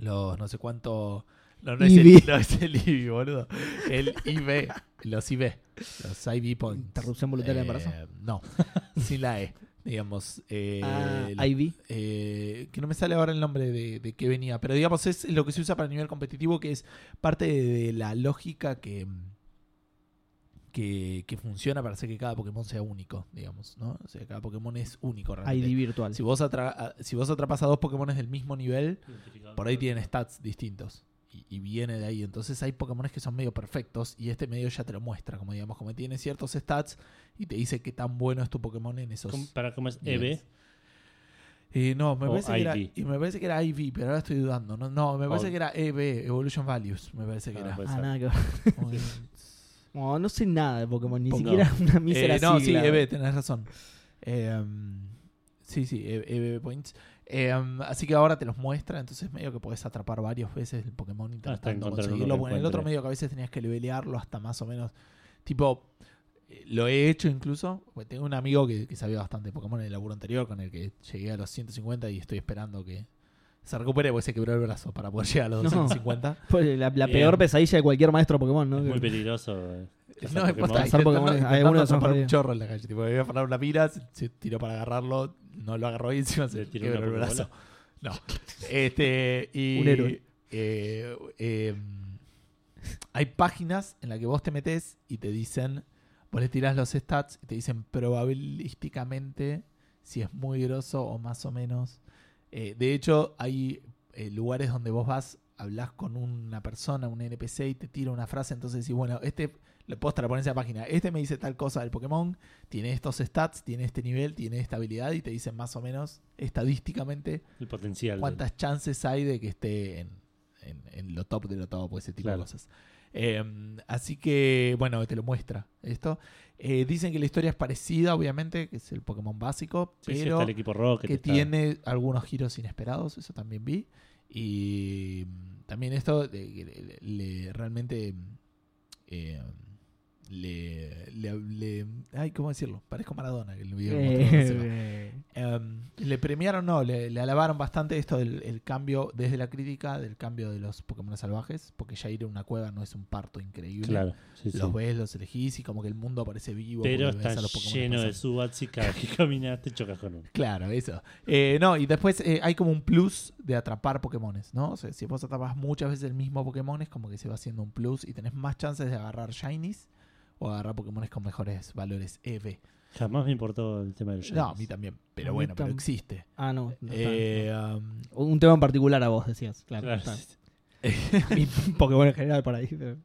Los no sé cuánto... No, no es IV. el, no es el IV, boludo. El IV. Los IV. Los IV points. Interrupción voluntaria de embarazo. Eh, No, sin la E. Digamos, eh, ah, los IBI. eh, que no me sale ahora el nombre de, de qué venía, pero digamos es lo que se usa para nivel competitivo, que es parte de, de la lógica que, mm, que, que funciona para hacer que cada Pokémon sea único, digamos, ¿no? O sea, cada Pokémon es único realmente. ID virtual. Si vos, atra- a- si vos atrapas a dos Pokémon del mismo nivel, por ahí tienen stats distintos. Y, y viene de ahí. Entonces hay Pokémon que son medio perfectos y este medio ya te lo muestra, como digamos, como tiene ciertos stats y te dice qué tan bueno es tu Pokémon en esos. Com- Para cómo es EB, niveles. Eh, no, me O parece, que era, IV. y me parece que era IV, pero ahora estoy dudando. No, no me parece O- que era EV, Evolution Values, me parece que Ah, era. puede Ah, ser. nada que ver. Como que- No, no sé nada de Pokémon, ni Ponga- siquiera una Eh, mísera no, sí, sigla. EV, tenés razón. Eh, um, Sí, sí, eh, eh, points. Eh, um, así que ahora te los muestra, entonces medio que podés atrapar varias veces el Pokémon intentando encontrar uno que conseguirlo. Bueno, el encuentre. otro medio que a veces tenías que levelearlo hasta más o menos. Tipo, eh, lo he hecho incluso. porque tengo un amigo que, que sabía bastante de Pokémon en el laburo anterior, con el que llegué a los 150 y estoy esperando que se recupere, porque se quebró el brazo para poder llegar a los No. 250. Pues la, la Bien. peor pesadilla de cualquier maestro Pokémon, ¿no? Es muy Que- peligroso. eh, cazar No me importa, Pokémon. Cazar intentando- Pokémones, intentando algunos son atrapar un jodidos. chorro en la calle. Tipo, me iba a parar una pira, se, se tiró para agarrarlo, no lo agarró y encima Le se tiró quebró una el Pokébola. brazo. No. Este, y, Un héroe. eh, eh, hay páginas en las que vos te metes y te dicen, vos le tirás los stats y te dicen probabilísticamente si es muy grosso o más o menos. Eh, de hecho, hay eh, lugares donde vos vas, hablas con una persona, un NPC y te tira una frase, entonces decís, bueno, este le puedo poner esa página. Este me dice tal cosa del Pokémon, tiene estos stats, tiene este nivel, tiene esta habilidad y te dicen más o menos estadísticamente El potencial. cuántas chances hay de que esté en, en- en lo top de lo top, ese tipo Claro. de cosas. Eh, así que, bueno, te lo muestra esto. Eh, dicen que la historia es parecida, obviamente, que es el Pokémon básico, Sí, sí, pero está el equipo Rocket. que está- tiene algunos giros inesperados, eso también vi. Y mm, también esto de que le, le- realmente mm, eh, le, le- le- Ay, ¿cómo decirlo? Parezco Maradona en el video. que mostró, no sé. Eh, Em, le premiaron, no, le, le alabaron bastante esto del el cambio, desde la crítica, del cambio de los Pokémon salvajes, porque ya ir a una cueva no es un parto increíble. Claro, sí, sí. Los ves, los elegís y como que el mundo aparece vivo. Pero porque ves está a los Pokémon lleno de pasar. subats y cada que caminas te chocas con uno. Claro, eso. Eh, no, y después eh, hay como un plus de atrapar Pokémones, ¿no? O sea, si vos atrapas muchas veces el mismo Pokémon, es como que se va haciendo un plus y tenés más chances de agarrar Shinies o agarrar Pokémones con mejores valores EV. Jamás me importó el tema de los No, a Yankees. mí también, pero A mí bueno, pero tam- existe. ah, no. no está, Eh, um, no. Un tema en particular a vos, decías. Claro. Claro, está. sí, sí. Y Pokémon en general por ahí. pero-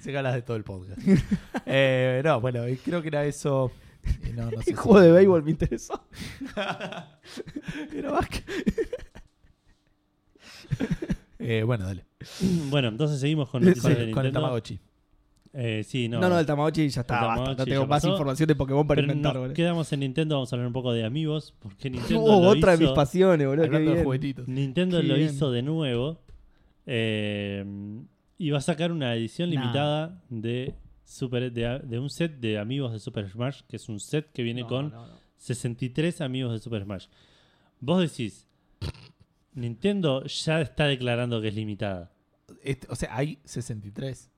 se ganas de todo el podcast. Eh, no, bueno, eh, creo que era eso. Eh, No, no sé El si- juego de béisbol me interesó. Era básquet. Eh, bueno, dale. Bueno, entonces seguimos con Sí, noticias de Con- Nintendo. con el Tamagotchi. Eh, sí, no. No, no, el Tamagotchi ya está. El basta. Tamagotchi no ya tengo más pasó. información de Pokémon para Pero inventar, nos boludo. quedamos en Nintendo, vamos a hablar un poco de amigos, porque Nintendo Oh, lo otra de hizo, mis pasiones, boludo. qué Hablando de bien. juguetitos. Nintendo Qué lo bien. hizo de nuevo eh, y va a sacar una edición Nah. limitada de Super de, de un set de amigos de Super Smash, que es un set que viene No, con no, no. 63 amigos de Super Smash. Vos decís, Nintendo ya está declarando que es limitada. Este- o sea, hay 63.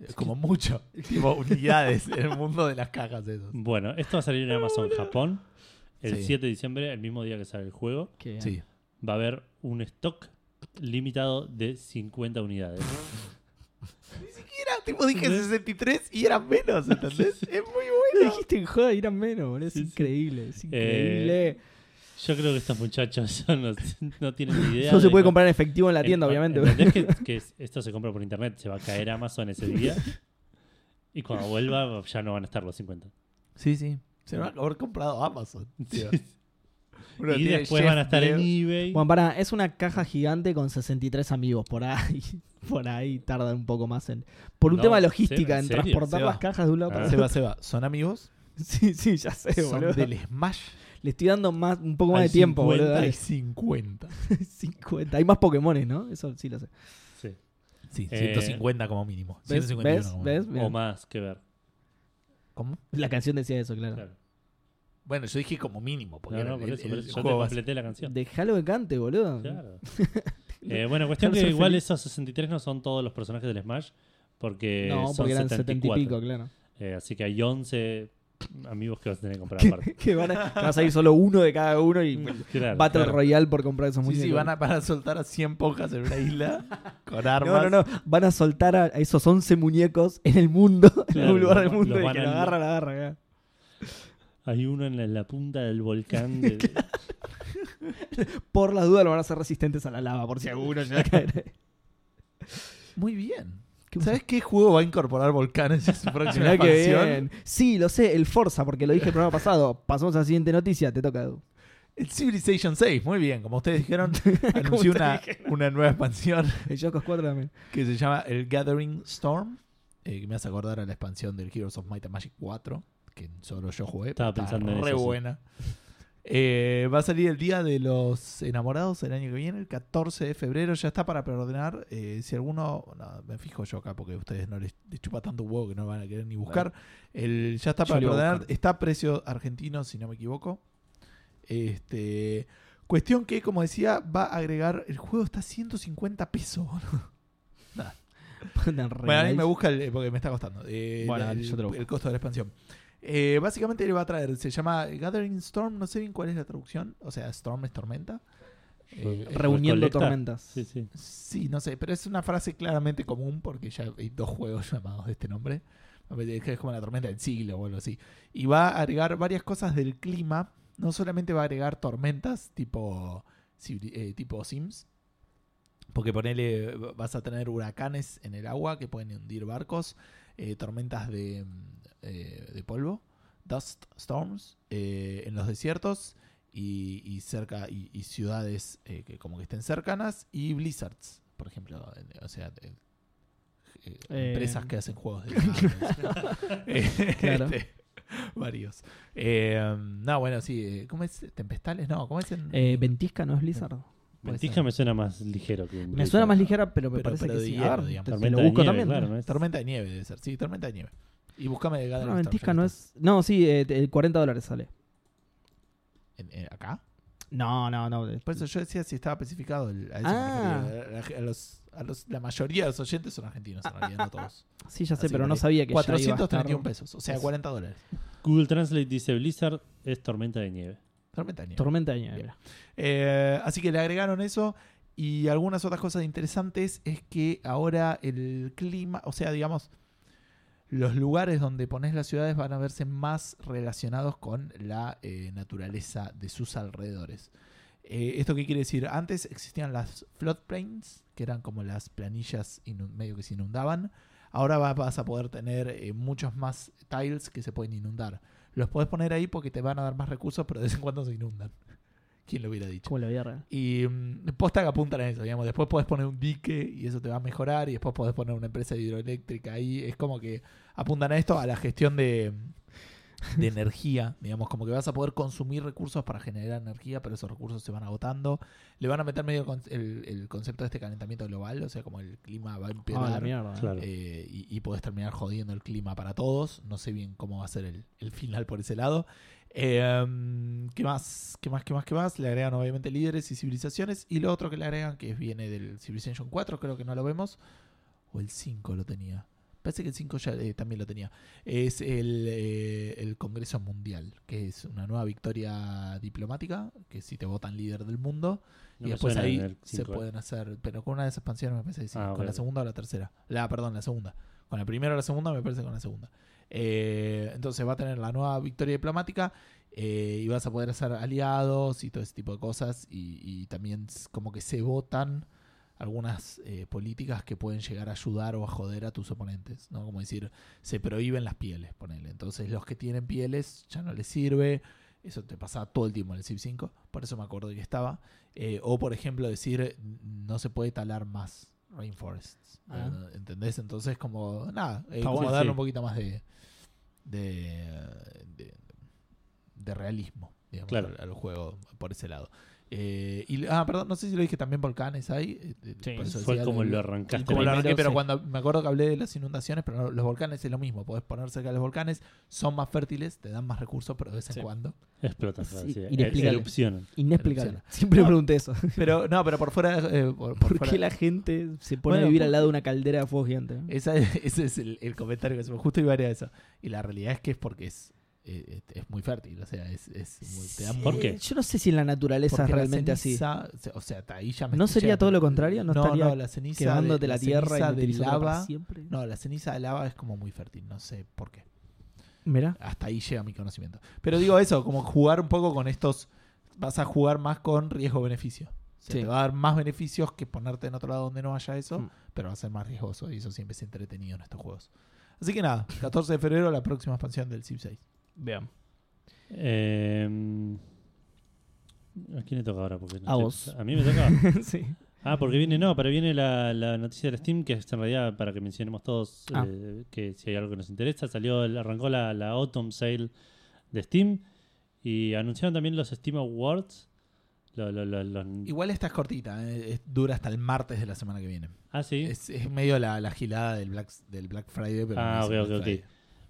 Es Como mucho. Tipo unidades en el mundo de las cajas esas. Bueno, esto va a salir en Amazon Japón el Sí. 7 de diciembre, el mismo día que sale el juego. Qué bien. Sí. Va a haber un stock limitado de 50 unidades. Era, Ah, tipo dije 63 y eran menos, ¿entendés? Es muy Lo bueno. dijiste en joda y eran menos, boludo. Es Sí, Eh, sí. increíble, es increíble. Yo creo que estos muchachos no, no tienen ni idea. no se de puede cómo- comprar en efectivo en la tienda, Ent- obviamente. ¿entendés que, que es- esto se compra por internet, se va a caer a Amazon ese día. Y cuando vuelva ya no van a estar los 50. Sí, sí. Se van a haber comprado Amazon. tío. Uno y tiene después Jeff van a estar en Bezos. eBay. Bueno, para, es una caja gigante con 63 amigos. Por ahí, por ahí tarda un poco más en. Por un No, tema de Seba, logística, ¿en en serio? transportar Seba. las cajas de un lado para Ah. otro. Seba, Seba, ¿son amigos? Sí, sí, ya sé, Son boludo. del Smash. Le estoy dando más, un poco más Hay de tiempo, boludo. 50 y dale. 50. 50. Hay más Pokémones, ¿no? Eso sí lo sé. Sí. Sí, Eh, 150 como mínimo. ¿Ves? 151 ¿Ves? como ¿Ves? mínimo. Bien. O más que ver. ¿Cómo? La canción decía eso, claro. Claro. Bueno, yo dije como mínimo. Porque No, era no, por el- eso, el por eso. Yo te juego base. completé la canción. Dejalo que cante, boludo. Claro. Eh, bueno, cuestión Déjalo que ser igual feliz. esos 63 no son todos los personajes del Smash, porque no, Eh, son porque eran 70 y 74. pico, claro. Eh, así que hay 11 amigos que vas a tener que comprar Que, aparte. que van a, que vas a ir solo uno de cada uno y Mm. Claro. Battle claro. Royale por comprar esos Sí, muñecos. sí, van a, van a soltar a 100 pocas en una isla con No, armas. no, no. Van a soltar a a esos 11 muñecos en el mundo, en Claro, algún lugar los- del mundo. los Y van que a- lo agarra, la agarra. acá. Hay uno en la, en la punta del volcán. de- Por las dudas lo van a hacer resistentes a la lava, por si alguno llega a caer. Muy bien. ¿Qué ¿Sabes qué juego va a incorporar volcanes en su próxima Mirá que expansión? bien. Sí, lo sé, el Forza, porque lo dije el programa pasado. Pasamos a la siguiente noticia, te toca, Edu. El Civilization 6, muy bien. Como ustedes dijeron, Como anunció ustedes una, una nueva expansión El Yokos 4 también. que se llama el Gathering Storm, eh, que me hace acordar a la expansión del Heroes of Might and Magic 4, que solo yo jugué. Estaba pero está pensando en re eso, sí. buena. Eh, va a salir el Día de los Enamorados el año que viene, el 14 de febrero. Ya está para preordenar. Eh, si alguno, no, me fijo yo acá porque a ustedes no les, les chupa tanto huevo que no van a querer ni buscar. El, ya está Yo para lo voy a preordenar. buscar. Está a precio argentino, si no me equivoco. Este, cuestión que, como decía, va a agregar. El juego está a 150 pesos. Tan Bueno, a mí regaladísimo. me busca el- porque me está costando. eh, Bueno, la- dale, el, yo te lo busco. el costo de la expansión. Eh, básicamente le va a traer, se llama Gathering Storm, no sé bien cuál es la traducción. O sea, Storm es tormenta. Eh, Re- Reuniendo Recolecta. tormentas. Sí, sí. sí, no sé, pero es una frase claramente común porque ya hay dos juegos llamados de este nombre. Es como la tormenta del siglo o algo así. Y va a agregar varias cosas del clima. No solamente va a agregar tormentas tipo, civili- eh, tipo Sims. Porque ponele, vas a tener huracanes en el agua que pueden hundir barcos. eh, tormentas de, mm, eh, de polvo. Dust storms. eh, en los desiertos. Y, y cerca y, y ciudades eh, que como que estén cercanas. Y blizzards, por ejemplo. eh, O sea, eh, eh, Eh, empresas que hacen juegos de cartas. Eh, Claro. este, varios. Eh, no, bueno, sí. eh, ¿Cómo es? ¿Tempestales? No, ¿cómo es? en- Eh, Ventisca no es Blizzard. Puede Mentija ser. me suena más ligero que un Me suena más ligero. ligera, pero me Pero- parece pero que de sí. hierro, A ver, digamos. te- te, Tormenta lo de busco nieve, también. claro, ¿no es? Tormenta de nieve debe ser. Sí, tormenta de nieve. Y buscame de No, Gathering Storm, ventisca ya no está. es. No, sí, eh, te- el 40 dólares sale. En- en- ¿Acá? No, no, no. de- Por eso yo decía si estaba especificado. el- a, eso Ah. me refería, a- a- a los, a los- la mayoría de los oyentes son argentinos, en realidad, no todos. Sí, ya sé, Así pero que no sabía Ah, que ya iba a estar- 431 pesos, o sea, Es- 40 dólares. Google Translate dice Blizzard es tormenta de nieve. Tormenta de nieve. Tormenta de nieve. Bien. mira. Eh, así que le agregaron eso. Y algunas otras cosas interesantes es que ahora el clima, o sea, digamos, los lugares donde pones las ciudades van a verse más relacionados con la eh, naturaleza de sus alrededores. Eh, ¿Esto qué quiere decir? Antes existían las floodplains, que eran como las planillas inu- medio que se inundaban. Ahora va- vas a poder tener eh, muchos más tiles que se pueden inundar. Los podés poner ahí porque te van a dar más recursos, pero de vez en cuando se inundan. ¿Quién lo hubiera dicho? Como la vida real. Y mm, posta que apuntan a eso, digamos. Después podés poner un dique y eso te va a mejorar. Y después podés poner una empresa hidroeléctrica ahí. Es como que apuntan a esto, a la gestión de, de energía. Digamos, como que vas a poder consumir recursos para generar energía, pero esos recursos se van agotando. Le van a meter medio con- el, el concepto de este calentamiento global, o sea, como el clima va a Ah, la empeorar. mierda. Claro. Eh, y, y podés terminar jodiendo el clima para todos. No sé bien cómo va a ser el, el final por ese lado. Eh, ¿Qué más? ¿Qué más? ¿Qué más? ¿Qué más? Le agregan obviamente líderes y civilizaciones. Y lo otro que le agregan, que viene del Civilization 4, creo que no lo vemos. O el 5 lo tenía. Parece que el 5 ya eh, también lo tenía. Es el, eh, el Congreso Mundial, que es una nueva victoria diplomática, que si te votan líder del mundo, No me y después suena en ahí el se cinco. eh. pueden hacer, pero con una de esas expansiones me parece que sí. Ah, con ok, la ok. segunda o la tercera. La, perdón, la segunda. Con la primera o la segunda me parece que con la segunda. Eh, entonces va a tener la nueva victoria diplomática eh, y vas a poder hacer aliados y todo ese tipo de cosas. Y, y también s- como que se votan algunas eh, políticas que pueden llegar a ayudar o a joder a tus oponentes, ¿no? Como decir, se prohíben las pieles, ponele. Entonces los que tienen pieles ya no les sirve. Eso te pasaba todo el tiempo en el Civ 5, por eso me acuerdo que estaba. Eh, o por ejemplo decir, no se puede talar más rainforests. Ah. Eh, ¿Entendés? Entonces como, nada, eh, Está como bueno, darle sí. un poquito más de, de, de, de realismo, digamos, Claro. al, al juego por ese lado. Eh, y, ah, perdón, no sé si lo dije también volcanes ahí. eh, eh, Sí. pues, por eso Fue decía como del- lo y arrancaste. como lo Primero, arranqué, pero sí. cuando me acuerdo que hablé de las inundaciones, pero no, los volcanes es lo mismo. Podés poner cerca de los volcanes, son más fértiles, te dan más recursos, pero de vez en Sí. cuando. Explotan. Sí, claro, sí. inexplicable. Erupcionan. Inexplicable. Erupciona. Siempre No. me pregunté eso. Pero no, pero por fuera. eh, por, por ¿Por fuera- qué la gente se pone Bueno, a vivir por- al lado de una caldera de fuego gigante? Esa es- ese es el, el comentario que se me justo iba a ir a eso. Y la realidad es que es porque es, eh, es, es muy fértil, o sea, es, es muy- te da Sí, muy- ¿Por qué? Yo no sé si en la naturaleza porque es la realmente así. ceniza, se- O sea, ahí ya me ¿No estoy sería yendo. todo lo contrario? ¿No estaría la ceniza Quedándote de- la tierra ceniza y de utilizándola para lava. siempre. No, la ceniza de lava es como muy fértil, no sé por qué. Mira. hasta ahí llega mi conocimiento. Pero digo eso, como jugar un poco con estos. Vas a jugar más con riesgo-beneficio. O sea, Sí. Te va a dar más beneficios que ponerte en otro lado donde no haya eso, Mm. pero va a ser más riesgoso y eso siempre es entretenido en estos juegos. Así que nada, 14 de febrero la próxima expansión del Civ 6. Vean. Eh, ¿A quién le toca ahora? Porque no A sé. vos. A mí me toca. sí. Ah, porque viene, no, pero viene la, la noticia de Steam, que es en realidad para que mencionemos todos Ah. eh, que si hay algo que nos interesa. Salió, el- arrancó la, la Autumn Sale de Steam Y anunciaron también los Steam Awards. Lo- lo- lo- lo- Igual esta es cortita, eh, es- dura hasta el martes de la semana que viene. ah, sí. Es, es medio la, la gilada del Black, del Black Friday, pero Ah, no es el ok, Black ok, ok. Friday.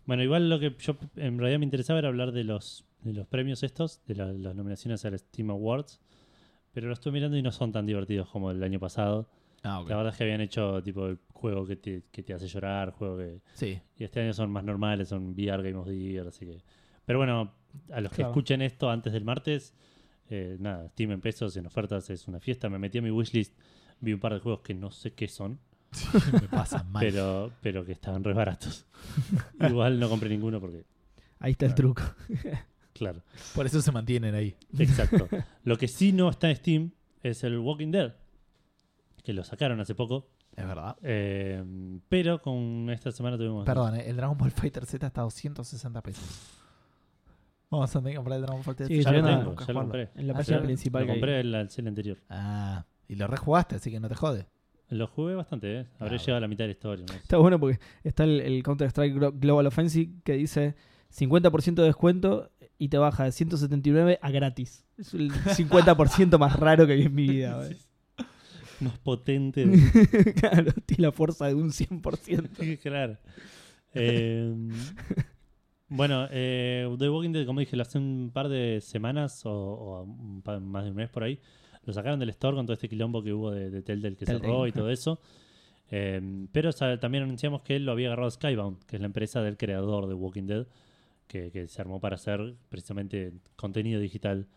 Bueno, igual lo que yo en realidad me interesaba era hablar de los, de los premios estos, de la- las nominaciones al Steam Awards. Pero los estuve mirando y no son tan divertidos como el año pasado. Ah, ok. La verdad es que habían hecho tipo el juego que te, que te hace llorar, juego que... Sí. Y este año son más normales, son VR Game of the Year, así que... Pero bueno, a los que Claro. escuchen esto antes del martes, eh, nada, Steam en pesos, en ofertas, es una fiesta. Me metí a mi wishlist, vi un par de juegos que no sé qué son, Me pasa mal. pero, pero que estaban re baratos. Igual no compré ninguno porque, Ahí está el Claro. truco. claro, Por eso se mantienen ahí. exacto. Lo que sí no está en Steam es el Walking Dead, que lo sacaron hace poco, Es verdad. eh, pero con esta semana tuvimos... Perdón, eh, el Dragon Ball Fighter Z está a 260 pesos. Vamos a tener que comprar el Dragon Ball Fighter Sí, Ya yo lo no- tengo, Nunca ya lo jugarlo. compré. En la Ah, página sí. principal. Lo que hay. compré el, el sale anterior. Ah, y lo rejugaste, así que no te jode. Lo jugué bastante, ¿eh? Habré Ah, llegado a la mitad de la historia. no sé. Está bueno porque está el, el Counter-Strike Glo- Global Offensive que dice 50% de descuento y te baja de 179 a gratis. Es el 50% más raro que vi en mi vida. wey. Más potente. de- claro, tiene la fuerza de un 100%. claro. Eh, bueno, eh, The Walking Dead, como dije, lo hace un par de semanas o, o un par- más de un mes por ahí. Lo sacaron del store con todo este quilombo que hubo de, de Telltale que Telltale. cerró y todo eso. Eh, pero sa- también anunciamos que él lo había agarrado Skybound, que es la empresa del creador de Walking Dead, que, que se armó para hacer precisamente contenido digital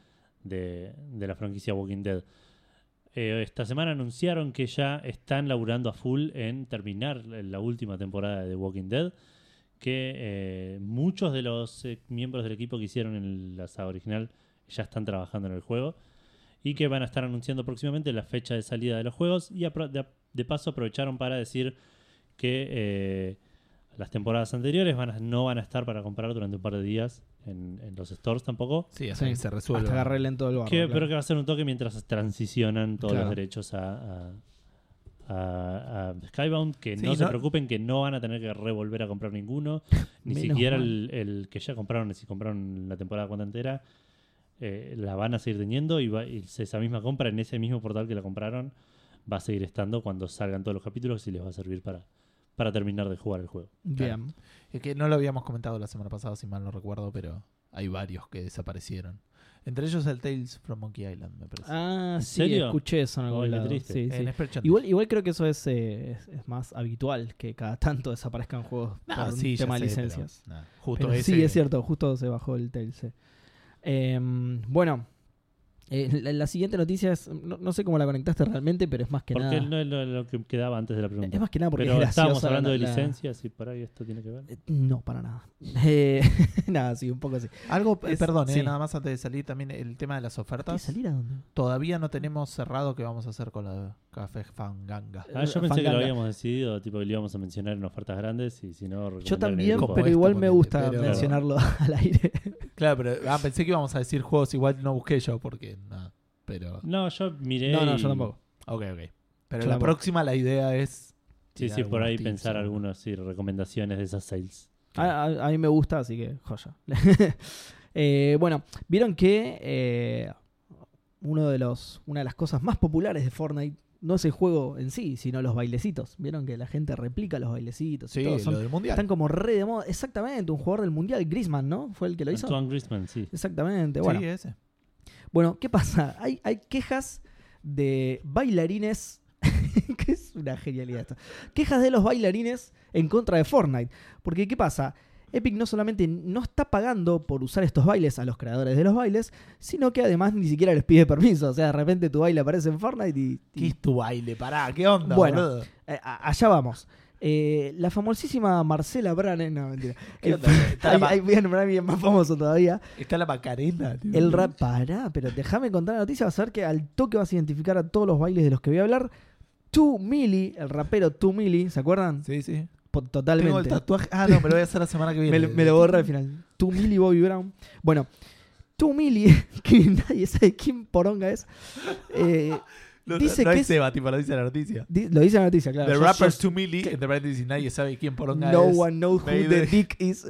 de, de la franquicia Walking Dead. Eh, esta semana anunciaron que ya están laburando a full en terminar la última temporada de Walking Dead, que eh, muchos de los eh, miembros del equipo que hicieron el- la saga original ya están trabajando en el juego y que van a estar anunciando próximamente la fecha de salida de los juegos y apro- de, de paso aprovecharon para decir que eh, las temporadas anteriores van a- no van a estar para comprar durante un par de días en, en los stores tampoco. Sí, hasta Sí, que se resuelve. Hasta agarré en todo el barro. Que- claro. Pero que va a ser un toque mientras transicionan todos Claro. los derechos a, a- a- a Skybound. Que Sí, no, se no- preocupen, que no van a tener que revolver a comprar ninguno. ni Menos siquiera mal. el, el que ya compraron, si compraron la temporada cuanta entera, eh, la van a seguir teniendo y, va- y esa misma compra en ese mismo portal que la compraron va a seguir estando cuando salgan todos los capítulos y les va a servir para, para terminar de jugar el juego. Bien. Es que no lo habíamos comentado la semana pasada, si mal no recuerdo, pero hay varios que desaparecieron. Entre ellos el Tales from Monkey Island, me parece. Ah, sí, serio? escuché eso en algún Ay, qué lado. triste. Sí, sí. En Spell Chanter. Igual, igual creo que eso es, eh, es, es más habitual, que cada tanto desaparezcan juegos No, por un sí, ya tema de sé, pero, licencias. nah, justo Pero ese. sí, es cierto, justo se bajó el Tails. eh. Em, bueno, eh, la, la siguiente noticia es, no, no sé cómo la conectaste realmente, pero es más que Porque nada. Eh, no es lo, lo que quedaba antes de la pregunta. es más que nada porque Pero es estábamos graciosa hablando la- de la- licencias y por ahí esto tiene que ver. Eh, No, para nada. Eh, nada, sí, un poco así. Algo, eh, Es- perdón, eh, sí. nada más antes de salir también el tema de las ¿Y ofertas. salir a dónde? Todavía no tenemos cerrado qué vamos a hacer con la Café Fanganga. Ah, yo Eh, pensé que lo Fanganga. habíamos decidido, tipo que lo íbamos a mencionar en ofertas grandes y si no... Yo recomendar en el también, grupo. pero esto, igual me ponele, gusta pero- mencionarlo al aire. Claro, pero ah, pensé que íbamos a decir juegos, igual no busqué yo porque nada. Pero. No, yo miré... No, no, y- yo tampoco. Ok, ok. Pero Yo la tampoco. próxima la idea es. Sí, tirar sí, por algunos ahí tips, pensar ¿no? algunas sí, recomendaciones de esas sales. A, a- a mí me gusta, así que joya. Eh, bueno, vieron que eh, uno de los, una de las cosas más populares de Fortnite no es el juego en sí, sino los bailecitos. Vieron que la gente replica los bailecitos. y Sí, todo, son- lo del mundial. están como re de moda. Exactamente, un jugador del mundial, Griezmann, ¿no? Fue el que lo hizo. Antoine Griezmann, sí. Exactamente, Sí, bueno. ese. Bueno, ¿qué pasa? Hay, hay quejas de bailarines. que es una genialidad esto. Quejas de los bailarines en contra de Fortnite. Porque, ¿qué pasa? Epic no solamente no está pagando por usar estos bailes a los creadores de los bailes, sino que además ni siquiera les pide permiso. O sea, de repente tu baile aparece en Fortnite y. y- ¿Qué es tu baile? Pará, ¿qué onda, Bueno. boludo? eh, a- allá vamos. Eh, la famosísima Marcela Branen. No, mentira. ¿Qué Eh, onda? Está, ahí- la, ahí voy a nombrar a alguien más famoso todavía. está la Macarena. tío. El rap, pará, pero déjame contar la noticia, vas a ver que al toque vas a identificar a todos los bailes de los que voy a hablar. Tu Mili, el rapero Tu Mili, ¿se acuerdan? Sí, sí. Po- Tengo el Totalmente. tatuaje. Ah, no, me lo voy a hacer la semana que Me, viene. lo- me lo borra al final. Tu Mili Bobby Brown. Bueno, Tu Mili, que nadie sabe quién poronga es, eh, No, Dice no que es es- Seba, tipo, lo dice la noticia. Di- Lo dice la noticia, claro. The Yo- yo- rappers to me, Lee, ¿Qué? entre paréntesis, nadie sabe quién poronga No es. one knows who the Mayday. dick is.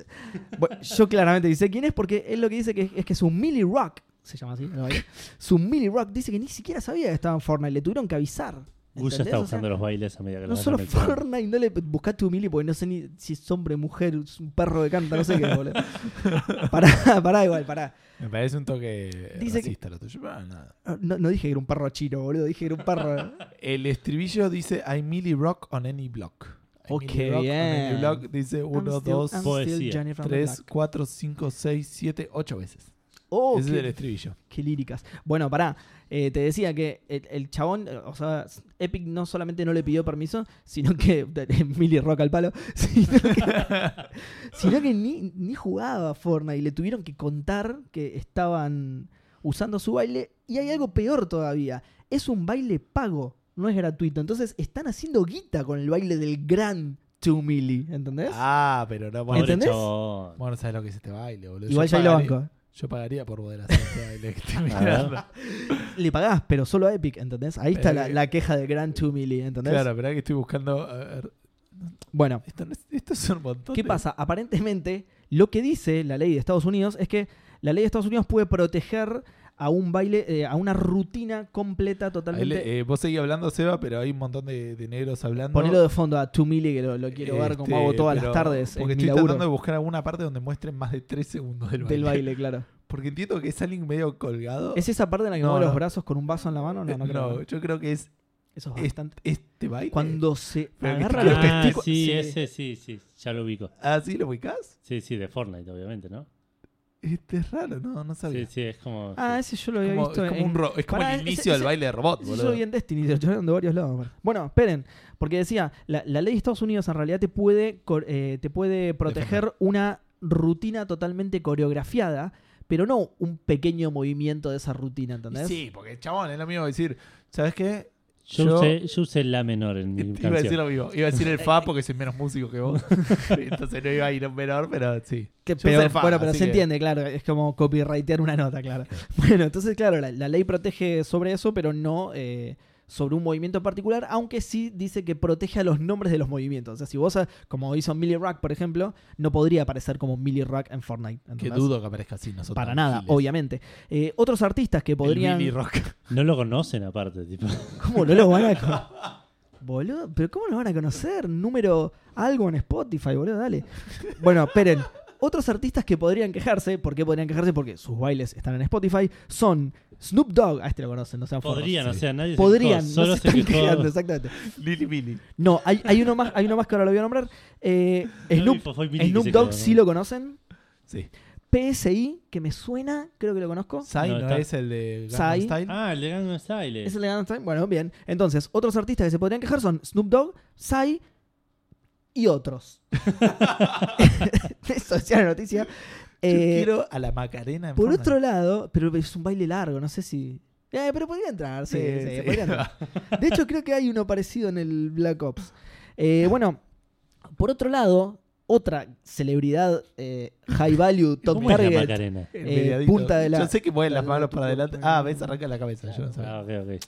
Bueno, yo claramente dice quién es porque él lo que dice que es que su Millie Rock, se llama así, ¿no? Ahí. su Millie Rock dice que ni siquiera sabía que estaba en Fortnite, le tuvieron que avisar. Gus ya ¿entendés? está O sea, buscando los bailes a medida que lo no vayan solo mencionando. Fortnite, no le buscá tu Millie porque no sé ni si es hombre, mujer, es un perro que canta, no sé qué, boludo. Pará, pará igual, pará. Me parece un toque Dice que- racista lo tuyo. pero nada. No, no dije que era un perro chino, boludo, dije que era un perro. El estribillo dice I Millie Rock on any block. I Ok, Millie Rock on any bien. block dice 1, 2, I'm- poesía. 3, 4, 5, 6, 7, 8 veces. Oh, Ese es qué- el estribillo. Qué líricas. Bueno, pará. eh, te decía que el, el chabón, eh, o sea, Epic no solamente no le pidió permiso, sino que. Millie Rock al palo. Sino que, sino que ni, ni jugaba a Fortnite y le tuvieron que contar que estaban usando su baile. Y hay algo peor todavía: es un baile pago, no es gratuito. Entonces están haciendo guita con el baile del gran 2 Millie, ¿entendés? Ah, pero no, Pobre bueno, ¿Entendés? chabón. bueno, sabes lo que es este baile, boludo. Igual ya ahí lo pagaré- banco. Yo pagaría por poder hacer este baile que estoy A mirando. ver. Le pagás, pero solo a Epic, ¿entendés? Ahí está Pero la, que- la queja del gran 2 Millie, ¿entendés? Eh, Claro, verdad que estoy buscando. a ver, Bueno. esto, no es, esto es un montón. ¿Qué de- pasa? Aparentemente, lo que dice la ley de Estados Unidos es que la ley de Estados Unidos puede proteger a un baile, eh, a una rutina completa Ahí le- totalmente. eh, vos seguís hablando, Seba, pero hay un montón de, de negros hablando. Ponelo de fondo a Tumili, que lo, lo quiero ver como Este, hago todas pero- las tardes en Porque mi estoy laburo tratando de buscar alguna parte donde muestren más de 3 segundos del baile. del baile, claro. Porque entiendo que es alguien medio colgado. ¿Es esa parte en la que No, mueve no. los brazos con un vaso en la mano? No, no Eh, creo. no, yo creo que es Eso es es- bastante. este baile. Cuando se Pero que agarra te- los los Ah, testículos. sí, sí. ese sí, sí. Ya lo ubico. ¿Ah, sí? ¿Lo ubicás? Sí, sí, de Fortnite, obviamente, ¿no? Este es raro, no, no Sí, sabía. sí, es como. Ah, sí. ese yo lo Es había como, visto es como en, un ro- es como Pará, el ese- ese- inicio del baile de robot, Sí, boludo. yo vi en Destiny, lo lloraron de varios lados. man. Bueno, esperen, porque decía, la, la ley de Estados Unidos en realidad te puede, cor- eh, te puede proteger una rutina totalmente coreografiada, pero no un pequeño movimiento de esa rutina, ¿entendés? Sí, porque chabón, es lo mismo decir, ¿sabes qué? Yo, usé, yo usé la menor en mi Iba canción. a decir lo mismo. Iba a decir el fa porque soy menos músico que vos. Entonces no iba a ir a un menor, pero sí. Que- Yo pero, soy fan, bueno, pero así se que- entiende, claro, es como copyrightear una nota, claro. Bueno, entonces, claro, la, la ley protege sobre eso, pero no eh, sobre un movimiento particular, aunque sí dice que protege a los nombres de los movimientos. O sea, si vos, ah, como hizo Millie Rock, por ejemplo, no podría aparecer como Millie Rock en Fortnite. Que ¿entendés? dudo que aparezca así nosotros. Para nada, obviamente. Eh, otros artistas que podrían. Mini rock. No lo conocen aparte, tipo. ¿Cómo no lo van a conocer? Boludo, pero ¿cómo lo van a conocer? Número algo en Spotify, boludo, dale. Bueno, esperen. Otros artistas que podrían quejarse, ¿por qué podrían quejarse? Porque sus bailes están en Spotify, son Snoop Dogg, a este lo conocen, no sean forros. Podrían, o Sí. sea, nadie se Podrían, quejó, no solo se están quejó- quejando, exactamente. Lili Billy. No, hay, hay uno más, hay uno más que ahora lo voy a nombrar. Eh, No, Snoop, tipo, fue Billy que Snoop se Dogg quejó, ¿no? sí lo conocen. Sí. PSI, que me suena, creo que lo conozco. Sai No, no, está- es el de Psy. Gangnam Style. Ah, el de Gangnam Style. ¿Es el de Gangnam Style? Bueno, bien. Entonces, otros artistas que se podrían quejar son Snoop Dogg, Psy y otros. Eso es la noticia. Yo Eh, quiero a la Macarena. en por Fortnite. otro lado, pero es un baile largo, no sé si... Eh, pero podría entrar, sí, sí, podría entrar. De hecho, creo que hay uno parecido en el Black Ops. Eh, bueno, por otro lado, otra celebridad eh, high value, top ¿Cómo es la target, Macarena? El Eh, mediadito. punta de la- Yo sé que mueven las la- manos para adelante. Ah, ves, arranca la cabeza. Yo no Ah, sabía. ok, ok.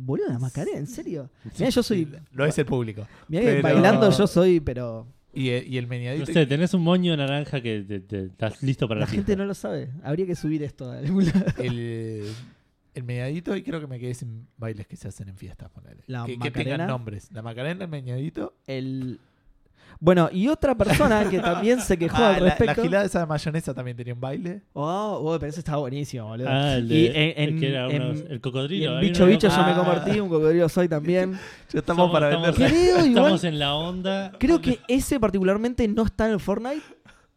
Boludo, la Macarena, ¿en serio? Mirá, yo soy... No es el público. Mirá que Pero- bailando yo soy, pero... Y, el- y el meneadito. No sé, tenés un moño naranja que te- te- estás listo para la, La gente fiesta. no lo sabe. Habría que subir esto a algún lado. el, el meñadito y creo que me quedé sin bailes que se hacen en fiestas, ponele. La que, que Macarena. tengan nombres. La Macarena, el meñadito. El... Bueno, y otra persona que también se quejó Ah, al la, la respecto. gilada esa de mayonesa también tenía un baile. Oh, oh, pero eso estaba buenísimo, boludo. Ah, el de. Y en- el que era en- unos- el y cocodrilo. en ahí bicho no- bicho yo me Ah. convertí, un cocodrilo soy también. Ya estamos para estamos- vender. Creo igual, Estamos en la onda. creo que ese particularmente no está en el Fortnite,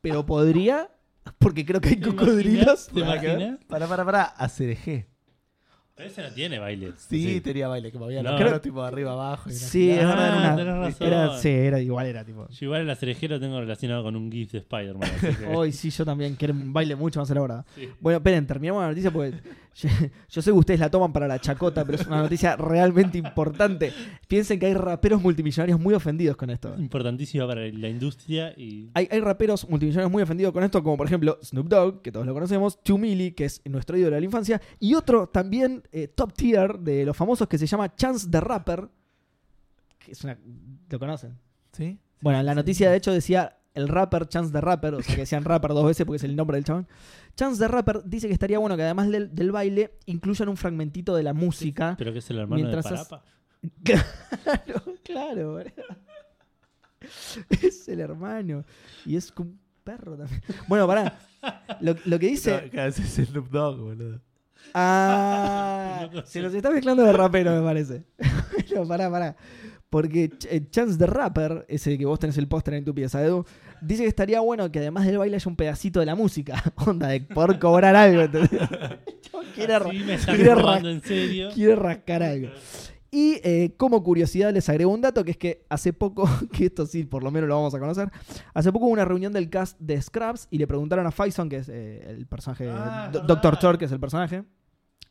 pero podría, porque creo que hay ¿Te imaginas? cocodrilos. ¿Te imaginas? Para, para, para. Acereje. Pero ese no tiene baile. Sí, tenía baile que movía No. los Creo- manos tipo de arriba abajo. y una Sí, es Ah, verdad, era una- tenés razón. era- sí, era igual, era tipo. Yo igual el acerejero tengo relacionado con un GIF de Spider-Man. así que- Hoy sí, yo también quiero un baile mucho más elaborado. Sí. Bueno, esperen, terminamos la noticia porque Yo, yo sé que ustedes la toman para la chacota, pero es una noticia realmente importante. Piensen que hay raperos multimillonarios muy ofendidos con esto. Importantísima para la industria y. Hay, hay raperos multimillonarios muy ofendidos con esto, como por ejemplo Snoop Dogg, que todos lo conocemos, Two Milli, que es nuestro ídolo de la infancia, y otro también eh, top tier de los famosos que se llama Chance the Rapper, que es una... ¿Lo conocen? ¿Sí? Bueno, en la noticia de hecho decía el rapper Chance the Rapper, o sea que decían rapper dos veces porque es el nombre del chabón. Chance the Rapper dice que estaría bueno que además del, del baile incluyan un fragmentito de la música. Pero que es el hermano Mientras de has- Parapa. Claro, claro. boludo. Es el hermano. Y es como un perro también. Bueno, pará. Lo, lo que dice. Cada vez es Snoop Dogg, boludo. Ah, No, no se sé. los está mezclando de rapero, me parece. Bueno, pará, pará. Porque Ch- eh, Chance the Rapper, ese que vos tenés el póster en tu pieza, Edu, dice que estaría bueno que además del baile haya un pedacito de la música. Onda, de poder cobrar algo, ¿entendés? El chabón quiere Sí, me están quiere robando en serio. quiere rascar algo. Y eh, como curiosidad les agrego un dato, que es que hace poco, que esto sí, por lo menos lo vamos a conocer, hace poco hubo una reunión del cast de Scraps y le preguntaron a Faison, que es eh, el personaje, Ah, es Doctor verdad. Chor, que es el personaje,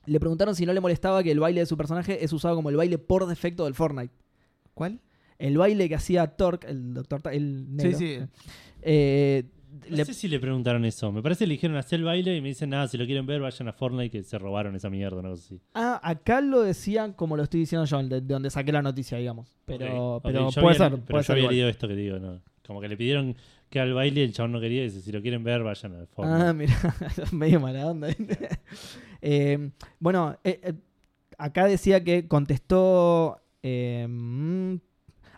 le preguntaron si no le molestaba que el baile de su personaje es usado como el baile por defecto del Fortnite. ¿Cuál? El baile que hacía Torque, el Doctor, el negro, sí. eh, No le- sé si le preguntaron eso. Me parece que le dijeron hacer el baile y me dicen, nada, si lo quieren ver, vayan a Fortnite que se robaron esa mierda, una cosa así. Ah, acá lo decían como lo estoy diciendo yo, de, de donde saqué la noticia, digamos. Pero, Ok, ok, pero yo puede había- ser, pero puede yo ser había igual. leído esto que digo, ¿no? Como que le pidieron que al baile el chabón no quería y dice, si lo quieren ver, vayan al Ah, Fortnite. mira, medio mala onda. Eh, bueno, eh, eh, acá decía que contestó. eh, mm,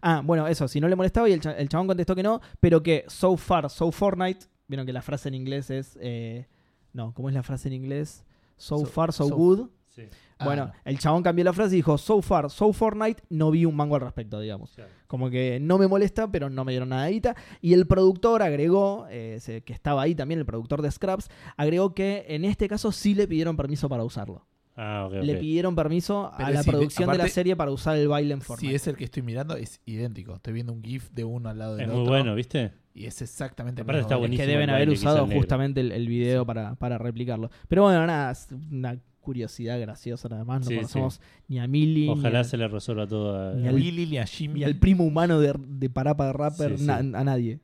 ah, bueno, eso, si no le molestaba y el, cha- el chabón contestó que no, pero que so far, so Fortnite. Vieron que la frase en inglés es. eh, no, ¿cómo es la frase en inglés? So, So- far, so, so- good. Sí, Ah, bueno, no. el chabón cambió la frase y dijo so far, so Fortnite. No vi un mango al respecto, digamos. claro. Como que no me molesta, pero no me dieron nada de guita. Y el productor agregó, eh, se- que estaba ahí también, el productor de Scraps, agregó que en este caso sí le pidieron permiso para usarlo. Ah, ok, ok. Le pidieron permiso a Pero la si- producción de la aparte- serie para usar el baile en forma. Si es el que estoy mirando, es idéntico. Estoy viendo un GIF de uno al lado del Es otro. muy bueno, ¿viste? Y es exactamente el Aparte mismo está baile. buenísimo. que deben el haber baile que hizo usado el negro. justamente el, el video para, para replicarlo. Pero bueno, nada, es una curiosidad graciosa nada más. No Sí, conocemos ni a Millie, ni Ojalá a- se le resuelva todo a- Ni Ni a al- Billy, ni a Jimmy. Ah, ni al primo humano de, de Parapa de Rapper, Sí, sí. na- a nadie.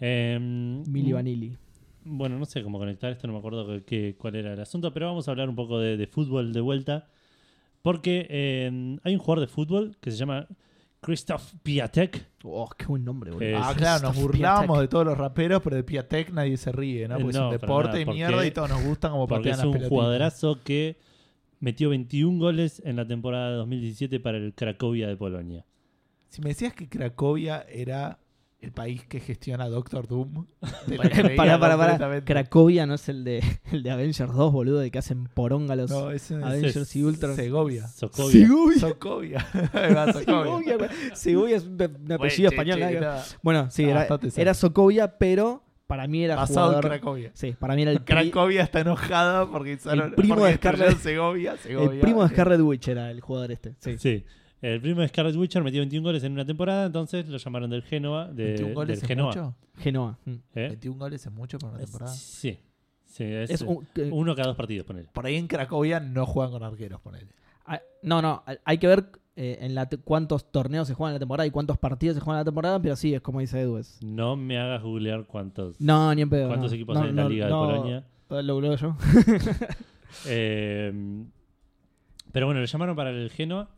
Em, Millie Vanilli. Bueno, no sé cómo conectar esto, no me acuerdo qué- qué- cuál era el asunto, pero vamos a hablar un poco de, de fútbol de vuelta. Porque eh, hay un jugador de fútbol que se llama Christoph Piatek. Oh, qué buen nombre, boludo. Eh, Ah, Es- claro, nos Stuff burlábamos Piatek. de todos los raperos, pero de Piatek nadie se ríe, ¿no? Eh, Porque no, es para un deporte nada, de porque- mierda y todos nos gustan como Porque patean es las un pelotitas. jugadorazo que metió 21 goles en la temporada 2017 para el Cracovia de Polonia. Si me decías que Cracovia era el país que gestiona Doctor Doom, te lo Pará, creía pará, pará, pará. completamente. Cracovia no es el de, el de Avengers 2, boludo, de que hacen poronga los No, es en Avengers y es- Ultras. Segovia. Sokovia. Socovia. Ahí va, Socovia. Segovia, güey. Segovia es un, un apellido Bueno, che, español. che, nada que- era Bueno, sí, Ah, era, bastante cerca. era Sokovia, pero para mí era Basado en jugador- Cracovia. Sí, para mí era el, pri- Cracovia está enojada porque hicieron- primo porque de Scarlett- destruyeron Segovia, Segovia. el primo de Scarlet Witch era el jugador este. Sí. Sí. El primo de Scarlett Witcher metió 21 goles en una temporada, entonces lo llamaron del Génova. De, 21 goles del es Genoa, mucho. Genoa. mm. ¿eh? 21 goles es mucho para una Es- temporada. sí. Sí, es, Es un- que- uno cada dos partidos, ponele. Por ahí en Cracovia no juegan con arqueros, ponele. Ah, No, no, hay que ver eh, en la te- cuántos torneos se juegan en la temporada y cuántos partidos se juegan en la temporada, pero sí, es como dice Edu. es- No me hagas googlear cuántos, No, ni en pedo. cuántos no. equipos No, hay en la no, Liga no, de Polonia. Lo googleo yo. Eh, pero bueno, le llamaron para el Genoa,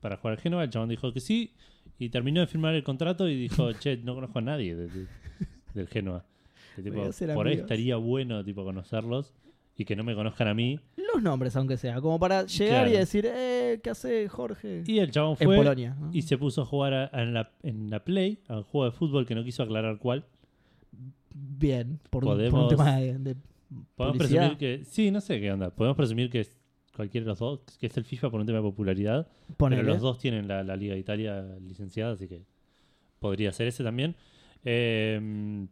para jugar al Genoa, el chabón dijo que sí, y terminó de firmar el contrato y dijo, che, no conozco a nadie de- de- del Genoa. Y tipo, Voy a ser por ahí amigos. estaría bueno tipo conocerlos y que no me conozcan a mí. los nombres, aunque sea, como para llegar Claro. y decir, eh, ¿qué hace Jorge? Y el chabón en fue Polonia. ¿no? y se puso a jugar a- a- en, la, en la Play, a un juego de fútbol que no quiso aclarar cuál. Bien, por, un- por Podemos- un tema de, de Podemos publicidad. presumir que... Sí, no sé qué onda. Podemos presumir que es cualquiera de los dos, que es el FIFA por un tema de popularidad. Ponele. Pero los dos tienen la, la Liga de Italia licenciada, así que podría ser ese también. Eh,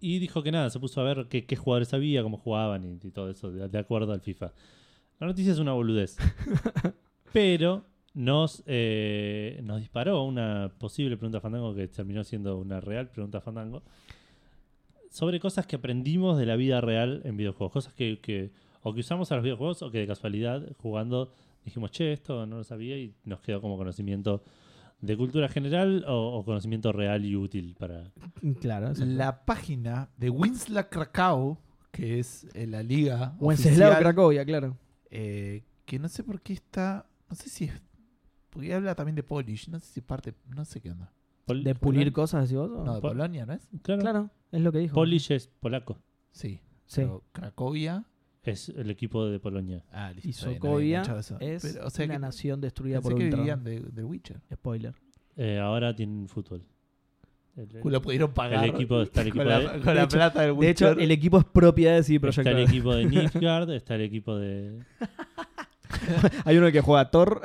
y dijo que nada, se puso a ver qué, qué jugadores había, cómo jugaban y, y todo eso, de, de acuerdo al FIFA. La noticia es una boludez. pero nos, eh, nos disparó una posible pregunta fandango que terminó siendo una real pregunta fandango. Sobre cosas que aprendimos de la vida real en videojuegos. Cosas que, que o que usamos a los videojuegos o que de casualidad jugando dijimos, che, esto no lo sabía y nos quedó como conocimiento de cultura general o, o conocimiento real y útil para... Claro. exacto. La página de Winsla Krakow, que es eh, la liga. Wenceslao oficial, Cracovia, claro. eh, que no sé por qué está. No sé si es. Porque habla también de Polish. No sé si parte. No sé qué onda. Pol- De pulir Pol- cosas, decís vos. No, de Pol- Polonia, ¿no es? Claro. Claro, es lo que dijo. Polish es polaco. Sí. Sí. Pero Cracovia. Es el equipo de Polonia. Ah, listo. Y está bien, Sokovia había escuchado eso. es Pero, o sea una que, nación destruida pensé por que un vivían de, del Witcher. Spoiler. Eh, ahora tienen fútbol. El, el- Pues Lo pudieron pagar. el equipo está el equipo con la, de, con la hecho- plata del De hecho, Witcher. el equipo es propiedad de CD Projekt está el Red. equipo de Nilfgaard, está el equipo de Hay uno que juega a Thor.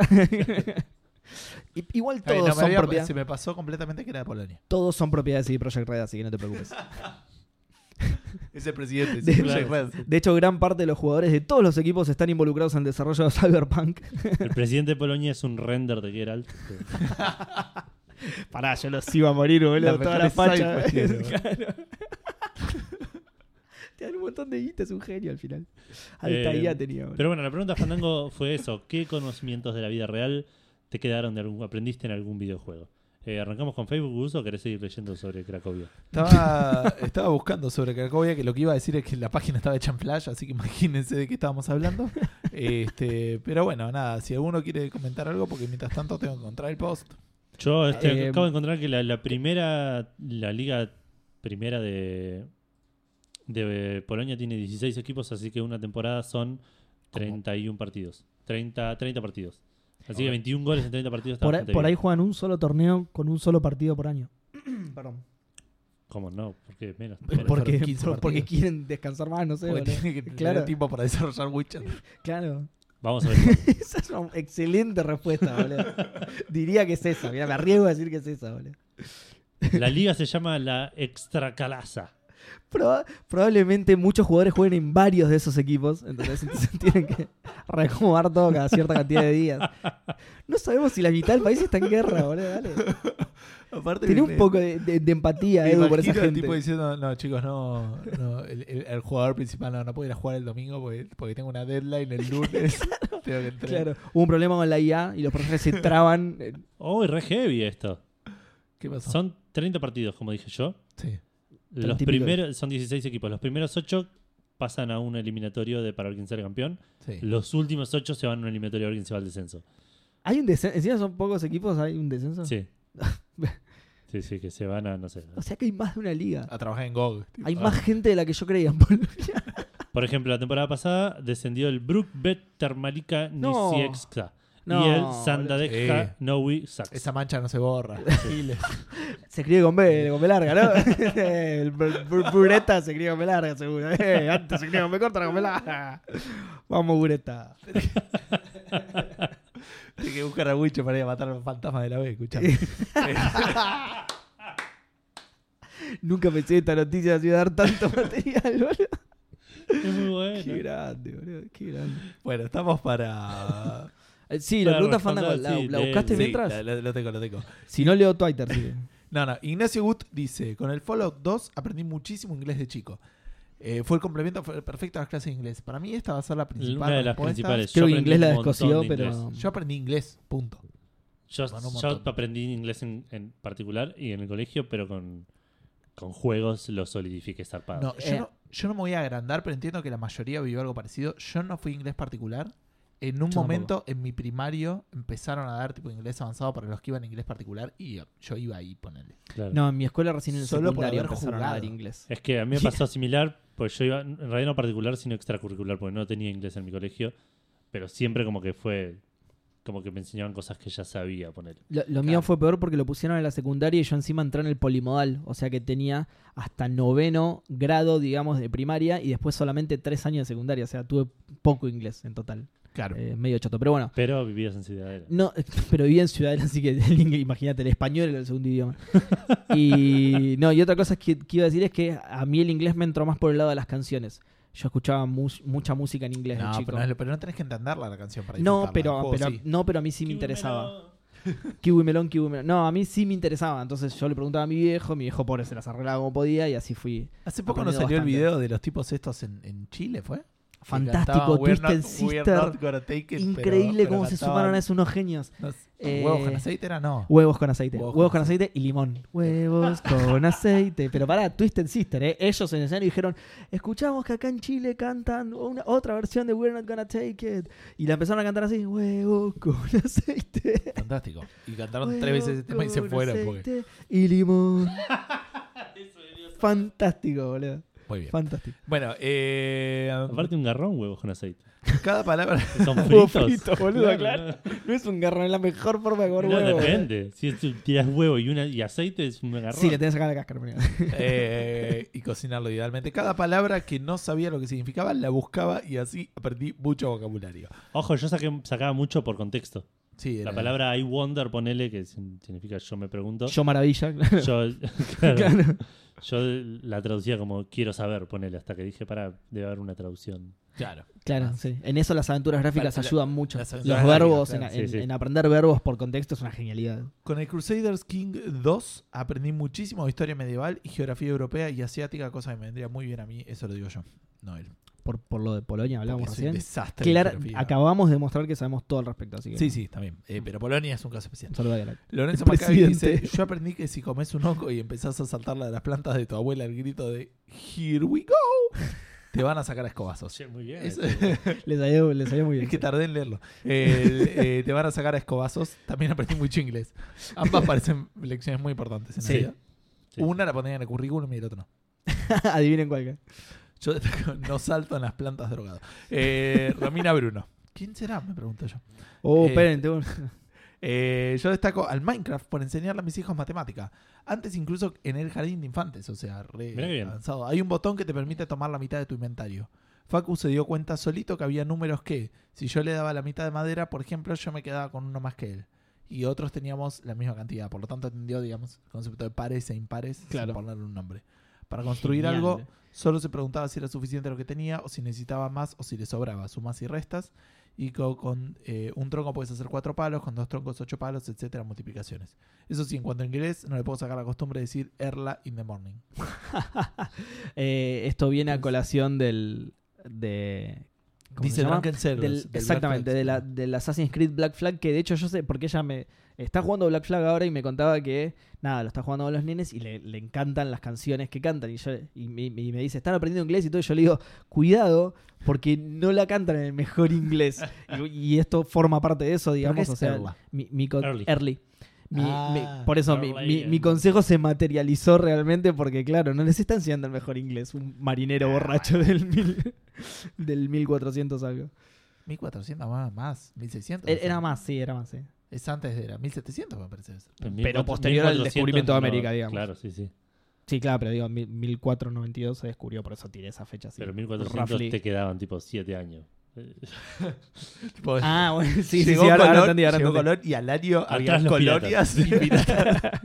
I- Igual Ay, todos, no, me son había- propiedad, Se me pasó completamente que era de Polonia. todos son propiedad de CD Projekt Red, así que no te preocupes. Es el presidente. De- sí, Project Red. De hecho, gran parte de los jugadores de todos los equipos están involucrados en el desarrollo de Cyberpunk. El presidente de Polonia es un render de Geralt. Pará, yo los iba a morir, boludo. Las Toda la mejores facha. side quests, Claro. Te dan un montón de guita, es un genio al final. Alta Eh, guía tenía, boludo. Pero bueno, la pregunta Fandango fue eso. ¿Qué conocimientos de la vida real te quedaron de algún, aprendiste en algún videojuego? Eh, ¿Arrancamos con Facebook Gus o querés seguir leyendo sobre Cracovia? Estaba, estaba buscando sobre Cracovia, que lo que iba a decir es que la página estaba hecha en playa, así que imagínense de qué estábamos hablando. Este, pero bueno, nada, si alguno quiere comentar algo, porque mientras tanto tengo que encontrar el post. Yo este, Eh, acabo de encontrar que la, la primera, la liga primera de, de Polonia tiene 16 equipos, así que una temporada son 31 partidos. 30, 30 partidos. Así que 21 goles en 30 partidos está por, ahí, bastante por ahí bien. juegan un solo torneo con un solo partido por año. Perdón. ¿Cómo no? Porque menos. Por- por- Porque, 15 por- porque partidos. quieren descansar más, no sé. Porque boludo. tiene que claro. tener tiempo para desarrollar Witcher. Claro. Vamos a ver. Esa es una excelente respuesta, boludo. Diría que es esa. Mirá, me arriesgo a decir que es esa, boludo. La liga se llama la Extracalaza. Proba- probablemente muchos jugadores jueguen en varios de esos equipos, entonces, entonces tienen que reacomodar todo cada cierta cantidad de días. No sabemos si la mitad del país está en guerra, boludo. Dale. Aparte, Tiene me- un poco de, de- de empatía, me Edu, por esa imagino al gente. tipo diciendo, no, chicos, no, no, el, el- el jugador principal no, no puedo ir a jugar el domingo porque, porque tengo una deadline el lunes. tengo que entrar. Claro, hubo un problema con la IA y los profesores se traban. eh, ¡Oh, y re heavy esto! ¿Qué pasó? Son 30 partidos, como dije yo. Sí. Los 30 y pico. primeros, son 16 equipos. Los primeros 8 pasan a un eliminatorio de para ver quién sale campeón. Sí. Los últimos 8 se van a un eliminatorio a ver quién se va al descenso. Hay un descenso, encima son pocos equipos, hay un descenso. Sí. Sí, sí, que se van a, no sé. O sea que hay más de una liga. A trabajar en GOG. tipo. Ah, Hay más gente de la que yo creía en Polonia. Por ejemplo, la temporada pasada descendió el Brookbet Termalika No. Nisiekska. No, y el Sandadeja boludo. Nowi Saks. Esa mancha no se borra. Se escribe con B, con B larga, ¿no? el bur- bur- bureta se escribe con B larga, seguro. Eh, antes se escribe con B corta, ahora con B larga. Vamos, bureta. Tiene que buscar a Wicho para ir a matar a los fantasmas de la B, escuchame. Nunca pensé que esta noticia se iba a dar tanto material, boludo. Es muy Qué bueno. grande, boludo. Qué grande. bueno, estamos para. Eh, Sí, la Para pregunta responder, Fandango, ¿la, sí, la de- buscaste sí, mientras? la- la- lo tengo, lo tengo. Si no, leo Twitter. sí. No, no. Ignacio Gut dice: Con el Fallout 2 aprendí muchísimo inglés de chico. Eh, fue el complemento fue perfecto a las clases de inglés. Para mí, esta va a ser la principal. Una de las respuesta. principales. Creo Yo que aprendí inglés la un montón descoció, de inglés. pero. Yo aprendí inglés, punto. Yo, Bueno, un yo montón. aprendí inglés en, en particular y en el colegio, pero con, con juegos lo solidifiqué zarpado. No, yo, Eh. no, yo no me voy a agrandar, pero entiendo que la mayoría vivió algo parecido. Yo no fui inglés particular. En un Yo momento, en mi primario, empezaron a dar tipo inglés avanzado para los que iban a inglés particular y yo- yo iba ahí, ponerle. Claro. No, en mi escuela recién en el Solo por secundario haber empezaron a dar jugado. inglés. Es que a mí me pasó similar, pues yo iba, en realidad no particular, sino extracurricular, porque no tenía inglés en mi colegio, pero siempre como que fue, como que me enseñaban cosas que ya sabía poner. Lo, lo mío fue peor porque lo pusieron en la secundaria y yo encima entré en el polimodal. O sea que tenía hasta noveno grado, digamos, de primaria y después solamente tres años de secundaria. O sea, tuve poco inglés en total. Claro. Eh, medio chato. Pero bueno, Pero vivías en Ciudadela. no, pero viví en Ciudadela, así que el inglés- imagínate, el español era el segundo idioma. Y no, y otra cosa que, que iba a decir es que a mí el inglés me entró más por el lado de las canciones. Yo escuchaba mus- mucha música en inglés de No, chico. pero, no, pero no tenés que entenderla la canción para No, disfrutarla. El pero, juego pero, sí. no, pero a mí sí me interesaba. Kiwi melón, kiwi melón. No, a mí sí me interesaba. Entonces yo le preguntaba a mi viejo, mi viejo pobre se las arreglaba como podía y así fui. Hace poco aprendido nos salió el bastante. video de los tipos estos en, en Chile, ¿fue? fantástico, We're Twisted not- we're Sister. not gonna take it, pero- Increíble pero cómo se cantaban sumaron a eso unos genios. los Eh, Huevos con aceite era no. Huevos con aceite. Huevos Huevos, con con aceite y limón. Huevos con aceite. Pero pará, Twisted Sister, ¿eh? Ellos en el escenario dijeron, escuchamos que acá en Chile cantan una, otra versión de We're Not Gonna Take It. Y la empezaron a cantar así, huevos con aceite. Fantástico. Y cantaron huevos tres veces ese tema y se con fueron. Porque... aceite Y limón. Fantástico, boludo. Muy bien. Fantástico. Bueno, eh, Aparte un garrón huevos con aceite. cada palabra. Son Huevos fritos. fritos, boludo, claro. No es un garrón, es la mejor forma de comer No, huevo. depende. Si es- tiras huevo y, una, y aceite es un garrón. Sí, le tenés que sacar la cáscara. primero. eh, y cocinarlo idealmente. Cada palabra que no sabía lo que significaba, la buscaba y así aprendí mucho vocabulario. Ojo, yo saqué, sacaba mucho por contexto. Sí, La era- palabra I wonder, ponele, que sin- significa yo me pregunto. Yo maravilla, claro. Yo, claro. Yo la traducía como quiero saber, ponele, hasta que dije, para, debe haber una traducción. Claro. Claro, sí. En eso las aventuras gráficas Para- la- ayudan mucho. las Los aventuras verbos, gráficas, en, claro. Sí, en- sí. en aprender verbos por contexto es una genialidad. Con el Crusaders King 2 aprendí muchísimo de historia medieval y geografía europea y asiática, cosa que me vendría muy bien a mí, eso lo digo yo, no él. Por, por lo de Polonia hablábamos Porque soy un recién. desastre. en Clara- geografía. acabamos de demostrar que sabemos todo al respecto, así que. Sí, sí, también. Eh, pero Polonia es un caso especial. un saludo a Galak. Lorenzo El Maccabi dice, presidente. yo aprendí que si comes un oco y empezás a saltarla de las plantas de tu abuela el grito de Here we go, te van a sacar a escobazos. muy bien. Es, Les salió, les salió muy bien. es que tardé en leerlo. El, eh, te van a sacar a escobazos. También aprendí mucho inglés. Ambas parecen lecciones muy importantes en la Sí. vida. Una la ponía en el currículum y el otro no. Adivinen cuál. que- Yo destaco, no salto en las plantas drogadas. Eh, Romina Bruno. ¿Quién será? Me pregunto yo. Oh, Eh, esperen, tengo- Eh, yo destaco al Minecraft por enseñarle a mis hijos matemática. Antes incluso en el jardín de infantes, o sea, re Mirá qué bien. avanzado. Hay un botón que te permite tomar la mitad de tu inventario. Facu se dio cuenta solito que había números que, si yo le daba la mitad de madera, por ejemplo, yo me quedaba con uno más que él. Y otros teníamos la misma cantidad. Por lo tanto, entendió, digamos, el concepto de pares e impares Claro. sin ponerle un nombre. Para construir Genial. algo, solo se preguntaba si era suficiente lo que tenía, o si necesitaba más, o si le sobraba. Sumas y restas. Y co- con, eh, un tronco puedes hacer cuatro palos, con dos troncos ocho palos, etcétera, multiplicaciones. Eso sí, en cuanto a inglés, no le puedo sacar la costumbre de decir Erla in the morning. Eh, esto viene a colación del. de. ¿cómo se Dice llama? Drunken Sailors, Del- del Black exactamente, Flag. de la, del Assassin's Creed Black Flag, que de hecho yo sé, porque ella me está jugando Black Flag ahora y me contaba que, nada, lo está jugando con los nenes y le, le encantan las canciones que cantan. Y, yo, y, me, y me dice, están aprendiendo inglés y todo, y yo le digo, cuidado, porque no la cantan en el mejor inglés. Y, y esto forma parte de eso, digamos, es o sea, Erla? mi, mi con- Early. Early. Mi- Ah, mi- por eso mi, early mi- mi and- consejo se materializó realmente porque, claro, no les está enseñando el mejor inglés, un marinero Ah, borracho del, mil, del 1400 algo. 1400 más, más 1600. Er- Era más, Ah, sí, era más, sí. Es antes de era 1700, me parece. pero posterior al descubrimiento de América, digamos. Claro, sí, sí. Sí, claro, pero digo, mil- 1492 se descubrió, por eso tiré esa fecha. así, Pero 1400 roughly. te quedaban tipo 7 años. Eh, Tipo, Ah, bueno, sí, sí, sí, llegó ahora, ahora Colón, entendí, ahora llegó entendí. Colón y al año había los colonias y piratas.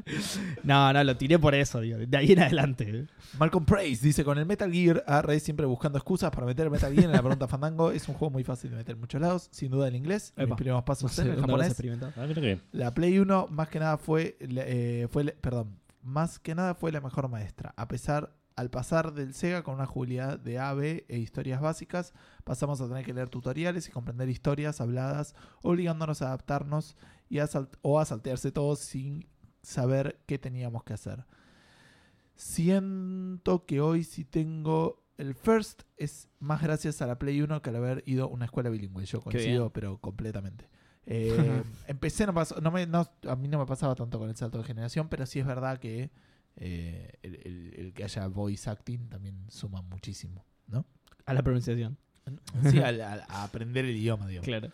No, no, lo tiré por eso, digo, de ahí en adelante. Malcolm Praise dice: Con el Metal Gear, AR siempre buscando excusas para meter el Metal Gear en la pregunta Fandango. Es un juego muy fácil de meter en muchos lados, sin duda el inglés. Mis Epa. primeros No pasos sé, en el ¿dónde habrás japonés. experimentado? Ah, mira qué bien. La Play 1 más que nada fue, la- eh, fue la- perdón, más que nada fue la mejor maestra. A pesar, al pasar del Sega con una jugabilidad de A, B e historias básicas, pasamos a tener que leer tutoriales y comprender historias habladas, obligándonos a adaptarnos y a sal- o a saltearse todo sin saber qué teníamos que hacer. Siento que hoy sí tengo el first es más gracias a la Play 1 que al haber ido a una escuela bilingüe. Yo Qué coincido, pero completamente. Eh, empecé, no pasó- no me- no- a mí no me pasaba tanto con el salto de generación, pero sí es verdad que eh, el, el- el que haya voice acting también suma muchísimo, ¿no? A la pronunciación. Sí, al- al- a, aprender el idioma, digamos. Claro.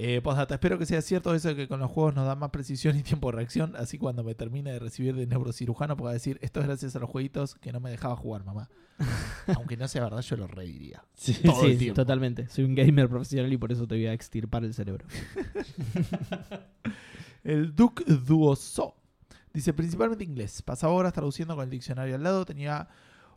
Eh, postdata, espero que sea cierto eso de que con los juegos nos da más precisión y tiempo de reacción, así cuando me termine de recibir de neurocirujano puedo decir, esto es gracias a los jueguitos que no me dejaba jugar, mamá. Aunque no sea verdad, yo lo reiría. Sí, Todo el sí, tiempo. totalmente. Soy un gamer profesional y por eso te voy a extirpar el cerebro. El Duke Duoso. Dice principalmente inglés. Pasaba horas traduciendo con el diccionario al lado. Tenía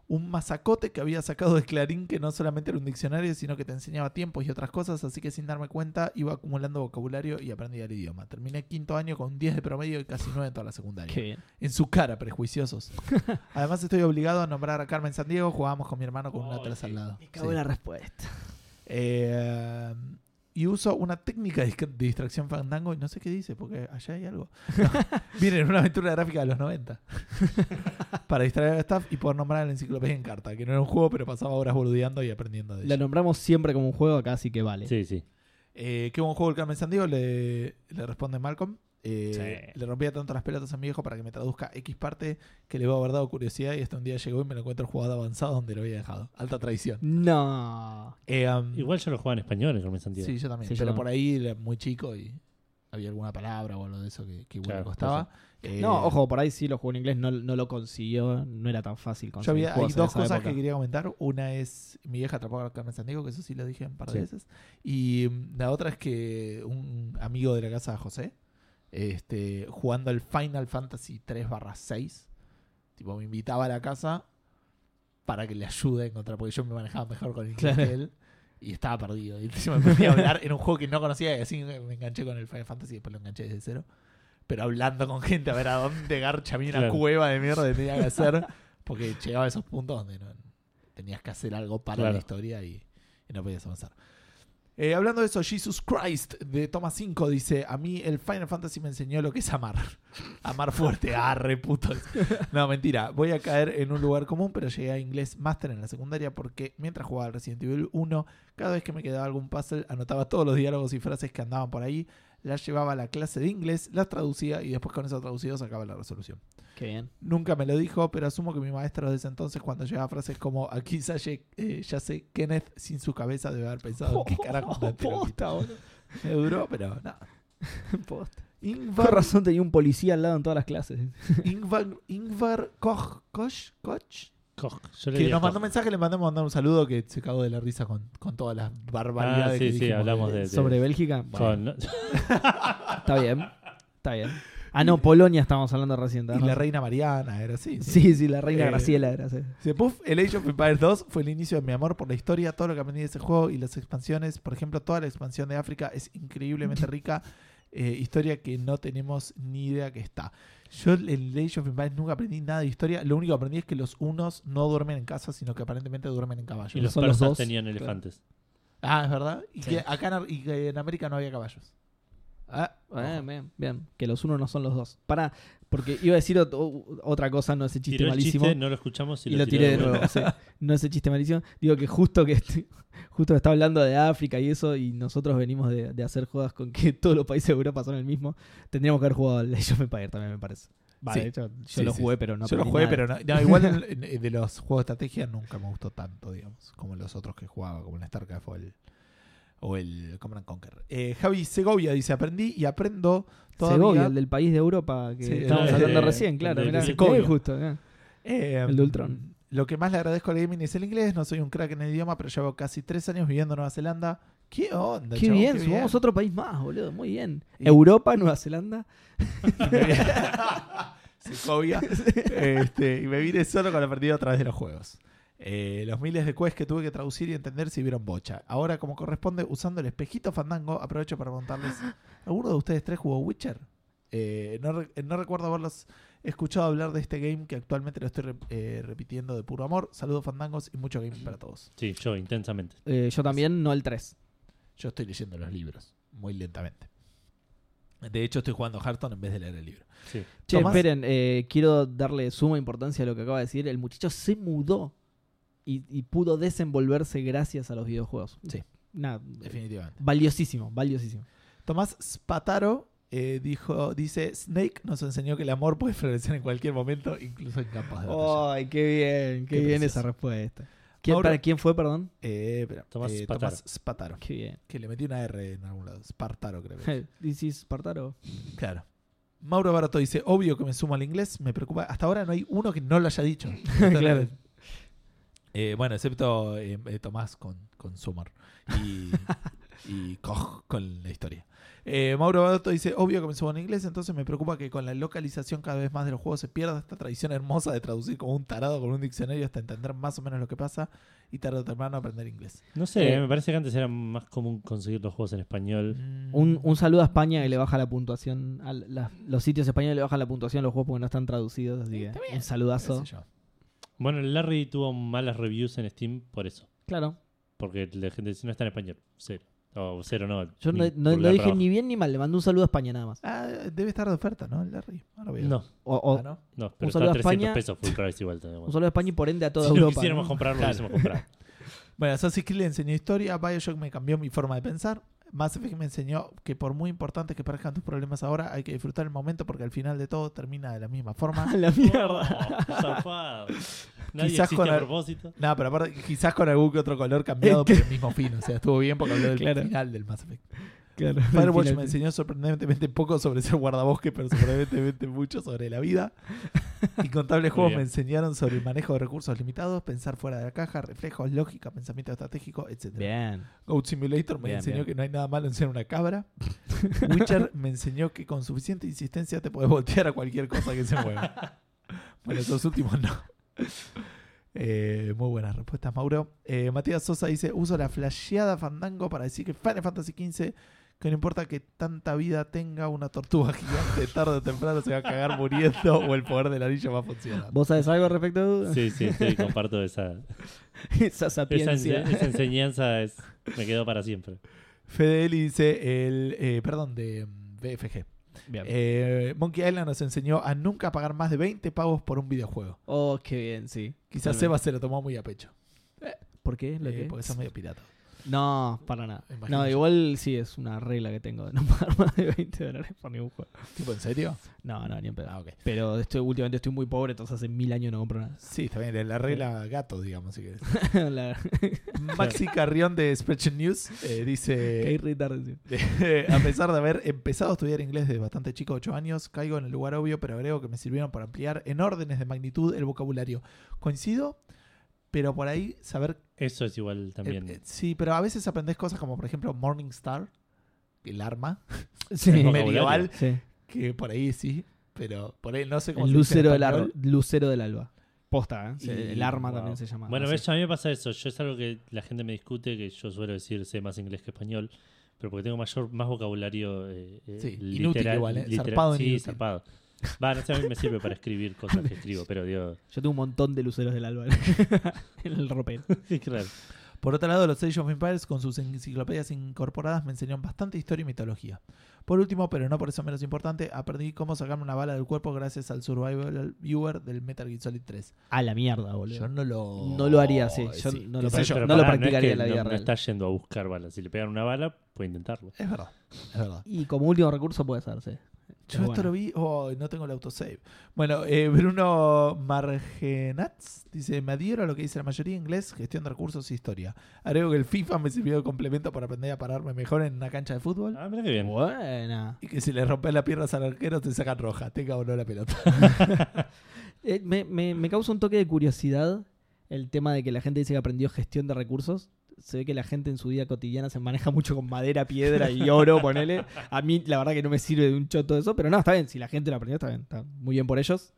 un masacote que había sacado de Clarín que no solamente era un diccionario, sino que te enseñaba tiempos y otras cosas. Así que sin darme cuenta iba acumulando vocabulario y aprendía el idioma. Terminé quinto año con 10 de promedio y casi 9 en toda la secundaria. Qué bien. En su cara, prejuiciosos. Además estoy obligado a nombrar a Carmen San Diego. Jugábamos con mi hermano con una Oh, atrás sí. al lado. Me cago Sí. en la respuesta. Eh, y uso una técnica de distra- de distracción fandango y no sé qué dice, porque allá hay algo. Miren, una aventura gráfica de los 90. para distraer al staff y poder nombrar la enciclopedia en carta, que no era un juego, pero pasaba horas boludeando y aprendiendo de La ella. nombramos siempre como un juego acá, así que vale. Sí, sí. Eh, qué buen juego el Carmen Sandiego, le, le responde Malcolm. Eh, Sí. Le rompía tanto las pelotas a mi viejo para que me traduzca X parte que le va a haber dado curiosidad y hasta un día llegó y me lo encuentro jugado avanzado donde lo había dejado. Alta traición. No. Eh, um, Igual yo lo jugaba en español, el Carmen Santiago. Sí, yo también. Sí, yo pero también. por ahí era muy chico y había alguna palabra o algo de eso que, que igual Claro, costaba. Eh, No, ojo, por ahí sí lo jugó en inglés, no, no lo consiguió, no era tan fácil Yo conseguir. había, hay juegos en dos esa cosas época. que quería comentar. Una es mi vieja atrapada a Carmen Sandiego, que eso sí lo dije un par de Sí. veces. Y mm, la otra es que un amigo de la casa de José, este, jugando al Final Fantasy 3 barra 6, tipo, me invitaba a la casa para que le ayude a encontrar, porque yo me manejaba mejor con el inglés Claro. que él. Y estaba perdido. Y yo me ponía a hablar en un juego que no conocía y así me enganché con el Final Fantasy y después lo enganché desde cero. Pero hablando con gente a ver a dónde garcha a mí una Claro. cueva de mierda que tenía que hacer. Porque llegaba a esos puntos donde no- tenías que hacer algo para Claro. la historia y, y no podías avanzar. Eh, hablando de eso, Jesus Christ de Toma 5 dice: A mí el Final Fantasy me enseñó lo que es amar. Amar fuerte, arre putos. No, mentira. Voy a caer en un lugar común, pero llegué a inglés máster en la secundaria porque mientras jugaba al Resident Evil 1, cada vez que me quedaba algún puzzle, anotaba todos los diálogos y frases que andaban por ahí, las llevaba a la clase de inglés, las traducía y después con eso traducido sacaba la resolución. Qué bien. Nunca me lo dijo, pero asumo que mi maestro desde entonces, cuando llegaba frases como aquí ya, lle- eh, ya sé, Kenneth sin su cabeza debe haber pensado qué carajo tan Posta, boludo. Me duró, pero nada. Posta. Con Ingvar, razón tenía un policía al lado en todas las clases. Ingvar, Ingvar Koch, Koch, Koch, Koch, yo le que diría nos mandó Koch. mensaje, le mandamos mandar un saludo que se cagó de la risa con, con todas las barbaridades Ah, que sí, sí, dijimos hablamos de- eh, Sobre Bélgica, bueno, Con- no- está bien. Está bien. Ah, no, Polonia estábamos hablando recién. Y ¿no? la reina Mariana, era así. sí. Sí, sí, la reina Eh, Graciela era. sí. Dice, Puff, el Age of Empires 2 fue el inicio de mi amor por la historia, todo lo que aprendí de ese juego y las expansiones. Por ejemplo, toda la expansión de África es increíblemente rica. eh, historia que no tenemos ni idea que está. Yo en el Age of Empires nunca aprendí nada de historia. Lo único que aprendí es que los unos no duermen en casa, sino que aparentemente duermen en caballos. y los Son los persas dos. tenían elefantes. Ah, es verdad. Y Sí. que acá en, Ar- y que en América no había caballos. Ah, Bueno, ojo. bien, bien. que los unos no son los dos. Pará, porque iba a decir ot- o- otra cosa, no ese chiste Tiró el malísimo. chiste, no lo escuchamos y, y lo tiré de nuevo. sí. No ese chiste malísimo. Digo que justo que justo que está hablando de África y eso, y nosotros venimos de, de hacer jodas con que todos los países de Europa son el mismo, tendríamos que haber jugado al Age of Empires también, me parece. Va, Sí. de hecho, yo Sí, lo sí, jugué, pero no Yo lo aprendí jugué, nada. pero no, no, igual en- en- de los juegos de estrategia nunca me gustó tanto, digamos, como los otros que jugaba, como el StarCraft o el, o el Command and Conquer. Eh, Javi Segovia dice, aprendí y aprendo todavía. Segovia, el del país de Europa que Sí, estábamos el- hablando el- recién, el claro. de- mirá, de Segovia. eh, justo. eh. Eh, El de Ultron. Lo que más le agradezco al gaming es el inglés, no soy un crack en el idioma, pero llevo casi tres años viviendo en Nueva Zelanda. ¿Qué onda? Qué chabón? bien, sumamos otro país más, boludo. Muy bien. Y- Europa, Nueva Zelanda. Segovia. Este, y me vine solo con la partida a través de los juegos. Eh, los miles de quests que tuve que traducir y entender si vieron bocha. Ahora, como corresponde, usando el espejito fandango, aprovecho para preguntarles: ¿alguno de ustedes tres jugó Witcher? Eh, no, re- no recuerdo haberlos escuchado hablar de este game que actualmente lo estoy re- eh, repitiendo de puro amor. Saludos, fandangos, y mucho gaming para todos. Sí, yo, intensamente. Eh, yo también, no el 3. Yo estoy leyendo los libros muy lentamente. De hecho, estoy jugando Hearthstone en vez de leer el libro. Sí. Che, Tomás. esperen, eh, quiero darle suma importancia a lo que acaba de decir. El muchacho se mudó y, y pudo desenvolverse gracias a los videojuegos. Sí. Nada, eh, Definitivamente. valiosísimo, valiosísimo. Tomás Spataro eh, dijo, dice, Snake nos enseñó que el amor puede florecer en cualquier momento, incluso en campos de batalla. Ay, qué bien, qué bien esa respuesta. Mauro- ¿Para quién fue, perdón? Eh, espera, eh, Tomás, Tomás Spataro. Spataro. Qué bien. Que le metí una R en algún lado. Spartaro, creo. que es. This is Partaro. claro. Mauro Barato dice, obvio que me sumo al inglés, me preocupa. Hasta ahora no hay uno que no lo haya dicho. Claro. Eh, bueno, excepto eh, eh, Tomás con, con Summer y, y Koch con la historia. Eh, Mauro Badoto dice, obvio que me subo en inglés, entonces me preocupa que con la localización cada vez más de los juegos se pierda esta tradición hermosa de traducir como un tarado con un diccionario hasta entender más o menos lo que pasa y tarde o temprano aprender inglés. No sé, Eh, eh, me parece que antes era más común conseguir los juegos en español. Mm, Un, un saludo a España que le baja la puntuación. a la- los sitios españoles le bajan la puntuación a los juegos porque no están traducidos. Así que un Qué sé saludazo. yo. Bueno, el Larry tuvo malas reviews en Steam por eso. Claro. Porque la gente dice, no está en español. Cero. O cero no. Yo ni no, no- por no la dije rabaja. ni bien ni mal, le mandé un saludo a España nada más. Ah, debe estar de oferta, ¿no? El Larry. Ahora voy a- No, O, o- Ah, ¿no? no, pero saludo está a 300 España. pesos full price igual. tenemos. un saludo a España y por ende a toda si lo Europa. quisiéramos ¿no? comprar, lo hubiésemos comprado. Bueno, Assassin's Creed le enseñó historia, Bioshock me cambió mi forma de pensar, Mass Effect me enseñó que por muy importantes que parezcan tus problemas ahora, hay que disfrutar el momento porque al final de todo termina de la misma forma. A la mierda. Oh, zafado. Nadie Quizás existe con a el- propósito. Nada, pero aparte, quizás con algún que otro color cambiado, pero el mismo fin. O sea, estuvo bien porque habló del Claro. final del Mass Effect. Claro. Firewatch me enseñó sorprendentemente poco sobre ser guardabosque, pero sorprendentemente mucho sobre la vida. Incontables Muy juegos bien. me enseñaron sobre el manejo de recursos limitados, pensar fuera de la caja, reflejos, lógica, pensamiento estratégico, etc. Bien. Goat Simulator me Bien, enseñó bien. que no hay nada malo en ser una cabra. Witcher me enseñó que con suficiente insistencia te puedes voltear a cualquier cosa que se mueva. bueno, esos últimos no. Eh, muy buenas respuestas, Mauro. Eh, Matías Sosa dice: Uso la flasheada fandango para decir que Final Fantasy XV, que no importa que tanta vida tenga, una tortuga gigante tarde o temprano se va a cagar muriendo o el poder del anillo va a funcionar. ¿Vos sabés algo al respecto? Sí, sí, sí, comparto esa, Esa esa, sapiencia. ense- esa enseñanza. Es, me quedó para siempre. Fede Eli dice: el, eh, Perdón, de mm, BFG. Bien. Eh, Monkey Island nos enseñó a nunca pagar más de 20 pavos por un videojuego. Oh, qué bien, sí. Quizás Totalmente. Seba se lo tomó muy a pecho. ¿Por qué? ¿Lo eh, que? Porque sos medio pirata. No, para nada. Imagino No, yo. igual sí es una regla que tengo de no pagar más de 20 dólares por ningún juego. Tipo, ¿en serio? No, no, ni en pedo. Ah, ok. Pero estoy, últimamente estoy muy pobre, entonces hace mil años no compro nada. Sí, está bien, la regla gato, digamos. Si querés. La- Maxi Carrión de Spreadsheet News eh, Qué dice: eh, irritante. A pesar de haber empezado a estudiar inglés desde bastante chico, 8 años, caigo en el lugar obvio, pero agrego que me sirvieron para ampliar en órdenes de magnitud el vocabulario. Coincido, pero por ahí saber Eso es igual también. Eh, eh, sí, pero a veces aprendes cosas como, por ejemplo, Morningstar, el arma Sí, El vocabulario. medieval, sí. que por ahí sí, pero por ahí no sé cómo El se dice en lucero del, español. ar- lucero del alba. Posta, ¿eh? Y- el arma wow. también se llama. Bueno, así. ves, a mí me pasa eso. Yo es algo que la gente me discute, que yo suelo decir sé más inglés que español, pero porque tengo mayor, más vocabulario eh, eh, Sí, literal. inútil igual, eh, literal- zarpado en sí, inútil. zarpado. Va, no sé, a mí me sirve para escribir cosas que escribo, pero digo... Yo tengo un montón de luceros del alba en el ropero. sí, claro. Por otro lado, los Age of Empires, con sus enciclopedias incorporadas, me enseñaron bastante historia y mitología. Por último, pero no por eso menos importante, aprendí cómo sacarme una bala del cuerpo gracias al Survival Viewer del Metal Gear Solid 3. A la mierda, boludo. Yo no lo... Eh, No lo haría, sí, yo no lo qué sé yo. practico. Pero no lo pará, es practicaría que en la vida no- real. No está yendo a buscar balas. Si le pegan una bala, puede intentarlo. Es verdad, es verdad. Y como último recurso puede ser, sí. Yo Pero esto bueno. lo vi, oh, no tengo el autosave. Bueno, eh, Bruno Margenatz dice, me adhiero a lo que dice la mayoría inglés, gestión de recursos e historia. Agrego que el FIFA me sirvió de complemento para aprender a pararme mejor en una cancha de fútbol. Ah, mira qué bien. Buena. Y que si le rompes las piernas al arquero te sacan roja, tenga o no la pelota. Eh, me, me- me causa un toque de curiosidad el tema de que la gente dice que aprendió gestión de recursos. Se ve que la gente en su vida cotidiana se maneja mucho con madera, piedra y oro, ponele. A mí la verdad que no me sirve de un choto eso, pero no, está bien. Si la gente lo aprendió, está bien. Está muy bien por ellos.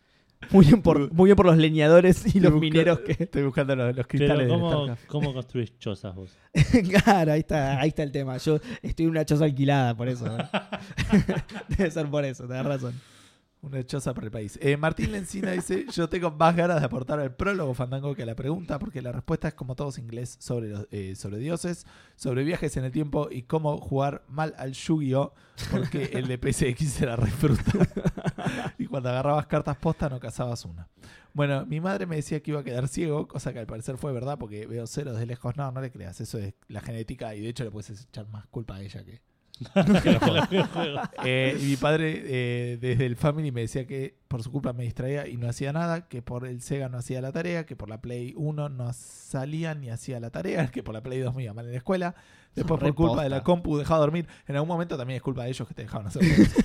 Muy bien por, muy bien por los leñadores y los busca- mineros que... Estoy buscando los, los cristales Pero del ¿cómo, StarCraft. ¿cómo construís chozas vos? claro, ahí está, ahí está el tema. Yo estoy en una choza alquilada, por eso. ¿no? Debe ser por eso, tenés razón. Una choza para el país. Eh, Martín Lencina dice, yo tengo más ganas de aportar al prólogo Fandango que a la pregunta, porque la respuesta es como todos inglés sobre, los, eh, sobre dioses, sobre viajes en el tiempo y cómo jugar mal al Yu-Gi-Oh! Porque el de PSX era re fruta. y cuando agarrabas cartas posta no cazabas una. Bueno, mi madre me decía que iba a quedar ciego, cosa que al parecer fue verdad porque veo ceros de lejos. No, no le creas, eso es la genética y de hecho le puedes echar más culpa a ella que... Eh, y mi padre eh, desde el Family me decía que por su culpa me distraía y no hacía nada, que por el Sega no hacía la tarea, que por la Play 1 no salía ni hacía la tarea, que por la Play 2 me iba mal en la escuela. Después por Reposta. culpa de la compu dejaba dormir. En algún momento también es culpa de ellos que te dejaban hacer cosas.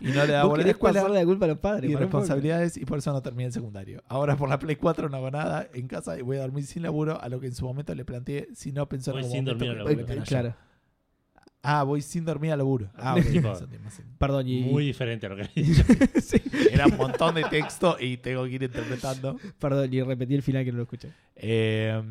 Y no le daba Vos bola a la querés escuela pasarle la culpa a los padres. y por un poco. responsabilidades y por eso no terminé el secundario. Ahora por la Play 4 no hago nada en casa y voy a dormir sin laburo, a lo que en su momento le planteé si no pensó en Voy algún sin dormir momento que al el laburo. problema era yo. Claro. Ah, voy sin dormir al laburo. Ah, ok. Tipo, Eso tiene más sentido. Perdón, y... Muy diferente a lo que había dicho. Sí. Era un montón de texto y tengo que ir interpretando. Perdón, y repetí el final que no lo escuché. Eh,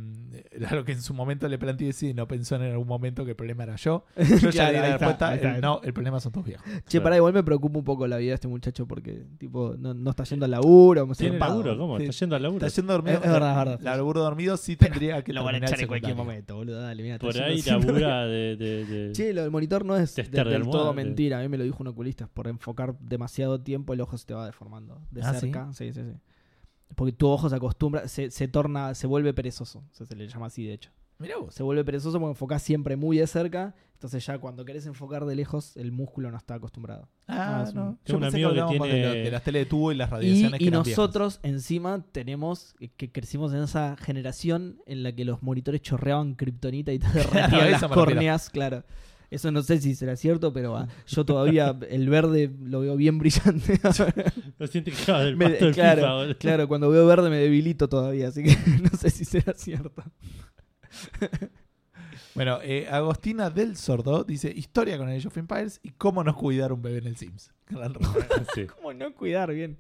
era lo que en su momento le planteé si no pensó en algún momento que el problema era yo. Yo Claro, ya di ahí la está, respuesta, ahí está. el- no, el problema son tus viejos. Che, pará, igual me preocupa un poco la vida de este muchacho porque, tipo, no, no está yendo al laburo. me Tiene zarpado. laburo, ¿cómo? Sí. Está yendo al laburo. Está yendo dormido. Es- es verdad, es verdad. El laburo dormido sí tendría que Lo van a terminar echar el en cualquier secundario. momento, boludo. Dale, mira. Por ahí labura de. de- de- Che, lo del monitor no es Tester del- de del almohada, todo te- mentira. A mí me lo dijo un oculista. Por enfocar demasiado tiempo, el ojo se te va deformando. De Ah, ¿sí? cerca. ¿sí? sí, sí, Porque tu ojo se acostumbra, se, se torna, se vuelve perezoso. O sea, se le llama así, de hecho. Mirá vos. Se vuelve perezoso porque enfocás siempre muy de cerca. Entonces, ya cuando querés enfocar de lejos, el músculo no está acostumbrado. Ah, Ah, es un- no. Tengo un pensé amigo que hablábamos tiene- de, lo- de las tele de tubo y las Y, radiaciones que y eran viejas. nosotros, encima, tenemos que crecimos en esa generación en la que los monitores chorreaban kriptonita y te derretían eso las me refiero. córneas, claro. Eso no sé si será cierto, pero ah, yo todavía el verde lo veo bien brillante. Lo siente que acaba del Me- pasto del claro, FIFA, boludo. claro, cuando veo verde me debilito todavía, así que no sé si será cierto. Bueno, eh, Agostina del Sordo dice: Historia con Age of Empires y cómo nos cuidar un bebé en el Sims. Gran regalo. Sí. ¿Cómo no cuidar bien?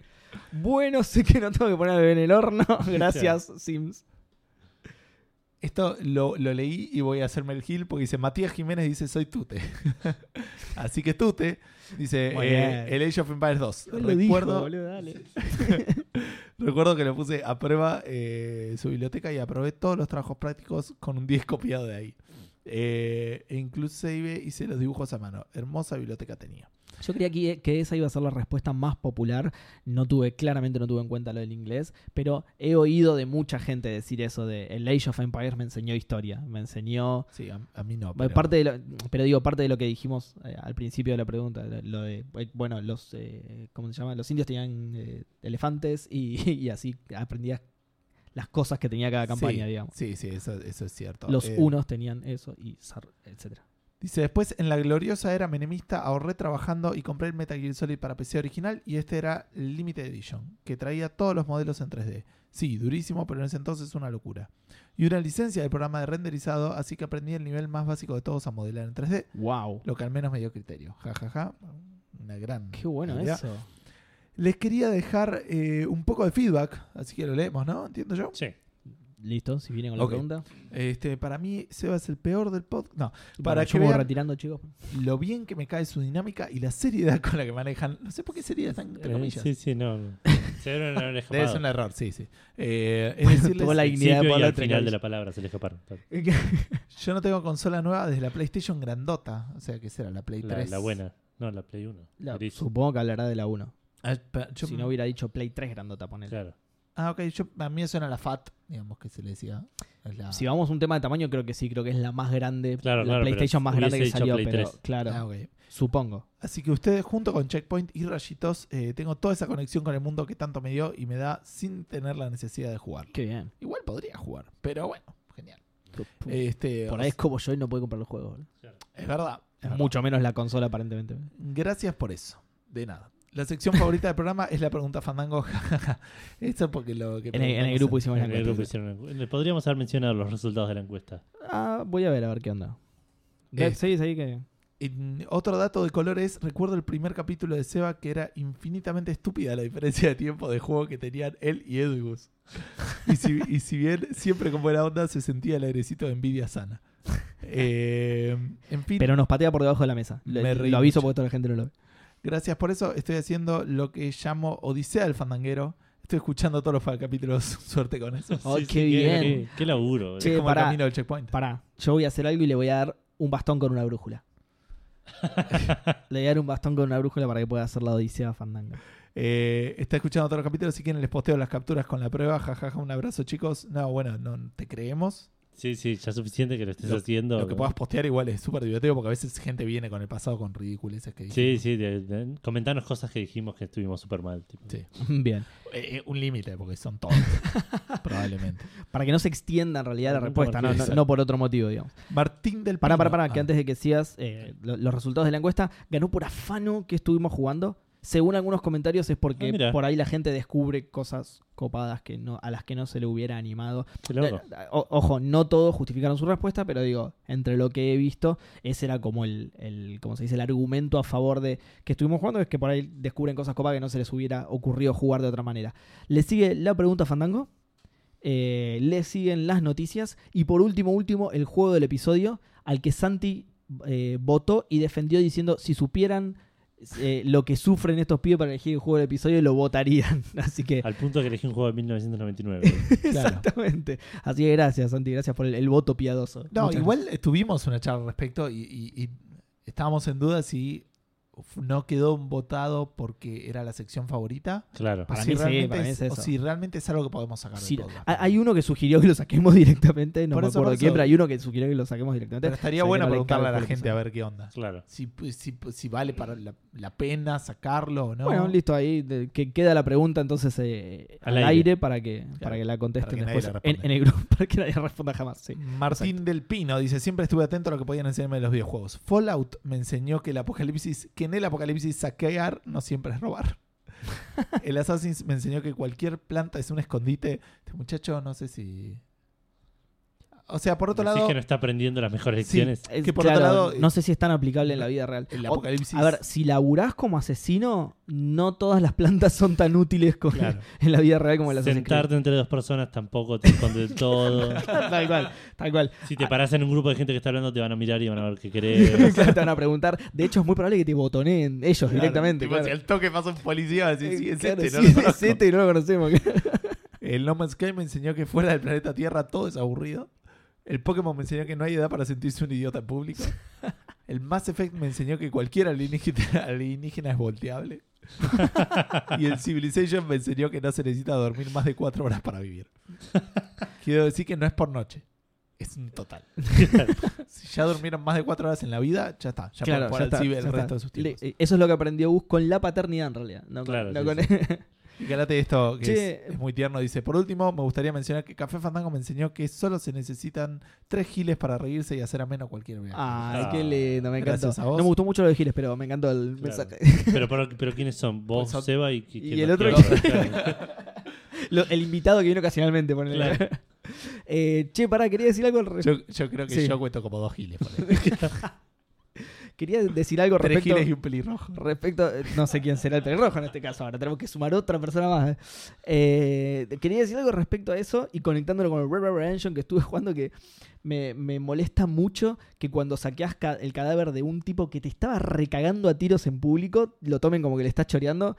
Bueno, sé que no tengo que poner al bebé en el horno. Gracias, Sims. Esto lo, lo leí y voy a hacerme el gil porque dice: Matías Jiménez dice: Soy Tute. Así que Tute dice: Muy eh, bien. El Age of Empires 2. Igual lo dijo, Recuerdo, boludo, dale. recuerdo que le puse a prueba eh, su biblioteca y aprobé todos los trabajos prácticos con un 10 copiado de ahí. Eh, e inclusive hice los dibujos a mano. Hermosa biblioteca tenía. Yo creía que, que esa iba a ser la respuesta más popular. No tuve, claramente no tuve en cuenta lo del inglés, pero he oído de mucha gente decir eso de el Age of Empires me enseñó historia, me enseñó Sí, a, a mí no. bueno, pero- parte de lo- pero digo parte de lo que dijimos eh, al principio de la pregunta, lo lo de eh, bueno, los eh, ¿cómo se llama? Los indios tenían eh, elefantes y, y así aprendías las cosas que tenía cada campaña, Sí, digamos. Sí, sí, eso, eso es cierto. Los Eh, unos tenían eso y zar- etcétera. Dice, después en la gloriosa era menemista ahorré trabajando y compré el Metal Gear Solid para PC original y este era Limited Edition, que traía todos los modelos en 3D. Sí, durísimo, pero en ese entonces una locura. Y una licencia del programa de renderizado, así que aprendí el nivel más básico de todos a modelar en 3D, Wow. lo que al menos me dio criterio. Ja, ja, ja. Una gran... Qué bueno idea. eso. Les quería dejar eh, un poco de feedback, así que lo leemos, ¿no? Entiendo yo. Sí. Listo, si viene con la Ok. pregunta. Este, para mí, Seba es el peor del podcast. No, Para Para que yo me voy vean- retirando, chicos. lo bien que me cae su dinámica y la seriedad con la que manejan. No sé por qué seriedad tan entre Eh, comillas. sí, sí, no. no. Se dieron una oreja Debe parda. ser un error, sí, sí. Eh, es decirles, tuvo la Al dignidad principio por y la al otra final de calle. la palabra se le escaparon. yo no tengo consola nueva desde la PlayStation grandota. O sea, que será la Play La, 3. la buena. No, la Play 1. La- Gris. supongo que hablará de la 1. Ah, pa- yo- si no hubiera dicho Play 3 grandota, ponele. Claro. ah, ok. yo- a mí me suena la FAT, digamos que se le decía. Es la- Ah, Si vamos a un tema de tamaño, creo que sí, creo que es la más grande, Claro, la claro, pero PlayStation más grande que hubiese dicho salió, Play pero 3. claro, Ah, ok. supongo. Así que ustedes, junto con Checkpoint y Rayitos, eh, tengo toda esa conexión con el mundo que tanto me dio y me da sin tener la necesidad de jugar. Qué bien. Igual podría jugar, pero bueno, genial. Por Este, ahí es como yo y no puedo comprar los juegos. boludo. es verdad. es verdad. Mucho menos la consola, aparentemente. Gracias por eso. De nada. La sección favorita del programa es la pregunta fandango. eso porque lo que En el, en el preguntamos grupo hicimos En la el grupo encuesta. hicieron una encu- Le podríamos haber mencionado los resultados de la encuesta. Ah, voy a ver a ver qué onda. Eh. Sí, sí, que. En- otro dato de color es, recuerdo el primer capítulo de Seba que era infinitamente estúpida la diferencia de tiempo de juego que tenían él y Edgus. Y si, y si bien siempre con buena onda se sentía el airecito de envidia sana. Eh, en fin, Pero nos patea por debajo de la mesa. Lo, Me reí lo aviso mucho. porque toda la gente no lo ve. gracias por eso. Estoy haciendo lo que llamo Odisea del Fandanguero. Estoy escuchando todos los capítulos. Suerte con eso. Oh, Sí, qué sí, bien. Qué, qué laburo. Che, es como pará. el camino del checkpoint. Pará, yo voy a hacer algo y le voy a dar un bastón con una brújula. le voy a dar un bastón con una brújula para que pueda hacer la odisea fandanga. Eh, está escuchando todos los capítulos. Si quieren, les posteo las capturas con la prueba. Jajaja, un abrazo, chicos. No, bueno, no te creemos. Sí, sí, ya es suficiente que lo estés Lo- haciendo. Lo que puedas postear igual es súper divertido porque a veces gente viene con el pasado con ridiculeces que Sí, sí, de- de- comentanos cosas que dijimos que estuvimos súper mal. tipo. Sí. Bien. Eh, eh, un límite, porque son todos. probablemente. Para que no se extienda en realidad la Nunca respuesta, no, marqué no- esa. no por otro motivo, digamos. Martín del Pará, Pino. pará, pará, que Ah, antes de que sigas eh, lo- los resultados de la encuesta, ganó por afano que estuvimos jugando. Según algunos comentarios es Ah, porque mira. por ahí la gente descubre cosas copadas que no, a las que no se le hubiera animado. Qué loco. O- ojo, no todos justificaron su respuesta, pero digo, entre lo que he visto, ese era como el, el como se dice, el argumento a favor de que estuvimos jugando, es que por ahí descubren cosas copadas que no se les hubiera ocurrido jugar de otra manera. Le sigue la pregunta a Fandango eh, le siguen las noticias y por último, último, el juego del episodio al que Santi eh, votó y defendió diciendo si supieran eh, lo que sufren estos pibes para elegir el juego del episodio lo votarían. Así que Al punto que elegí un juego de 1999. Claro. Exactamente. Así que gracias, Santi. Gracias por el, el voto piadoso. No, Muchas igual tuvimos una charla al respecto y, y- y estábamos en duda si f- no quedó votado porque era la sección favorita. claro. Para o mí sí, realmente para mí es o eso. si realmente es algo que podemos sacar Sí, del podcast. ha- hay uno que sugirió que lo saquemos directamente, no Por me eso, acuerdo por quién, eso. pero hay uno que sugirió que lo saquemos directamente. Pero estaría O sea, bueno que no le preguntarle a la encargo el gente a episodio. ver qué onda. Claro. Si, pues, si- si vale para la, la pena sacarlo o no. Bueno, listo, ahí de- que queda la pregunta entonces eh, Al al, aire. aire, para, que, para que la contesten para que nadie después la en, responda. en el grupo, para que nadie responda jamás. sí. Martín del Pino dice, siempre estuve atento a lo que podían enseñarme de los videojuegos. Fallout me enseñó que el apocalipsis, que en el apocalipsis saquear no siempre es robar. el Assassin's me enseñó que cualquier planta es un escondite. Este muchacho no sé si... O sea, por otro Decís lado, que no está aprendiendo las mejores Sí. lecciones. Es- Que por claro, otro lado, no sé si es tan aplicable en la vida real. el O- apocalipsis... a ver, si laburás como asesino, no todas las plantas son tan útiles con- Claro. en la vida real como las Sentarte entre dos personas tampoco te esconde del todo. Tal cual, tal cual. Si te parás en un grupo de gente que está hablando, te van a mirar y van a ver qué querés. Claro, te van a preguntar. De hecho, es muy probable que te botoneen ellos Eh, Claro, directamente. tipo, claro. Eh, si al toque pasa un policía, así, sí, es Claro, este, sí, no lo es conozco". este y no lo conocemos. El No Man's Sky me enseñó que fuera del planeta Tierra todo es aburrido. El Pokémon me enseñó que no hay edad para sentirse un idiota en público. El Mass Effect me enseñó que cualquier alienígena, alienígena es volteable. y el Civilization me enseñó que no se necesita dormir más de cuatro horas para vivir. Quiero decir que no es por noche. Es un total. si ya durmieron más de cuatro horas en la vida, ya está. Ya Claro, pueden jugar ya al está, Civi ya el está. resto de sus Le- eh, tiempos. eso es lo que aprendió Gus con la paternidad en realidad. No con- Claro, no sí, con- Fíjate esto, que Che. es, es muy tierno. Dice, por último, me gustaría mencionar que Café Fandango me enseñó que solo se necesitan tres giles para reírse y hacer ameno cualquier viaje. Ay, Ah, qué lindo, me encantó. gracias a vos. No me gustó mucho lo de Giles, pero me encantó el Claro. mensaje. Pero, pero, pero ¿quiénes son? Vos, Pues son- Seba y, y quién el más? otro ¿Qué otro? Lo- el invitado que vino ocasionalmente. ponele. Claro. Eh, che, pará, quería decir algo al re- Yo, yo creo que Sí. yo cuento como dos giles. por ahí. Quería decir algo tres respecto. giles y un pelirrojo. Respecto, eh, no sé quién será el pelirrojo en este caso, ahora tenemos que sumar otra persona más. eh. Eh, quería decir algo respecto a eso y conectándolo con el Red Dead Redemption que estuve jugando que me, me molesta mucho que cuando saqueas ca- el cadáver de un tipo que te estaba recagando a tiros en público, lo tomen como que le estás choreando.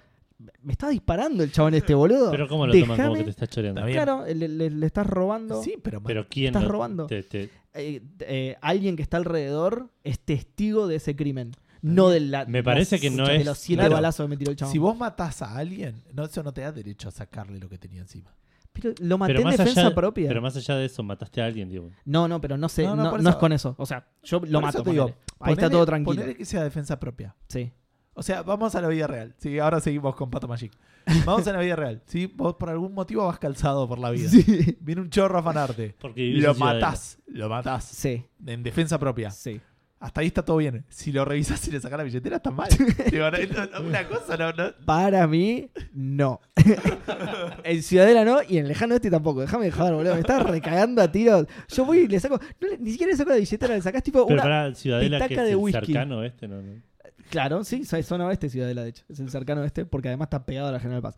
Me estaba disparando el chabón este boludo. Pero ¿cómo lo toman? Como Déjame- que te estás choreando. Está bien. Claro, le, le- le estás robando. Sí, pero, man, Pero ¿quién Estás lo- robando. te- te- Eh, eh, alguien que está alrededor es testigo de ese crimen. No de la. Me parece las- que no de es- los siete Claro. balazos que me tiró el chabón. si vos matás a alguien, no, eso no te da derecho a sacarle lo que tenía encima. Pero lo maté pero, en más defensa allá, propia. pero más allá de eso, mataste a alguien, digo. No, no, pero no sé, No, no, no, por no es eso- con eso. O sea, yo lo Por eso mato. te digo, ponele. Ahí está ponele- todo tranquilo. Ponele que sea defensa propia. Sí. O sea, vamos a la vida real. Sí, ahora seguimos con Pato Magic. Vamos a la vida real. Sí, vos por algún motivo vas calzado por la vida. Sí. Viene un chorro a afanarte. Porque vivís Lo en Ciudadela. matás, lo matás. Sí. En defensa propia. Sí. Hasta ahí está todo bien. Si lo revisas y le sacas la billetera, está mal. Digo, no, no, no, una cosa, no, no. Para mí, no. en Ciudadela no y en Lejano Este tampoco. Déjame de joder, boludo. Me estás recagando a tiros. Yo voy y le saco. no le- ni siquiera le saco la billetera, le sacás tipo Pero una. para Ciudadela, que pitaca es de el whisky. cercano este, ¿no? no. Claro, sí, es zona oeste Ciudadela, de hecho. Es el cercano este, porque además está pegado a la General Paz.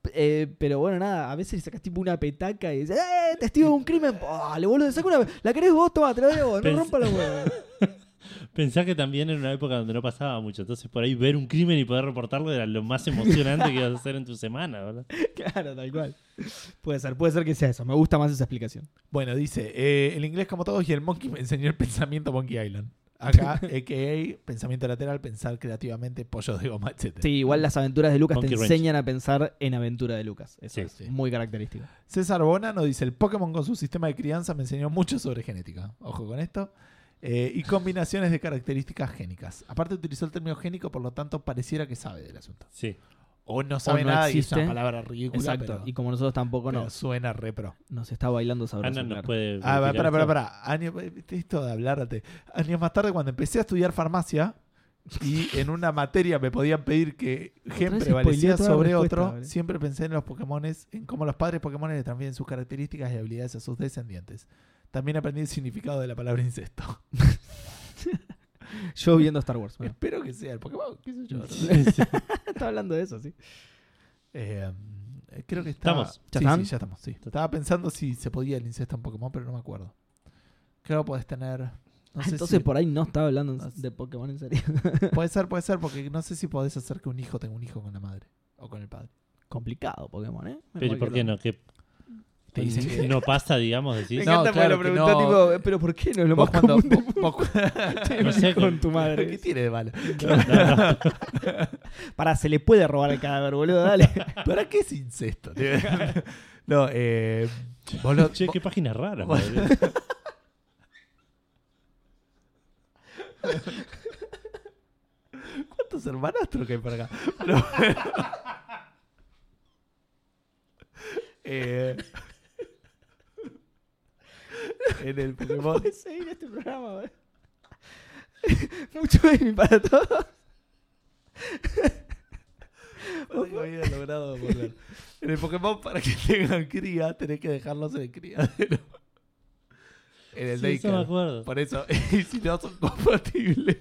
P- eh, pero bueno, nada, a veces le sacas tipo una petaca y dices, ¡eh! Testigo de un crimen. ¡Oh, le boludo! Saca una. ¿La querés vos? Toma, te la doy a vos. No Pens- rompa los huevos. Pensá que también era una época donde no pasaba mucho. Entonces, por ahí ver un crimen y poder reportarlo era lo más emocionante que ibas a hacer en tu semana, ¿verdad? Claro, tal cual. Puede ser, puede ser que sea eso. Me gusta más esa explicación. Bueno, dice, eh, el inglés como todos y el monkey me enseñó el pensamiento Monkey Island. Acá, a.k.a. pensamiento lateral, pensar creativamente, pollo de goma, etc. Sí, igual las aventuras de Lucas Monkey te Wrench. enseñan a pensar en aventura de Lucas. Eso Sí, es sí. muy característico. César Bona nos dice, el Pokémon con su sistema de crianza me enseñó mucho sobre genética. Ojo con esto. Eh, y combinaciones de características génicas. Aparte utilizó el término génico, por lo tanto pareciera que sabe del asunto. Sí. O no sabe no nada y es existe. una palabra ridícula, Exacto. pero- Y como nosotros tampoco pero nos, suena repro. nos está bailando sabroso. Ana nos claro. puede. Ah, va, verificar pará, pará, esto. pará. Año- ¿viste esto de hablarte. Años más tarde, cuando empecé a estudiar farmacia y en una materia me podían pedir que gen vez prevalecía spoileó toda la sobre respuesta, otro, ¿vale? siempre pensé en los Pokémones, en cómo los padres Pokémon le transfieren sus características y habilidades a sus descendientes. También aprendí el significado de la palabra incesto. Yo viendo Star Wars. bueno. Espero que sea el Pokémon, qué sé yo. Sí, sí. está hablando de eso, sí. Eh, Eh, Creo que está. Estamos. Sí, ¿Ya sí, están? ya estamos. sí. Estaba pensando si se podía el incesto en Pokémon, pero no me acuerdo. Creo que podés tener. No sé Ah, Entonces si- por ahí no estaba hablando No sé. de Pokémon en serio. Puede ser, puede ser, porque no sé si podés hacer que un hijo tenga un hijo con la madre o con el padre. Complicado Pokémon, ¿eh? Pero ¿y ¿por qué no? Que Te dicen que- no pasa, digamos, decís. No, claro que no. tipo, "Eh, pero ¿por qué no es lo Vos más cuando- común vos- vos- de no sé, con tu ¿Qué madre? tiene de malo? Pará, se le puede robar el cadáver, boludo, dale. ¿Para qué es incesto? no, eh. Vos lo- Che, vos- qué página rara. Bueno. madre. ¿Cuántos hermanastros que hay para acá? Pero bueno. Eh, en el Pokémon. Puedes seguir este programa, boludo. Mucho gaming para todos. No tengo idea, he logrado volver. En el Pokémon, para que tengan cría, tenés que dejarlos en el criadero. En el Sí, eso me daycare. acuerdo. Por eso, y si no son compatibles.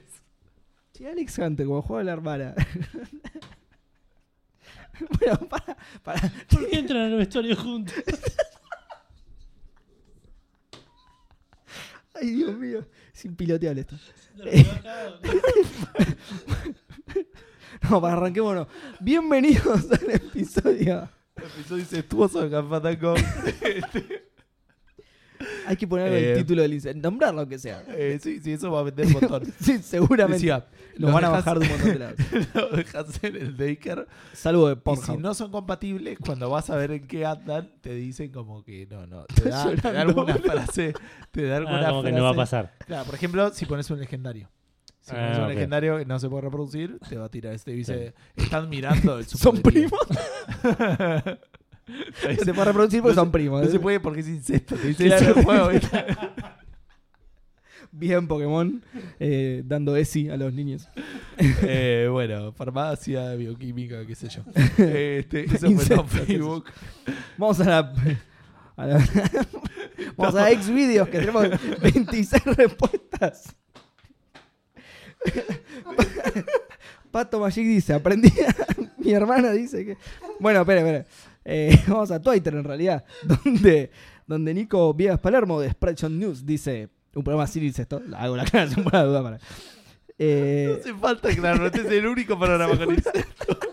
Sí, Alex Hunter, como juega la hermana. bueno, para, para. ¿Por qué entran al vestuario juntos? Ay, Dios mío. Es impiloteable esto. No, para arranquémonos. Bienvenidos al episodio. El episodio incestuoso de Campatango. Hay que ponerle Eh, el título del incendio. Nombrarlo que sea. Eh, sí, sí, eso va a vender un montón. Sí, seguramente. Decía, lo van a dejas- bajar de un montón de lados. lo dejas en el daycare. Salvo de Y si Pornhub. no son compatibles, cuando vas a ver en qué andan, te dicen como que no, no. Te da, Estás te da llorando, alguna boludo. frase. Te da alguna Ah, como que frase. no va a pasar. Claro, por ejemplo, si pones un legendario. Si Ah, pones un ok. legendario que no se puede reproducir, te va a tirar este y dice, están mirando el ¿Son superpoder". primos? Te dice, Se puede reproducir porque No se- son primos. No se ¿eh? puede porque es incesto. Te dice, "Era el juego, ¿viste? Bien Pokémon eh, dando ESI a los niños. Eh, bueno, farmacia, bioquímica, qué sé yo. Este, eso fue Incesto, en qué sé Facebook. Vamos a la... a la- Vamos a ex videos que tenemos 26 respuestas. Pato Magic dice, aprendí, a- mi hermana dice que... Bueno, espera, espera. Eh, vamos a Twitter en realidad, donde, donde Nico Viegas Palermo de Spreadshot News dice, un programa así dice esto, La hago la aclaración por la duda para... No Eh, hace falta, claro, este es el único programa con incesto.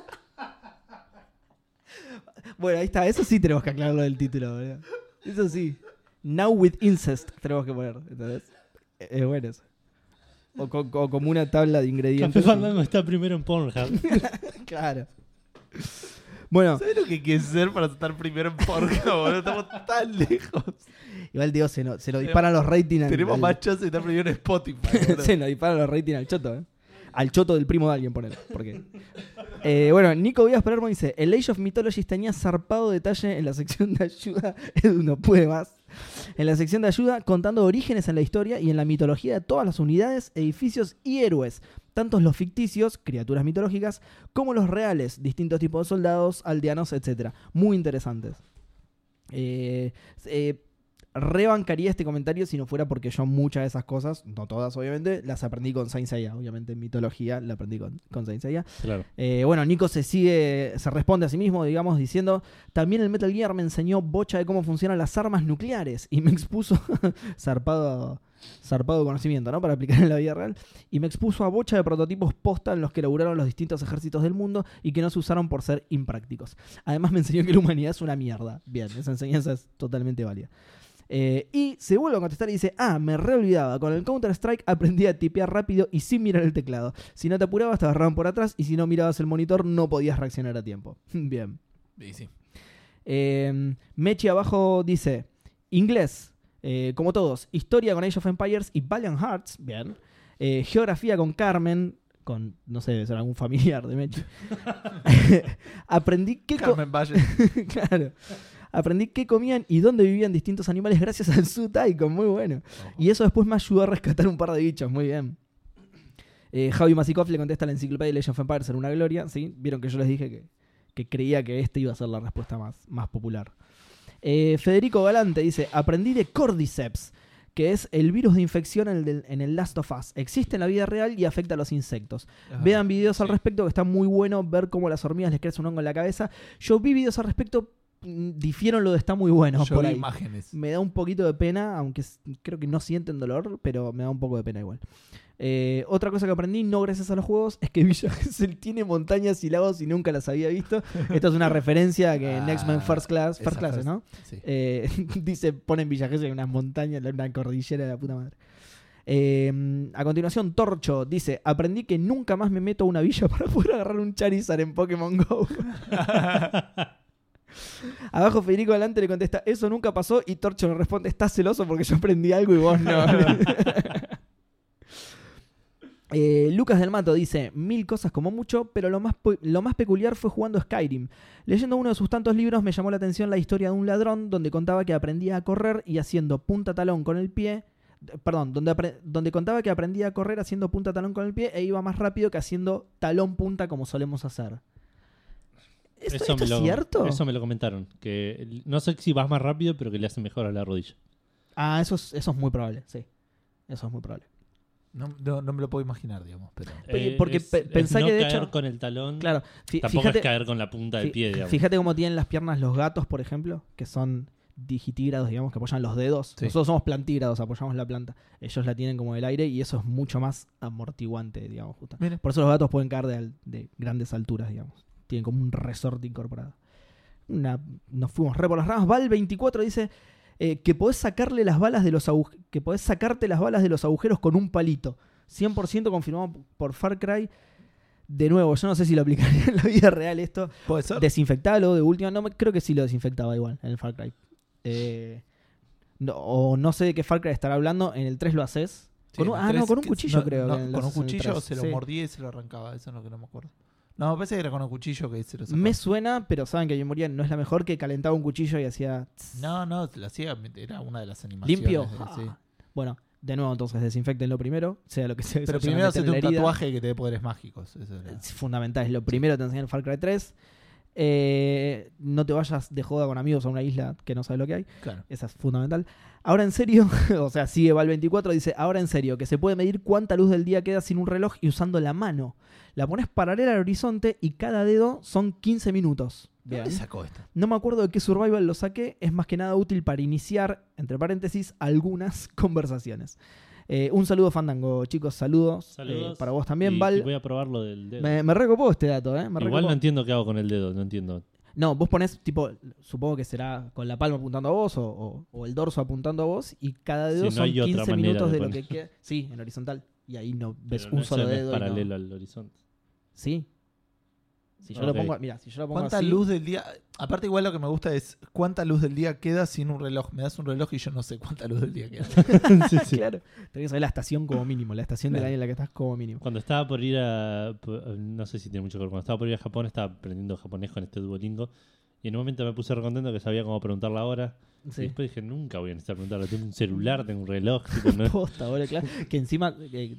Bueno, ahí está. Eso sí tenemos que aclararlo del título, boludo. Eso sí. Now with incest tenemos que poner. ¿Entendés? Eh, Es bueno eso. O, con- o como una tabla de Café ingredientes. Fandango está primero en Pornhub. claro. Bueno, ¿Sabes lo que quieres ser para estar primero en porno, boludo? Estamos tan lejos. igual digo, se, nos- se lo disparan los ratings al- Tenemos al- más chance de estar primero en Spotify, boludo. se nos disparan los ratings al choto, ¿eh? Al choto del primo de alguien, ponele. Porque. Eh, bueno, Nico Vías Palermo dice: El Age of Mythologies tenía zarpado detalle en la sección de ayuda. Edu no puede más. En la sección de ayuda, contando orígenes en la historia y en la mitología de todas las unidades, edificios y héroes. Tantos los ficticios, criaturas mitológicas, como los reales, distintos tipos de soldados, aldeanos, etc. Muy interesantes. Eh, eh, rebancaría este comentario si no fuera porque yo muchas de esas cosas, no todas obviamente, las aprendí con Saint Seiya. Obviamente en mitología la aprendí con, con Saint Seiya. Claro. Eh, bueno, Nico se sigue, se responde a sí mismo, digamos, diciendo, también el Metal Gear me enseñó bocha de cómo funcionan las armas nucleares y me expuso zarpado, zarpado conocimiento, ¿no? Para aplicar en la vida real. Y me expuso a bocha de prototipos posta en los que laburaron los distintos ejércitos del mundo y que no se usaron por ser imprácticos. Además me enseñó que la humanidad es una mierda. Bien, esa enseñanza es totalmente válida. Eh, y se vuelve a contestar y dice, ah, me re olvidaba, con el Counter-Strike aprendí a tipear rápido y sin mirar el teclado. Si no te apurabas te agarraban por atrás y si no mirabas el monitor no podías reaccionar a tiempo. Bien. Y sí. Eh, Mechi abajo dice, inglés, eh, como todos, historia con Age of Empires y Valiant Hearts, bien. Eh, geografía con Carmen, con, no sé, debe ser algún familiar de Mechi. Aprendí qué... co- Carmen Valle. claro. Aprendí qué comían y dónde vivían distintos animales gracias al Zoo Tycoon, muy bueno. Y eso después me ayudó a rescatar un par de bichos, muy bien. Eh, Javi Masikov le contesta a la enciclopedia Legend of Empires en una gloria, ¿sí? Vieron que yo les dije que, que creía que este iba a ser la respuesta más, más popular. Eh, Federico Galante dice, aprendí de Cordyceps, que es el virus de infección en el, del- en el Last of Us. Existe en la vida real y afecta a los insectos. Ah, Vean videos al sí. respecto, que está muy bueno ver cómo a las hormigas les crece un hongo en la cabeza. Yo vi videos al respecto, mm, difiero en lo de está muy bueno. Yo por vi ahí. imágenes. Me da un poquito de pena, aunque s- creo que no sienten dolor, pero me da un poco de pena igual. Eh, otra cosa que aprendí, no gracias a los juegos, es que Villa Gesell tiene montañas y lagos y nunca las había visto. Esto es una referencia a que en Ah, X-Men First Class, First esa Class, first- ¿no? Sí. Eh, dice, ponen Villa Gesell en unas montañas, en una cordillera de la puta madre. Eh, a continuación, Torcho dice: Aprendí que nunca más me meto a una villa para poder agarrar un Charizard en Pokémon Go. Abajo Federico adelante le contesta, eso nunca pasó y Torcho le responde, estás celoso porque yo aprendí algo y vos no. Eh, Lucas del Mato dice, mil cosas como mucho, pero lo más, pe- lo más peculiar fue jugando Skyrim. Leyendo uno de sus tantos libros me llamó la atención la historia de un ladrón donde contaba que aprendía a correr y haciendo punta talón con el pie. d- Perdón, donde, apre- donde contaba que aprendía a correr haciendo punta talón con el pie e iba más rápido que haciendo talón punta como solemos hacer. ¿Esto, esto es lo, cierto? Eso me lo comentaron. Que no sé si vas más rápido, pero que le hace mejor a la rodilla. Ah, eso es, eso es muy probable, sí. Eso es muy probable. No, no- no me lo puedo imaginar, digamos, pero. Pe- porque pe- pensá Eh, no que de caer hecho- con el talón. Claro, fi- Tampoco es fíjate, caer con la punta fi- del pie, digamos. fíjate cómo tienen las piernas los gatos, por ejemplo, que son digitígrados, digamos, que apoyan los dedos. Sí. Nosotros somos plantígrados, apoyamos la planta. Ellos la tienen como del aire y eso es mucho más amortiguante, digamos. justo. Mira. Por eso los gatos pueden caer de, al- de grandes alturas, digamos. Tienen como un resorte incorporado. Una- nos fuimos re por las ramas. Val24 dice eh, que podés sacarle las balas de los agu- que podés sacarte las balas de los agujeros con un palito. 100% confirmado por Far Cry. De nuevo, yo no sé si lo aplicaría en la vida real esto. ¿Puede ser? Desinfectalo de última. No, me- creo que sí lo desinfectaba igual en el Far Cry. Eh, no- o no sé de qué Far Cry estará hablando. En el 3 lo haces. Sí, Con un- en el ah, no, tres con un que- cuchillo no, creo. no, que en los con un hacen en el cuchillo tres. se lo Sí. mordía y se lo arrancaba, eso es lo que no me acuerdo. No, me parece que era con un cuchillo que se lo sacaba. Me suena, pero saben que yo moría no es la mejor que calentaba un cuchillo y hacía. tss, No, no, lo hacía, era una de las animaciones. limpio. de- Ah. sí. Bueno, de nuevo entonces desinfectenlo primero, sea lo que sea. que Pero se vayan a meter primero hacete en un la herida. tatuaje que te dé poderes mágicos. Eso era. Es fundamental, es lo primero que te enseña el Far Cry 3. Eh, no te vayas de joda con amigos a una isla que no sabes lo que hay. Claro. Esa es fundamental. Ahora en serio, o sea, sigue Val24, dice, ahora en serio, que se puede medir cuánta luz del día queda sin un reloj y usando la mano. La pones paralela al horizonte y cada dedo son 15 minutos. ¿De dónde Bien. sacó esto? No me acuerdo de qué survival lo saqué, es más que nada útil para iniciar, entre paréntesis, algunas conversaciones. Eh, un saludo Fandango, chicos, saludos, Saludos. eh, para vos Y- también, y Val. voy a probar lo del dedo. Me, me recopó este dato, ¿eh? Me Igual recopó. no entiendo qué hago con el dedo, no entiendo. No, vos ponés, tipo, supongo que será con la palma apuntando a vos o, o- o el dorso apuntando a vos y cada dedo Sí, no son hay otra 15 manera minutos de de lo que poner. queda. Sí, en horizontal. Y ahí no ves Pero un no, eso solo no dedo. Es y no- paralelo al horizonte. Sí. Si yo lo Ok. pongo, mira, si yo lo pongo ¿Cuánta así, luz del día? Aparte, igual lo que me gusta es cuánta luz del día queda sin un reloj. Me das un reloj y yo no sé cuánta luz del día queda. Sí, sí. Claro. Tenés que saber la estación como mínimo, la estación del Claro. año en la que estás como mínimo. Cuando estaba por ir a. por- No sé si tiene mucho que ver. Cuando estaba por ir a Japón, estaba aprendiendo japonés con este Duolingo. Y en un momento me puse recontento que sabía cómo preguntar la hora. Y Sí. después dije, nunca voy a necesitar preguntarlo. Tengo un celular, tengo un reloj. tipo, no- Posta, boludo, claro. Que encima, eh,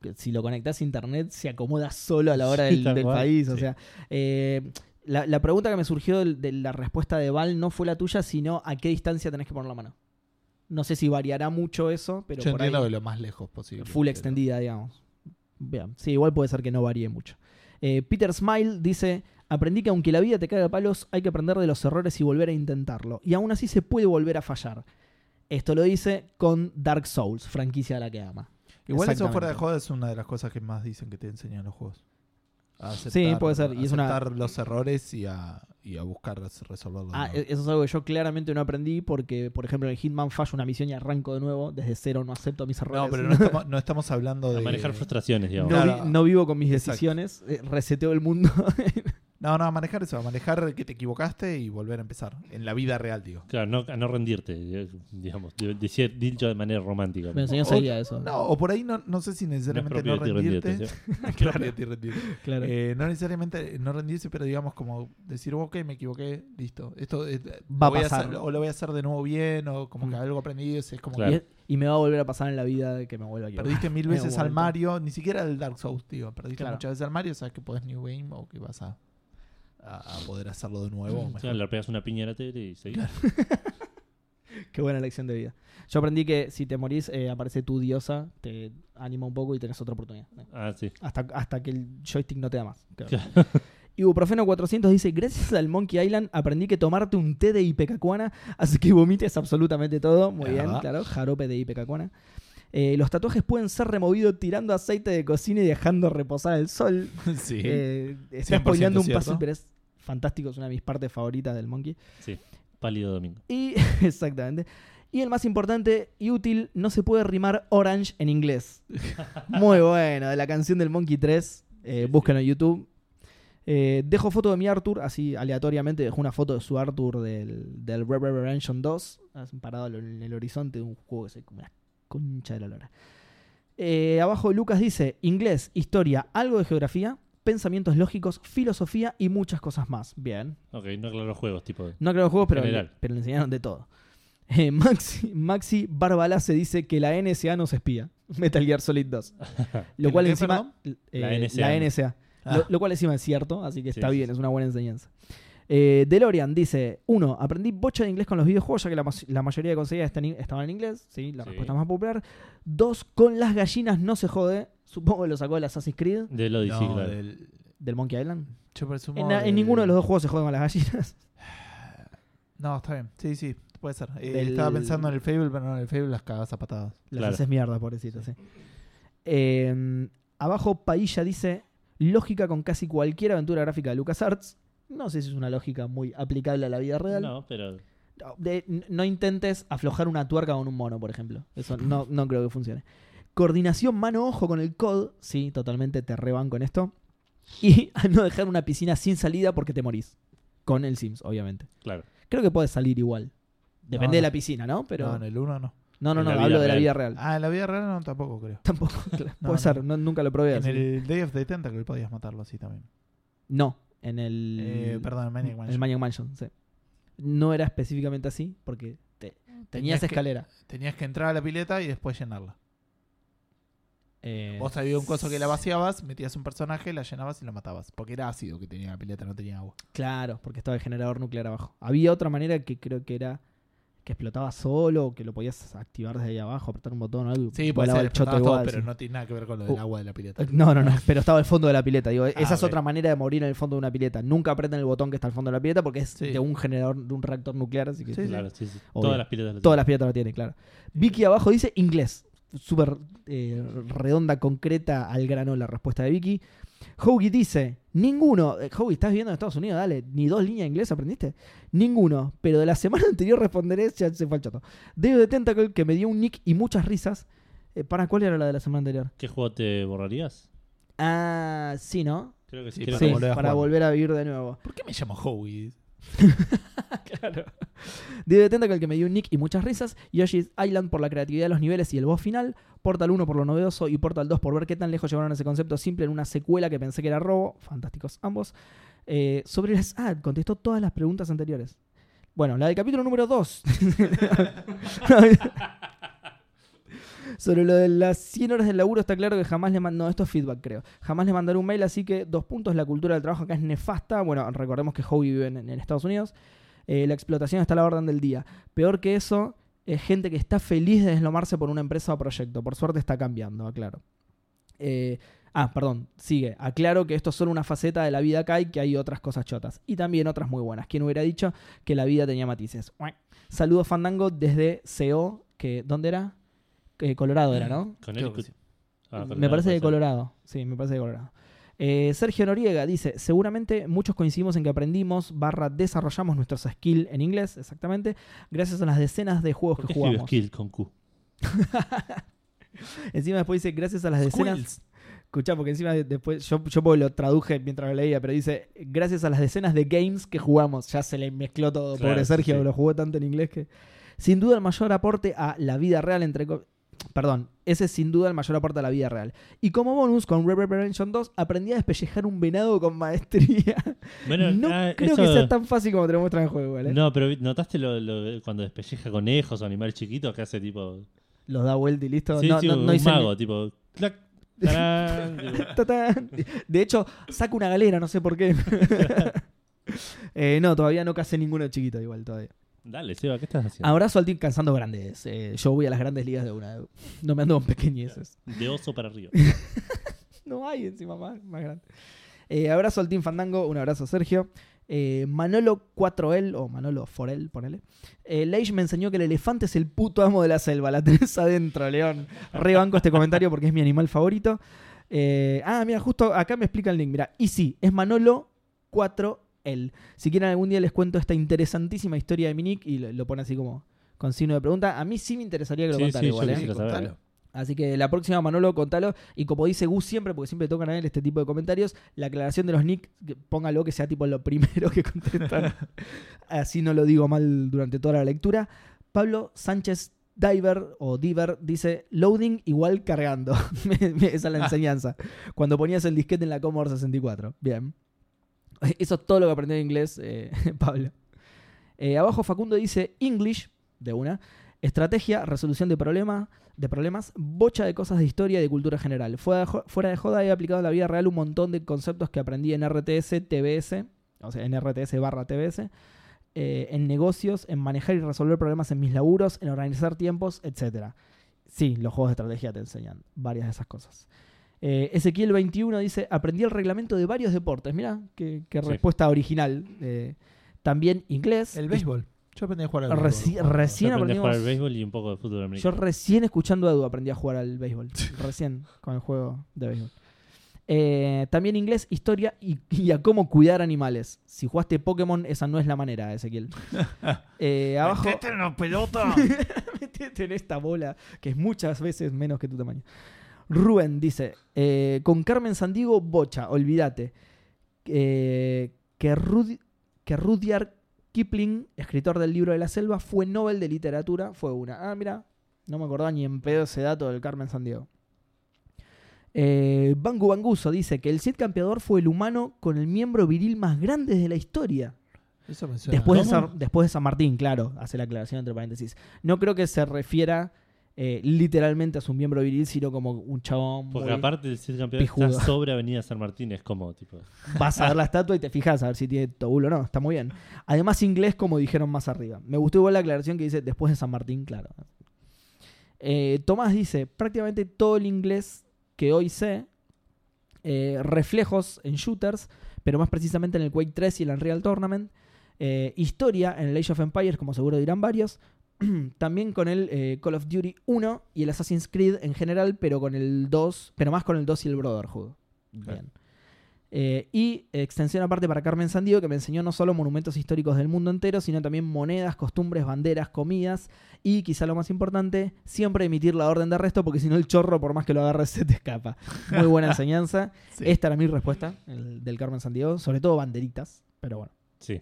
que si lo conectás a internet, se acomoda solo a la hora Sí, del, tal del cual, país. O sí. sea, eh, la, la pregunta que me surgió del- de, la respuesta de Val no fue la tuya, sino a qué distancia tenés que poner la mano. No sé si variará mucho eso, pero yo por entiendo ahí, que lo más lejos posible. full pero- extendida, digamos. Bien, sí, igual puede ser que no varíe mucho. Eh, Peter Smile dice: Aprendí que aunque la vida te caiga a palos, hay que aprender de los errores y volver a intentarlo. Y aún así se puede volver a fallar. Esto lo dice con Dark Souls, franquicia a la que ama. Igual eso fuera Exactamente. de joda es una de las cosas que más dicen que te enseñan los juegos. A Sí, puede ser, y es una- aceptar los errores y a, y a buscar res- resolverlos. Ah, ¿no? e- eso es algo que yo claramente no aprendí porque, por ejemplo, en el Hitman fallo una misión y arranco de nuevo. Desde cero no acepto mis errores. no, pero no estamos, no estamos hablando a de. manejar frustraciones, No digamos. vi- Claro. no vivo con mis Exacto. decisiones. eh, reseteo el mundo. No, no, a manejar eso, a manejar que te equivocaste y volver a empezar. En la vida real, digo. Claro, no, a no rendirte, eh, digamos. de- de- Dicho de manera romántica. Me enseñó O- sería eso. No, o por ahí no, no sé si No es necesariamente propio no, de ti rendirte. rendirte, ¿sí? Claro, propio de ti rendirte. Claro. Eh, no necesariamente no rendirse, pero digamos como decir, ok, me equivoqué, listo. Esto eh, Va a lo voy pasar. hacer- o lo voy a hacer de nuevo bien, o como Mm. que algo aprendido. Es como Claro. y, es- y me va a volver a pasar en la vida de que me vuelva a equivocar. Perdiste mil En algún veces al momento. Mario, ni siquiera al Dark Souls, tío. Perdiste Claro. muchas veces al Mario, sabes que podés New Game o que vas a, a- a poder hacerlo de nuevo. O sea, Oh, mejor. le pegas una piña a la tele y seguís. Claro. Qué buena lección de vida. Yo aprendí que si te morís, eh, aparece tu diosa, te anima un poco y tenés otra oportunidad. Ah, sí. Hasta, hasta que el joystick no te da más. creo. Ibuprofeno 400 dice, gracias al Monkey Island aprendí que tomarte un té de ipecacuana hace que vomites absolutamente todo. Muy Es bien, verdad. claro, jarope de ipecacuana. Eh, los tatuajes pueden ser removidos tirando aceite de cocina y dejando reposar al sol. sí. Eh, está 100% spoileando un cierto. puzzle, pero es fantástico, es una de mis partes favoritas del Monkey. Pálido domingo. Y, exactamente. Y el más importante y útil, no se puede rimar orange en inglés. Muy bueno, de la canción del Monkey 3. Eh, búsquenlo en YouTube. Eh, dejo foto de mi Arthur, así aleatoriamente dejó una foto de su Arthur del, del Red Dead Redemption 2, así parado en el horizonte de un juego que se come una concha de la lora. Eh, abajo Lucas dice, inglés, historia, algo de geografía, pensamientos lógicos, filosofía y muchas cosas más. Bien, Ok, no aclaró juegos, tipo. de- no creo juegos, pero, General. pero le enseñaron de todo. Eh, Maxi, Maxi Barbalá se dice que la NSA nos espía. Metal Gear Solid 2. Lo ¿El cual qué, encima. eh, La NSA. la NSA. Ah. Lo, lo cual encima es cierto, así que Sí, está sí, bien, sí. es una buena enseñanza. Eh, DeLorean dice: 1. Aprendí bocha de inglés con los videojuegos, ya que la, mas- la mayoría de conseguidas están in- estaban en inglés. Sí, la Sí. respuesta más popular. 2. Con las gallinas no se jode. Supongo que lo sacó del Assassin's Creed, Del Odyssey, No, claro. del- del Monkey Island. yo presumo En, na- en del- ninguno de los dos juegos se joden con las gallinas. No, está bien. Sí, sí, puede ser. Eh, Del- Estaba pensando en el Fable, pero no, en el Fable las cagas a patadas. Las Claro. haces mierda, pobrecito, sí. Eh, abajo Pailla dice, lógica con casi cualquier aventura gráfica de LucasArts. No sé si es una lógica muy aplicable a la vida real. No, pero. No, de- n- no intentes aflojar una tuerca con un mono, por ejemplo. Eso no, no creo que funcione. Coordinación mano-ojo con el COD. Sí, totalmente te reban con esto. Y a no dejar una piscina sin salida porque te morís. Con el Sims, obviamente. Claro. Creo que puedes salir igual. Depende No, de no. la piscina, ¿no? Pero... No, en el 1 no. No, no, En no, la vida hablo de la real. vida real. Ah, en la vida real no, tampoco creo. Tampoco, claro. No, Puede no. ser, no- nunca lo probé. En así que- el Day of the Tentacle podías matarlo así también. No, en el. Eh, perdón, en Maniac en Mansion. el Maniac Mansion, sí. No era específicamente así, porque te- tenías Tenías que- escalera. Tenías que entrar a la pileta y después llenarla. Eh, Vos había un coso que la vaciabas, metías un personaje, la llenabas y lo matabas. Porque era ácido que tenía la pileta, no tenía agua. Claro, porque estaba el generador nuclear abajo. Había otra manera que creo que era que explotaba solo, que lo podías activar desde ahí abajo, apretar un botón o algo. y Sí, puede volaba ser, el choto explotabas todo, igual, pero sí. no tiene nada que ver con lo Uh. del agua de la pileta. No, no, no, pero estaba al fondo de la pileta. Ah, Digo, esa es ok. otra manera de morir en el fondo de una pileta. Nunca apretan el botón que está al fondo de la pileta porque es Sí. de un generador, de un reactor nuclear, así que Sí, sí. Claro, sí, sí. Obvio. Todas las piletas lo Todas tienen. las piratas lo tienen, claro. Vicky abajo dice inglés. Súper eh, redonda, concreta, al grano la respuesta de Vicky. Hoagie dice, ninguno. Eh, Hoagie, estás viviendo en Estados Unidos, dale. Ni dos líneas de inglés aprendiste. Ninguno. Pero de la semana anterior responderé, ya se fue al choto. Deo de Tentacle, que me dio un nick y muchas risas. Eh, ¿Para cuál era la de la semana anterior? ¿Qué juego te borrarías? Ah, sí, ¿no? Creo que sí. Sí, creo Sí, que- volver a para jugar. volver a vivir de nuevo. ¿Por qué me llamo Howie? Claro. Día de Tentacle que me dio un nick y muchas risas. Yoshi's Island por la creatividad de los niveles y el boss final. Portal 1 por lo novedoso y Portal 2 por ver qué tan lejos llevaron ese concepto simple en una secuela que pensé que era robo. Fantásticos ambos. Eh, sobre las... Ah, contestó todas las preguntas anteriores. Bueno, la del capítulo número 2. Sobre lo de las 100 horas del laburo está claro que jamás le mandó, esto es feedback creo, jamás le mandaré un mail, así que dos puntos, la cultura del trabajo acá es nefasta, bueno, recordemos que Howie vive en, en Estados Unidos, Eh, la explotación está a la orden del día, peor que eso es gente que está feliz de deslomarse por una empresa o proyecto, por suerte está cambiando, aclaro. Eh, ah, perdón, sigue, aclaro que esto es solo una faceta de la vida acá y que hay otras cosas chotas, y también otras muy buenas, ¿quién hubiera dicho que la vida tenía matices? Saludos Fandango desde CO, que, ¿dónde era? Eh, Colorado era, ¿no? Con Creo que Eric- sí. Ah, con me parece Eric puede de ser. Colorado. Sí, me parece de Colorado. Eh, Sergio Noriega dice, seguramente muchos coincidimos en que aprendimos barra desarrollamos nuestros skills en inglés, exactamente, gracias a las decenas de juegos ¿Por que qué escribió jugamos. Skill con Q? Encima después dice, gracias a las decenas... Squills. Escuchá, porque encima de- después, yo, yo porque lo traduje mientras lo leía, pero dice, gracias a las decenas de games que jugamos, ya se le mezcló todo, Claro, pobre sí, Sergio, sí. lo jugó tanto en inglés que... Sin duda el mayor aporte a la vida real, entre... co- Perdón, ese es sin duda el mayor aporte a la vida real. Y como bonus, con Red Dead Redemption 2 aprendí a despellejar un venado con maestría. Bueno, no ah, creo que eso- sea tan fácil como te lo muestran en el juego, ¿eh? ¿vale? No, pero vi- ¿notaste lo, lo- cuando despelleja conejos o animales chiquitos que hace tipo. Los da vuelta y listo. Sí, no, sí, no, no un hice ni- mago, tipo. clac, tarán, tipo, Tatán. De hecho, saca una galera, no sé por qué. Eh, no, todavía no casé ninguno chiquito igual todavía. Dale, Seba, ¿qué estás haciendo? Abrazo al team cansando grandes. Eh, yo voy a las grandes ligas de una. No me ando con pequeñeces. De oso para arriba. No hay encima más, más grande. Eh, abrazo al team Fandango. Un abrazo, Sergio. Eh, Manolo 4L o Manolo Forel, ponele. Eh, Leish me enseñó que el elefante es el puto amo de la selva. La tenés adentro, León. Rebanco este comentario porque es mi animal favorito. Eh, ah, mira, justo acá me explica el link. Mira, y sí, es Manolo 4L. Si quieren algún día les cuento esta interesantísima historia de mi nick y lo, lo pone así como con signo de pregunta. A mí sí me interesaría que lo Sí, contara sí, igual, yo ¿eh? quisiera saber. Contalo. Así que la próxima, Manolo, contalo. Y como dice Gus siempre, porque siempre tocan a él este tipo de comentarios, la aclaración de los nick, que- póngalo que sea tipo lo primero que contestan. Así no lo digo mal durante toda la lectura. Pablo Sánchez Diver o Diver dice loading igual cargando. Me- me- Esa es la enseñanza. Cuando ponías el disquete en la Commodore 64. Bien. Eso es todo lo que aprendí en inglés, eh, Pablo. Eh, abajo Facundo dice English, de una. Estrategia, resolución de problemas, de problemas, bocha de cosas de historia y de cultura general. Fuera de, jo- fuera de joda he aplicado en la vida real un montón de conceptos que aprendí en RTS, TBS, o sea, en RTS barra TBS, eh, en negocios, en manejar y resolver problemas en mis laburos, en organizar tiempos, etc. Sí, los juegos de estrategia te enseñan varias de esas cosas. Eh, Ezequiel 21 dice, aprendí el reglamento de varios deportes. Mirá, qué, qué Sí. respuesta original. Eh, también inglés. El béisbol. Yo aprendí a jugar al béisbol. Reci- cuando- recién Yo aprendí a jugar al aprendimos- béisbol y un poco de fútbol Yo americano. recién escuchando a Edu aprendí a jugar al béisbol. recién con el juego de béisbol. Eh, también inglés, historia y, y a cómo cuidar animales. Si jugaste Pokémon, esa no es la manera, Ezequiel. Eh, abajo. ¡Metete en los pelotas! Metete en esta bola, que es muchas veces menos que tu tamaño. Rubén dice: eh, Con Carmen Sandiego, bocha, olvídate. Eh, que, Rud- que Rudyard Kipling, escritor del libro de la selva, fue Nobel de Literatura, fue una. Ah, mira, no me acordaba ni en pedo ese dato del Carmen Sandiego. Eh, Bangu Banguso dice que el Cid Campeador fue el humano con el miembro viril más grande de la historia. Eso me suena. Después de, ¿Cómo? San, después de San Martín, claro, hace la aclaración entre paréntesis. No creo que se refiera eh, literalmente a su miembro viril, sino como un chabón. Porque muy- aparte del Cid Campeón está pijudo. sobre Avenida San Martín, es como tipo. Vas a ver la estatua y te fijas a ver si tiene tobulo o no. Está muy bien. Además, inglés, como dijeron más arriba. Me gustó igual la aclaración que dice después de San Martín, claro. Eh, Tomás dice: prácticamente todo el inglés que hoy sé, eh, reflejos en shooters, pero más precisamente en el Quake 3 y el Unreal Tournament. Eh, historia en el Age of Empires, como seguro dirán varios. También con el eh, Call of Duty 1 y el Assassin's Creed en general, pero con el 2, pero más con el 2 y el Brotherhood. Bien. Eh, y extensión aparte para Carmen Sandiego, que me enseñó no solo monumentos históricos del mundo entero, sino también monedas, costumbres, banderas, comidas y, quizá lo más importante, siempre emitir la orden de arresto, porque si no el chorro, por más que lo agarres, se te escapa. Muy buena enseñanza. Sí. Esta era mi respuesta el- del Carmen Sandiego, sobre todo banderitas, pero bueno. Sí.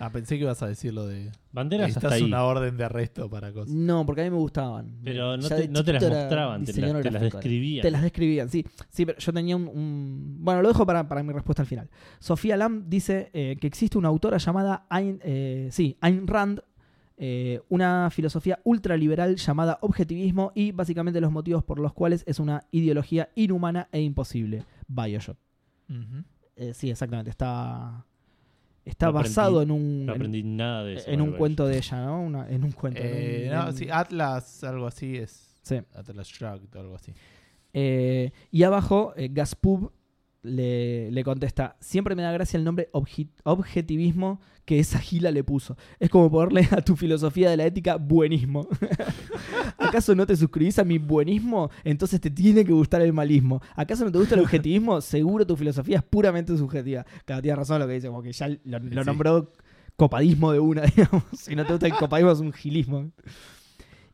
Ah, pensé que ibas a decir lo de. Banderas hasta Necesitas ahí. una orden de arresto para cosas. No, porque a mí me gustaban. Pues Pero no Ya te, de no te las chiquito era mostraban, te las, diseñador te las gráfico, era. describían. Te las describían, sí. Sí, pero yo tenía un. un- Bueno, lo dejo para, para mi respuesta al final. Sofía Lam dice eh, que existe una autora llamada Ayn, eh, sí, Ayn Rand, eh, una filosofía ultraliberal llamada objetivismo y básicamente los motivos por los cuales es una ideología inhumana e imposible. Bioshock. Ujú. Eh, sí, exactamente. Está. Está Lo aprendí- basado en un. No en- aprendí nada de eso. en un Barbarian. cuento de ella, ¿no? Una- en un cuento. Eh, en un- no, en- sí, Atlas, algo así es. sí. Atlas Shrugged, algo así. Eh, y abajo, eh, Gaspub le, le contesta: Siempre me da gracia el nombre obje- objetivismo que esa gila le puso. Es como ponerle a tu filosofía de la ética buenismo. ¿Acaso no te suscribís a mi buenismo? Entonces te tiene que gustar el malismo. ¿Acaso no te gusta el objetivismo? Seguro tu filosofía es puramente subjetiva. Claro, tienes razón lo que dice, como que ya lo, lo Sí. nombró copadismo de una, digamos. Si no te gusta el copadismo es un gilismo.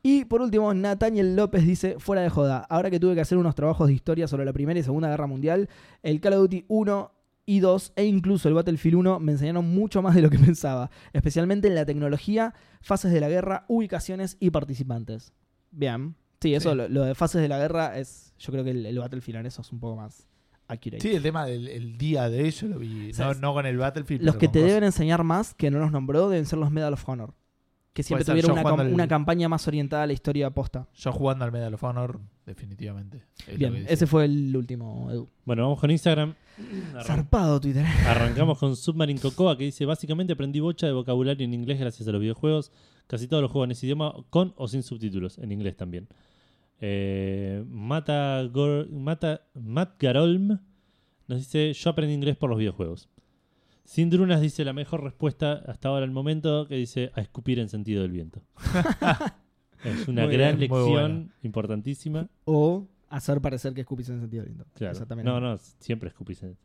Y por último, Nathaniel López dice, fuera de joda, ahora que tuve que hacer unos trabajos de historia sobre la Primera y Segunda Guerra Mundial, el Call of Duty 1 y 2 e incluso el Battlefield 1 me enseñaron mucho más de lo que pensaba, especialmente en la tecnología, fases de la guerra, ubicaciones y participantes. Bien. Sí, eso, Sí. Lo, lo de fases de la guerra es, yo creo que el, el Battlefield en eso es un poco más accurate. Sí, el tema del el día de yo lo vi. No, ¿Sabes? no con el Battlefield. Los pero que con te cosas. deben enseñar más, que no los nombró, deben ser los Medal of Honor. Que siempre Puede ser, tuvieron yo una, jugando cam- al- una campaña más orientada a la historia posta. Yo jugando al Medal of Honor, definitivamente. Es lo que Bien, dice. ese fue el último, Edu. Bueno, vamos con Instagram. Arran- Zarpado Twitter. Arrancamos con Submarine Cocoa que dice, básicamente aprendí bocha de vocabulario en inglés gracias a los videojuegos. Casi todos los juegos en ese idioma, con o sin subtítulos, en inglés también. Eh, Mata, Gor- Mata- Matt Garolm nos dice, yo aprendí inglés por los videojuegos. Sindrunas dice la mejor respuesta hasta ahora al momento, que dice, a escupir en sentido del viento. es una Muy gran bien, muy lección, buena. importantísima. O hacer parecer que escupís en sentido lindo. Claro. Esa también No, es- no, siempre escupís en-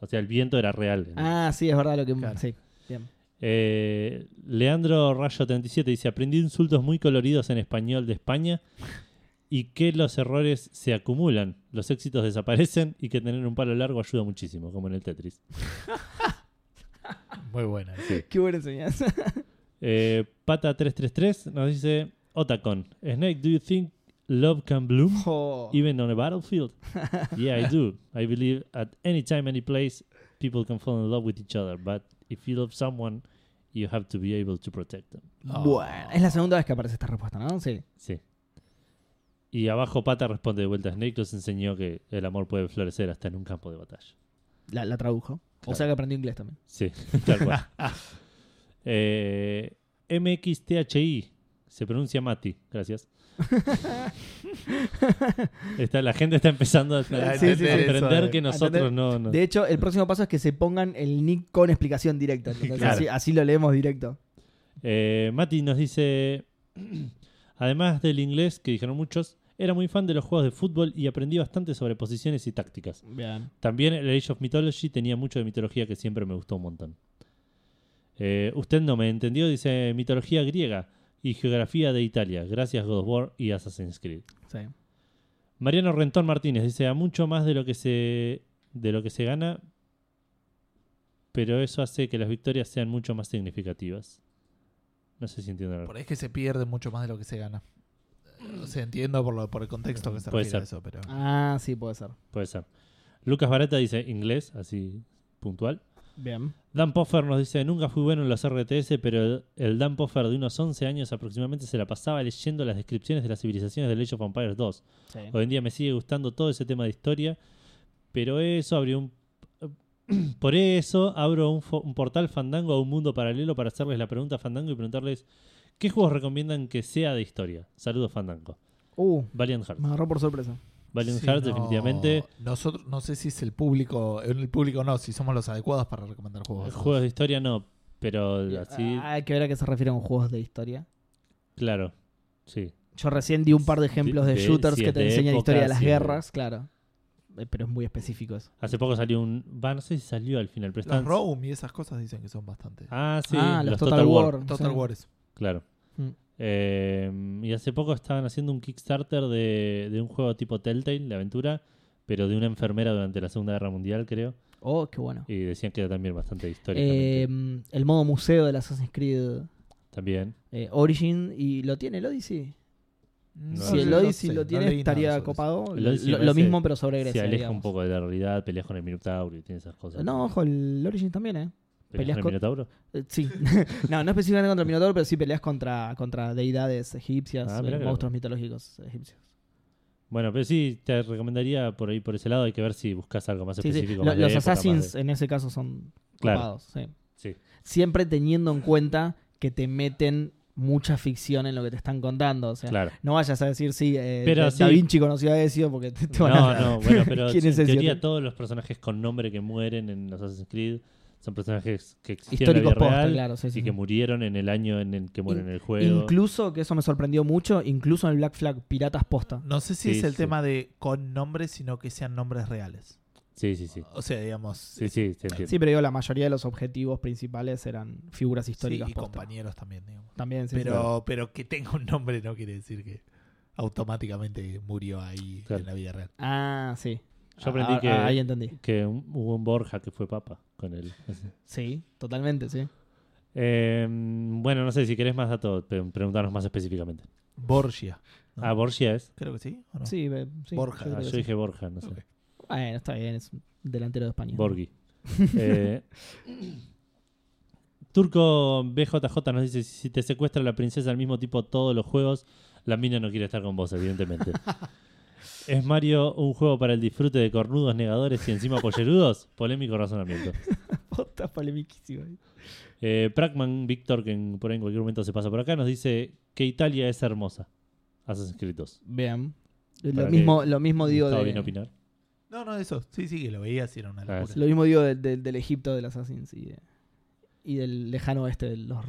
O sea, el viento era real. en- Ah, sí, es verdad lo que. Claro. Sí, bien. Eh, Leandro Rayo 37 dice: Aprendí insultos muy coloridos en español de España y que los errores se acumulan, los éxitos desaparecen y que tener un palo largo ayuda muchísimo, como en el Tetris. Muy buena. Qué buena enseñanza. Eh, Pata333 nos dice: Otacon, Snake, do you think love can bloom? Oh. Even on a battlefield? Yeah, I do. I believe at any time, any place, people can fall in love with each other. But if you love someone, you have to be able to protect them. Oh. Bueno, es la segunda vez que aparece esta respuesta, ¿no? Sí. Sí. Y abajo Pata responde de vuelta. Snake nos enseñó que el amor puede florecer hasta en un campo de batalla. La, la tradujo. O sea que aprendió inglés también. Sí, tal cual. Eh, MXTHI. Se pronuncia Mati. Gracias. Está, la gente está empezando a, a- Sí, sí, sí. a entender Eso, que nosotros entender. no... no- De hecho, el próximo paso es que se pongan el nick con explicación directa. ¿entendés? Claro. Así, así lo leemos directo. Eh, Mati nos dice, además del inglés, que dijeron muchos, era muy fan de los juegos de fútbol y aprendí bastante sobre posiciones y tácticas. Bien. También el Age of Mythology tenía mucho de mitología que siempre me gustó un montón. Eh, usted no me entendió, dice mitología griega y geografía de Italia, gracias God of War y Assassin's Creed. Sí. Mariano Rentón Martínez dice a mucho más de lo que se de lo que se gana, pero eso hace que las victorias sean mucho más significativas. No sé si entiendo la Por ahí es que se pierde mucho más de lo que se gana. O sea, entiendo por, lo, por el contexto que se Puede refiere a eso, pero. Ah, sí, puede ser. Puede ser. Lucas Barata dice inglés, así puntual. Bien. Dan Poffer nos dice, nunca fui bueno en los RTS, pero el Dan Poffer de unos 11 años aproximadamente se la pasaba leyendo las descripciones de las civilizaciones del Age of Empires 2. Sí. Hoy en día me sigue gustando todo ese tema de historia, pero eso abrió un... Por eso abro un, fo- un portal Fandango a un mundo paralelo para hacerles la pregunta a Fandango y preguntarles qué juegos recomiendan que sea de historia. Saludos Fandango. Uh, Valiant Hearts. me agarró por sorpresa. Valiant Sí, Hearts no- definitivamente. Nosotros, no sé si es el público, en el público no, si somos los adecuados para recomendar juegos. Juegos de historia no, pero así... Ah, Hay que ver a qué se refieren juegos de historia. Claro, sí. Yo recién di un par de ejemplos de, De- shooters si que es te de enseñan la época, historia de las sí. guerras, claro. Eh, Pero es muy específico eso. Hace poco salió un. Va, no sé si salió al final, pero Las están. Rome y esas cosas dicen que son bastante. Ah, sí, ah, los, Total, War. Total sí. War es- Claro. Mm. Eh, y hace poco estaban haciendo un Kickstarter de, de un juego tipo Telltale, de aventura, pero de una enfermera durante la Segunda Guerra Mundial, creo. Oh, qué bueno. Y decían que era también bastante históricamente. Eh, el modo museo del Assassin's Creed también. eh, Origin y lo tiene el Odyssey. Ah, No, si sí, el no Odyssey sé, lo no tiene, leí nada sobre estaría eso. copado. El Lo, Odyssey lo- me lo parece- mismo, pero sobre Grecia. se aleja digamos. un poco de la realidad, peleas con el Minotauro y tiene esas cosas. No, ojo, el Origin también, ¿eh? peleas ¿Peleas con el con- Minotauro? Eh, Sí. no, no específicamente contra el Minotauro, pero sí peleas contra, contra deidades egipcias, Ah, mirá eh, que- monstruos mitológicos egipcios. Bueno, pero sí, te recomendaría por ahí, por ese lado, hay que ver si buscas algo más Sí, sí. específico. Lo- más de Los época, más de- Assassins en ese caso son Claro. copados, sí. Sí. Siempre teniendo en cuenta que te meten mucha ficción en lo que te están contando. O sea, Claro. no vayas a decir, sí, eh, Pero Da- sí. Da Vinci conoció a Ezio porque te, te van No, a... no, bueno, pero ¿Quién en es ese teoría otro? todos los personajes con nombre que mueren en los Assassin's Creed son personajes que existieron en la Históricos vida posta, real claro. Sí, sí, y sí. que murieron en el año en el que mueren In- en el juego. Incluso, que eso me sorprendió mucho, incluso en el Black Flag, piratas posta. No sé si Sí, es el sí. tema de con nombres, sino que sean nombres reales. Sí, sí, sí. O sea, digamos. Sí, sí, se entiende. Sí, pero digo, la mayoría de los objetivos principales eran figuras sí, históricas y posta. compañeros también, digamos. También, sí, sí. Pero, pero que tenga un nombre no quiere decir que automáticamente murió ahí Claro. en la vida real. Ah, sí. Yo aprendí Ah, que- ah, Ahí entendí. Que un- hubo un Borja que fue papa con él. Sí, totalmente, sí. Eh, bueno, no sé si querés más datos, pe- preguntarnos más específicamente. Borgia. No. Ah, Borgia es. Creo que sí, ¿o no? Sí, eh, sí, Borja, yo Ah, creo yo que sí. dije Borja, no sé. Ok. Bueno, está bien, es un delantero de España. Borghi. Eh, Turco BJJ nos dice: si te secuestra la princesa al mismo tipo todos los juegos, la mina no quiere estar con vos, evidentemente. ¿Es Mario un juego para el disfrute de cornudos negadores y encima pollerudos? Polémico razonamiento. Puta, polemiquísimo. Eh, Pragman Víctor, que en- por ahí en cualquier momento se pasa por acá, nos dice que Italia es hermosa. Assassin's Creed 2. Vean. Lo Para mismo, que lo mismo digo Estaba de, bien opinar. No, no, eso. Sí, sí, que lo veías y era una Ah, locura. Lo mismo digo de- de- del Egipto del Assassin's y, de- y del lejano oeste de los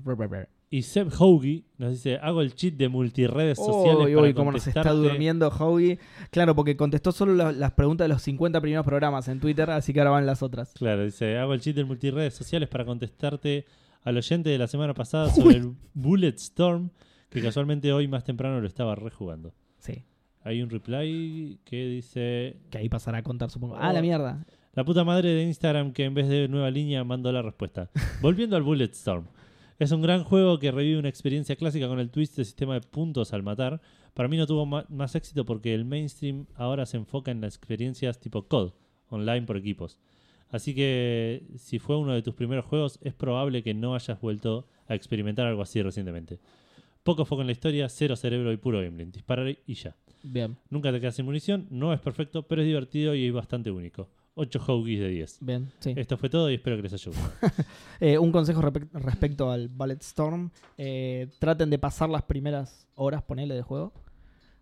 Y Seb Hoagie nos dice, hago el cheat de multiredes sociales Uy, para uy, cómo nos está contestarte". durmiendo Howie. Claro, porque contestó solo la- las preguntas de los 50 primeros programas en Twitter, así que ahora van las otras. Claro, dice, hago el cheat de multiredes sociales para contestarte al oyente de la semana pasada Uy. sobre el Bullet Storm, que casualmente hoy más temprano lo estaba rejugando. Sí, Hay un reply que dice, que ahí pasará a contar, supongo. Ah, la mierda. La puta madre de Instagram que en vez de nueva línea mandó la respuesta. Volviendo al Bulletstorm. Es un gran juego que revive una experiencia clásica con el twist de sistema de puntos al matar. Para mí no tuvo ma- más éxito porque el mainstream ahora se enfoca en las experiencias tipo COD, online por equipos. Así que si fue uno de tus primeros juegos, es probable que no hayas vuelto a experimentar algo así recientemente. Poco foco en la historia, cero cerebro y puro gambling. Disparar y ya. Bien, Nunca te quedas sin munición, no es perfecto, pero es divertido y es bastante único. 8 hoagies de 10. bien, sí. Esto fue todo y espero que les ayude. Eh, un consejo respec- respecto al Ballet Storm. eh, traten de pasar las primeras horas, ponele, de juego.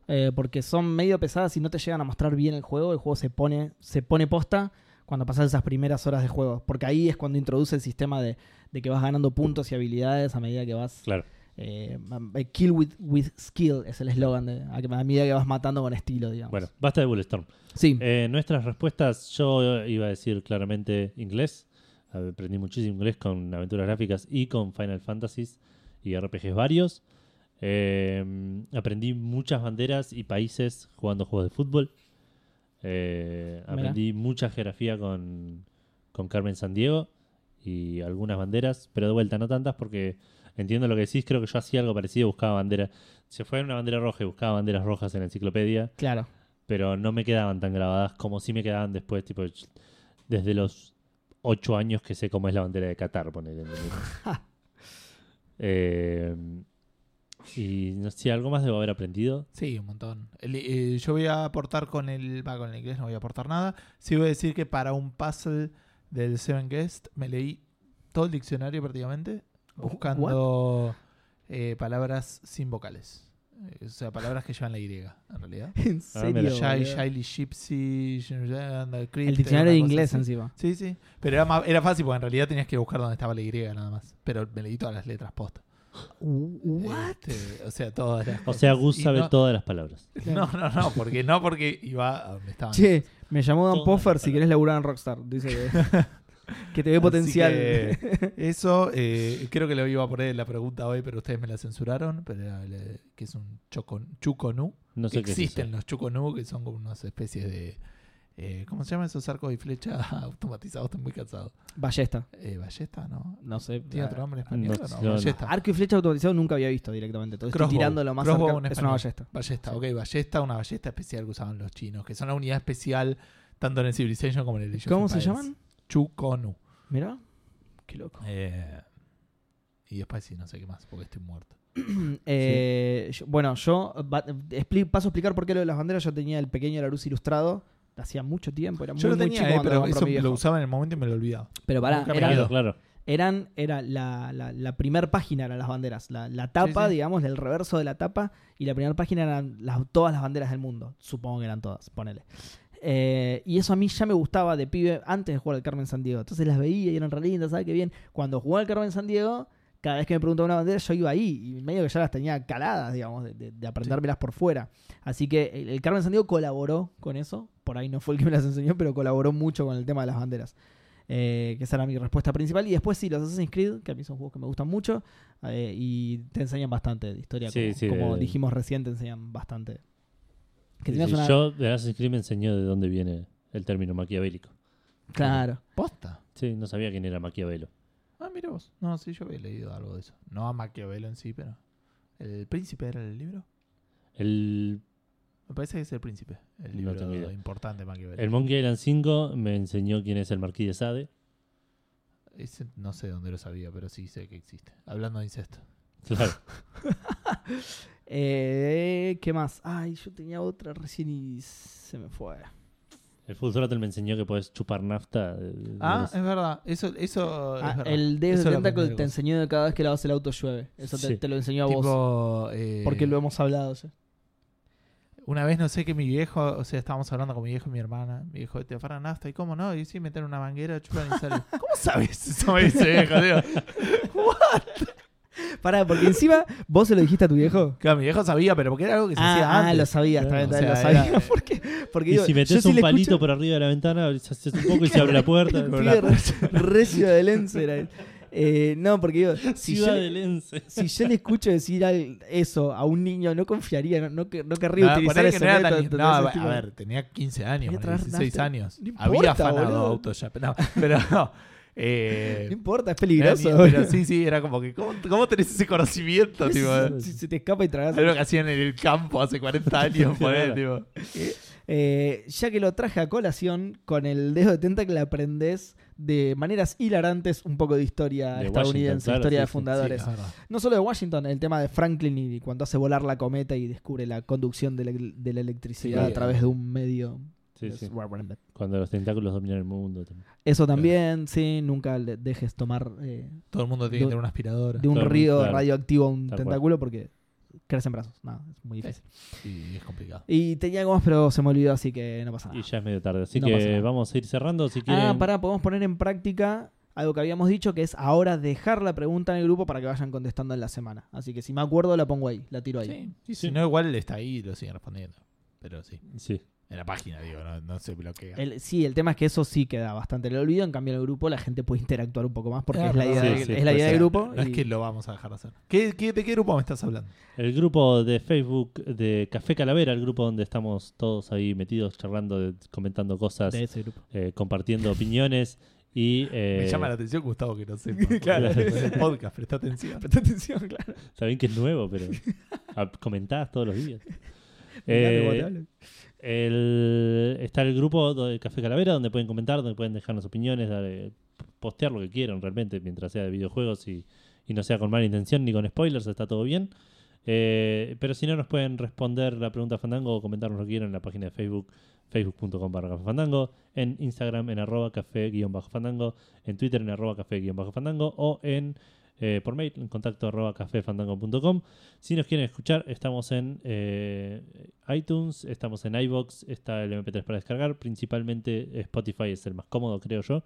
eh, porque son medio pesadas y no te llegan a mostrar bien el juego. El juego se pone, se pone posta cuando pasas esas primeras horas de juego. Porque ahí es cuando introduce el sistema de, de que vas ganando puntos y habilidades a medida que vas... Claro. eh, ma- eh, kill with, with skill es el eslogan. de- A, que- a medida que vas matando con estilo, digamos. Bueno, basta de Bulletstorm. Sí, Eh, nuestras respuestas, yo iba a decir claramente inglés. Aprendí muchísimo inglés con aventuras gráficas y con Final Fantasies y RPGs varios. Eh, aprendí muchas banderas y países jugando juegos de fútbol. Eh, Mirá. aprendí mucha geografía con, con Carmen San Diego y algunas banderas, pero de vuelta no tantas porque entiendo lo que decís. Creo que yo hacía algo parecido, buscaba banderas. Se fue una bandera roja y buscaba banderas rojas en la enciclopedia claro. pero no me quedaban tan grabadas como si me quedaban después, tipo, ch- desde los ocho años que sé cómo es la bandera de Qatar, ponele. ¿entendés? Eh, y no sé, algo más debo haber aprendido. Sí, un montón. El- eh, yo voy a aportar con el. Va, con el inglés no voy a aportar nada. Sí voy a decir que para un puzzle del Seven Guest me leí todo el diccionario prácticamente buscando eh, palabras sin vocales. Eh, O sea, palabras que llevan la Y, en realidad. En Ah, serio, Shy, boludo. Shyly, Gypsy, El El diccionario de inglés encima. Sí, sí. Pero era, más- era fácil porque en realidad tenías que buscar dónde estaba la Y nada más. Pero me leí todas las letras posta. Uh, What? Este, o sea, todas las O sea, cosas. Gus Y sabe no- todas las palabras. No, no, no, porque no, porque iba a donde estaban. Che, me llamó Dan Todo Poffer mal. si querés laburar en Rockstar. Dice que, que te ve Así potencial. que Eso, eh, creo que lo iba a poner en la pregunta hoy, pero ustedes me la censuraron. Pero era el- que es un chocon, chuconú. No sé qué es Existen eso. los chuconú, que son como unas especies de. eh, ¿Cómo se llaman esos arcos y flechas automatizados? Estoy muy cansado. Ballesta. Eh, ¿Ballesta? ¿No? ah, No sé. ¿Tiene otro nombre en español? Ah, no, o no? no, no. Ballesta. Arco y flecha automatizado nunca había visto directamente. Entonces estoy Crossbow. tirando lo más Crossbow cerca- en Es una español. ballesta. Ballesta, Sí. ok, ballesta, una ballesta especial que usaban los chinos, que son la unidad especial tanto en el Civilization como en el Age of ¿Cómo se Empires. llaman? Chukonu. Mirá. Qué loco. Eh, y después sí, no sé qué más, porque estoy muerto. Eh, yo- bueno, yo va- expli- paso a explicar por qué lo de las banderas. Yo tenía el pequeño Larus ilustrado. Hacía mucho tiempo. Era muy, Yo lo muy tenía, chico eh, cuando pero compró eso mi viejo. lo usaba en el momento y me lo olvidaba. Pero pará, nunca me era, Claro, claro. eran era la, la, la primer página eran las banderas la, la tapa sí. digamos el reverso de la tapa y la primera página eran las, todas las banderas del mundo supongo que eran todas ponele Eh, y eso a mí ya me gustaba de pibe antes de jugar al Carmen San Diego entonces las veía y eran re lindas ¿sabes qué bien cuando jugaba al Carmen San Diego cada vez que me preguntaba una bandera yo iba ahí y medio que ya las tenía caladas digamos de, de- de aprendérmelas por fuera así que el, el Carmen San Diego colaboró con eso por ahí no fue el que me las enseñó pero colaboró mucho con el tema de las banderas eh, que esa era mi respuesta principal. Y después sí, los Assassin's Creed, que a mí son juegos que me gustan mucho eh, y te enseñan bastante de historia. Sí, como sí, como de- dijimos recién, te enseñan bastante. Que Sí, tengas sí, una- Yo de Assassin's Creed me enseñó de dónde viene el término maquiavélico. Claro. ¿Posta? Sí, no sabía quién era Maquiavelo. Ah, mira vos. No, sí, yo había leído algo de eso. No a Maquiavelo en sí, pero... ¿El príncipe era el libro? El, Me parece que es el príncipe. El No libro tengo idea. importante de Maquiavelo. el Monkey Island 5 me enseñó quién es el Marquis de Sade. Ese no sé dónde lo sabía, pero sí sé que existe. Hablando de incesto. Claro. Eh, ¿Qué más? Ay, yo tenía otra recién y se me fue. El Full Throttle me enseñó que podés chupar nafta. eh, de- de- de Ah, los- es verdad. Eso, eso es Ah, verdad. el Deus Eso lo Tentacle aprendí te de enseñó que cada vez que lavas el auto llueve. Eso te, Sí. te lo enseñó a vos. vos. Tipo, eh, Porque lo hemos hablado. ya. Una vez no sé que mi viejo, o sea, estábamos hablando con mi viejo y mi hermana. Mi viejo, te afaran nafta y cómo no. Y sí, meter una manguera, chupan y sale. ¿Cómo sabes eso? Me dice viejo, digo. Pará, porque encima vos se lo dijiste a tu viejo. Claro, mi viejo sabía, pero porque era algo que se hacía Ah, ah, antes. lo sabía, está Claro, bien, o está bien, sea, lo era- sabía. Porque, porque Y digo, si yo metes sí un le palito escucho- por arriba de la ventana, se hace un poco y se abre la puerta. el con pibe la- re- re ciudadelense era él. Eh, no, porque digo, si yo, le- Ciudadelense. si yo le escucho decir al- eso a un niño, no confiaría, no, no, que- no querría No, utilizar ponele que ese no era método, tan- ¿entendés? no, Es a tipo- ver, tenía 15 años, Tenía ponele, atrás 16 nafta. años. No importa, Había afanado boludo. autos ya, pero no. Pero, no, eh, No importa, es era peligroso. ni- boludo. pero sí, sí, era como que, ¿cómo, cómo tenés ese conocimiento? Es- tipo, eh? si se te escapa y tragas. algo que hacían en el campo hace 40 años, ponele, tipo. Eh, ya que lo traje a colación, con el dedo de tentacle aprendes de maneras hilarantes un poco de historia De Washington, estadounidense, claro, historia sí, de sí, sí, fundadores. Sí, es verdad. No solo de Washington, el tema de Franklin y cuando hace volar la cometa y descubre la conducción de la, de la electricidad Sí, a través de un medio. Sí, sí. Es- Cuando los tentáculos dominan el mundo. también. Eso también, sí, nunca le dejes tomar eh, Todo el mundo tiene De- que tener una aspiradora. de un Claro, río claro. radioactivo a un Tal cual. tentáculo porque crecen brazos. No, es muy difícil. Y es complicado. Y tenía algo más, pero se me olvidó, así que no pasa nada. Y ya es medio tarde. Así Ah. No pasa que nada. vamos a ir cerrando. Si quieren, Ah, pará, podemos poner en práctica algo que habíamos dicho, que es ahora dejar la pregunta en el grupo para que vayan contestando en la semana. Así que si me acuerdo, la pongo ahí, la tiro ahí. Sí, y Sí. si no, igual está ahí y lo siguen respondiendo. Pero sí, sí. en la página, digo, no, no se bloquea. El, sí, el tema es que eso sí queda bastante en el olvido. En cambio, en el grupo la gente puede interactuar un poco más porque Ah, es la idea, sí, de- sí, es la puede idea del ser. grupo. No es y- que lo vamos a dejar de hacer. ¿Qué, qué- de qué grupo me estás hablando? El grupo de Facebook de Café Calavera, el grupo donde estamos todos ahí metidos, charlando, de- comentando cosas, de ese grupo. eh, compartiendo opiniones y... eh, Me llama la atención, Gustavo, que no sepa. Claro. Es el podcast, presta atención. Presta atención, claro. Está bien que es nuevo, pero ah, comentás todos los días. Mirá Eh, cómo te hablan. el- está el grupo do- de Café Calavera donde pueden comentar, donde pueden dejarnos opiniones, dar, eh, postear lo que quieran realmente, mientras sea de videojuegos y, y no sea con mala intención ni con spoilers, está todo bien. Eh, pero si no, nos pueden responder la pregunta Fandango o comentarnos lo que quieran en la página de Facebook, facebook.com barra Café Fandango, en Instagram en arroba café guión bajo fandango, en Twitter en arroba café guión bajo fandango o en eh, por mail en contacto arroba cafefandango.com. Si nos quieren escuchar, estamos en eh, iTunes, estamos en iBox, está el MP3 para descargar, principalmente Spotify es el más cómodo, creo yo.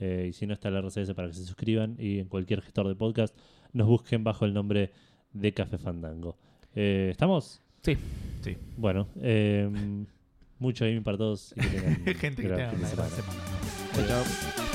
Eh, y si no, está el RCS para que se suscriban y en cualquier gestor de podcast nos busquen bajo el nombre de Café Fandango. Eh, ¿Estamos? Sí. Sí. Bueno, eh, mucho gaming para todos. y que tengan Gente que gran tenga fin de una gran semana. semana. Chao, chao. Adiós.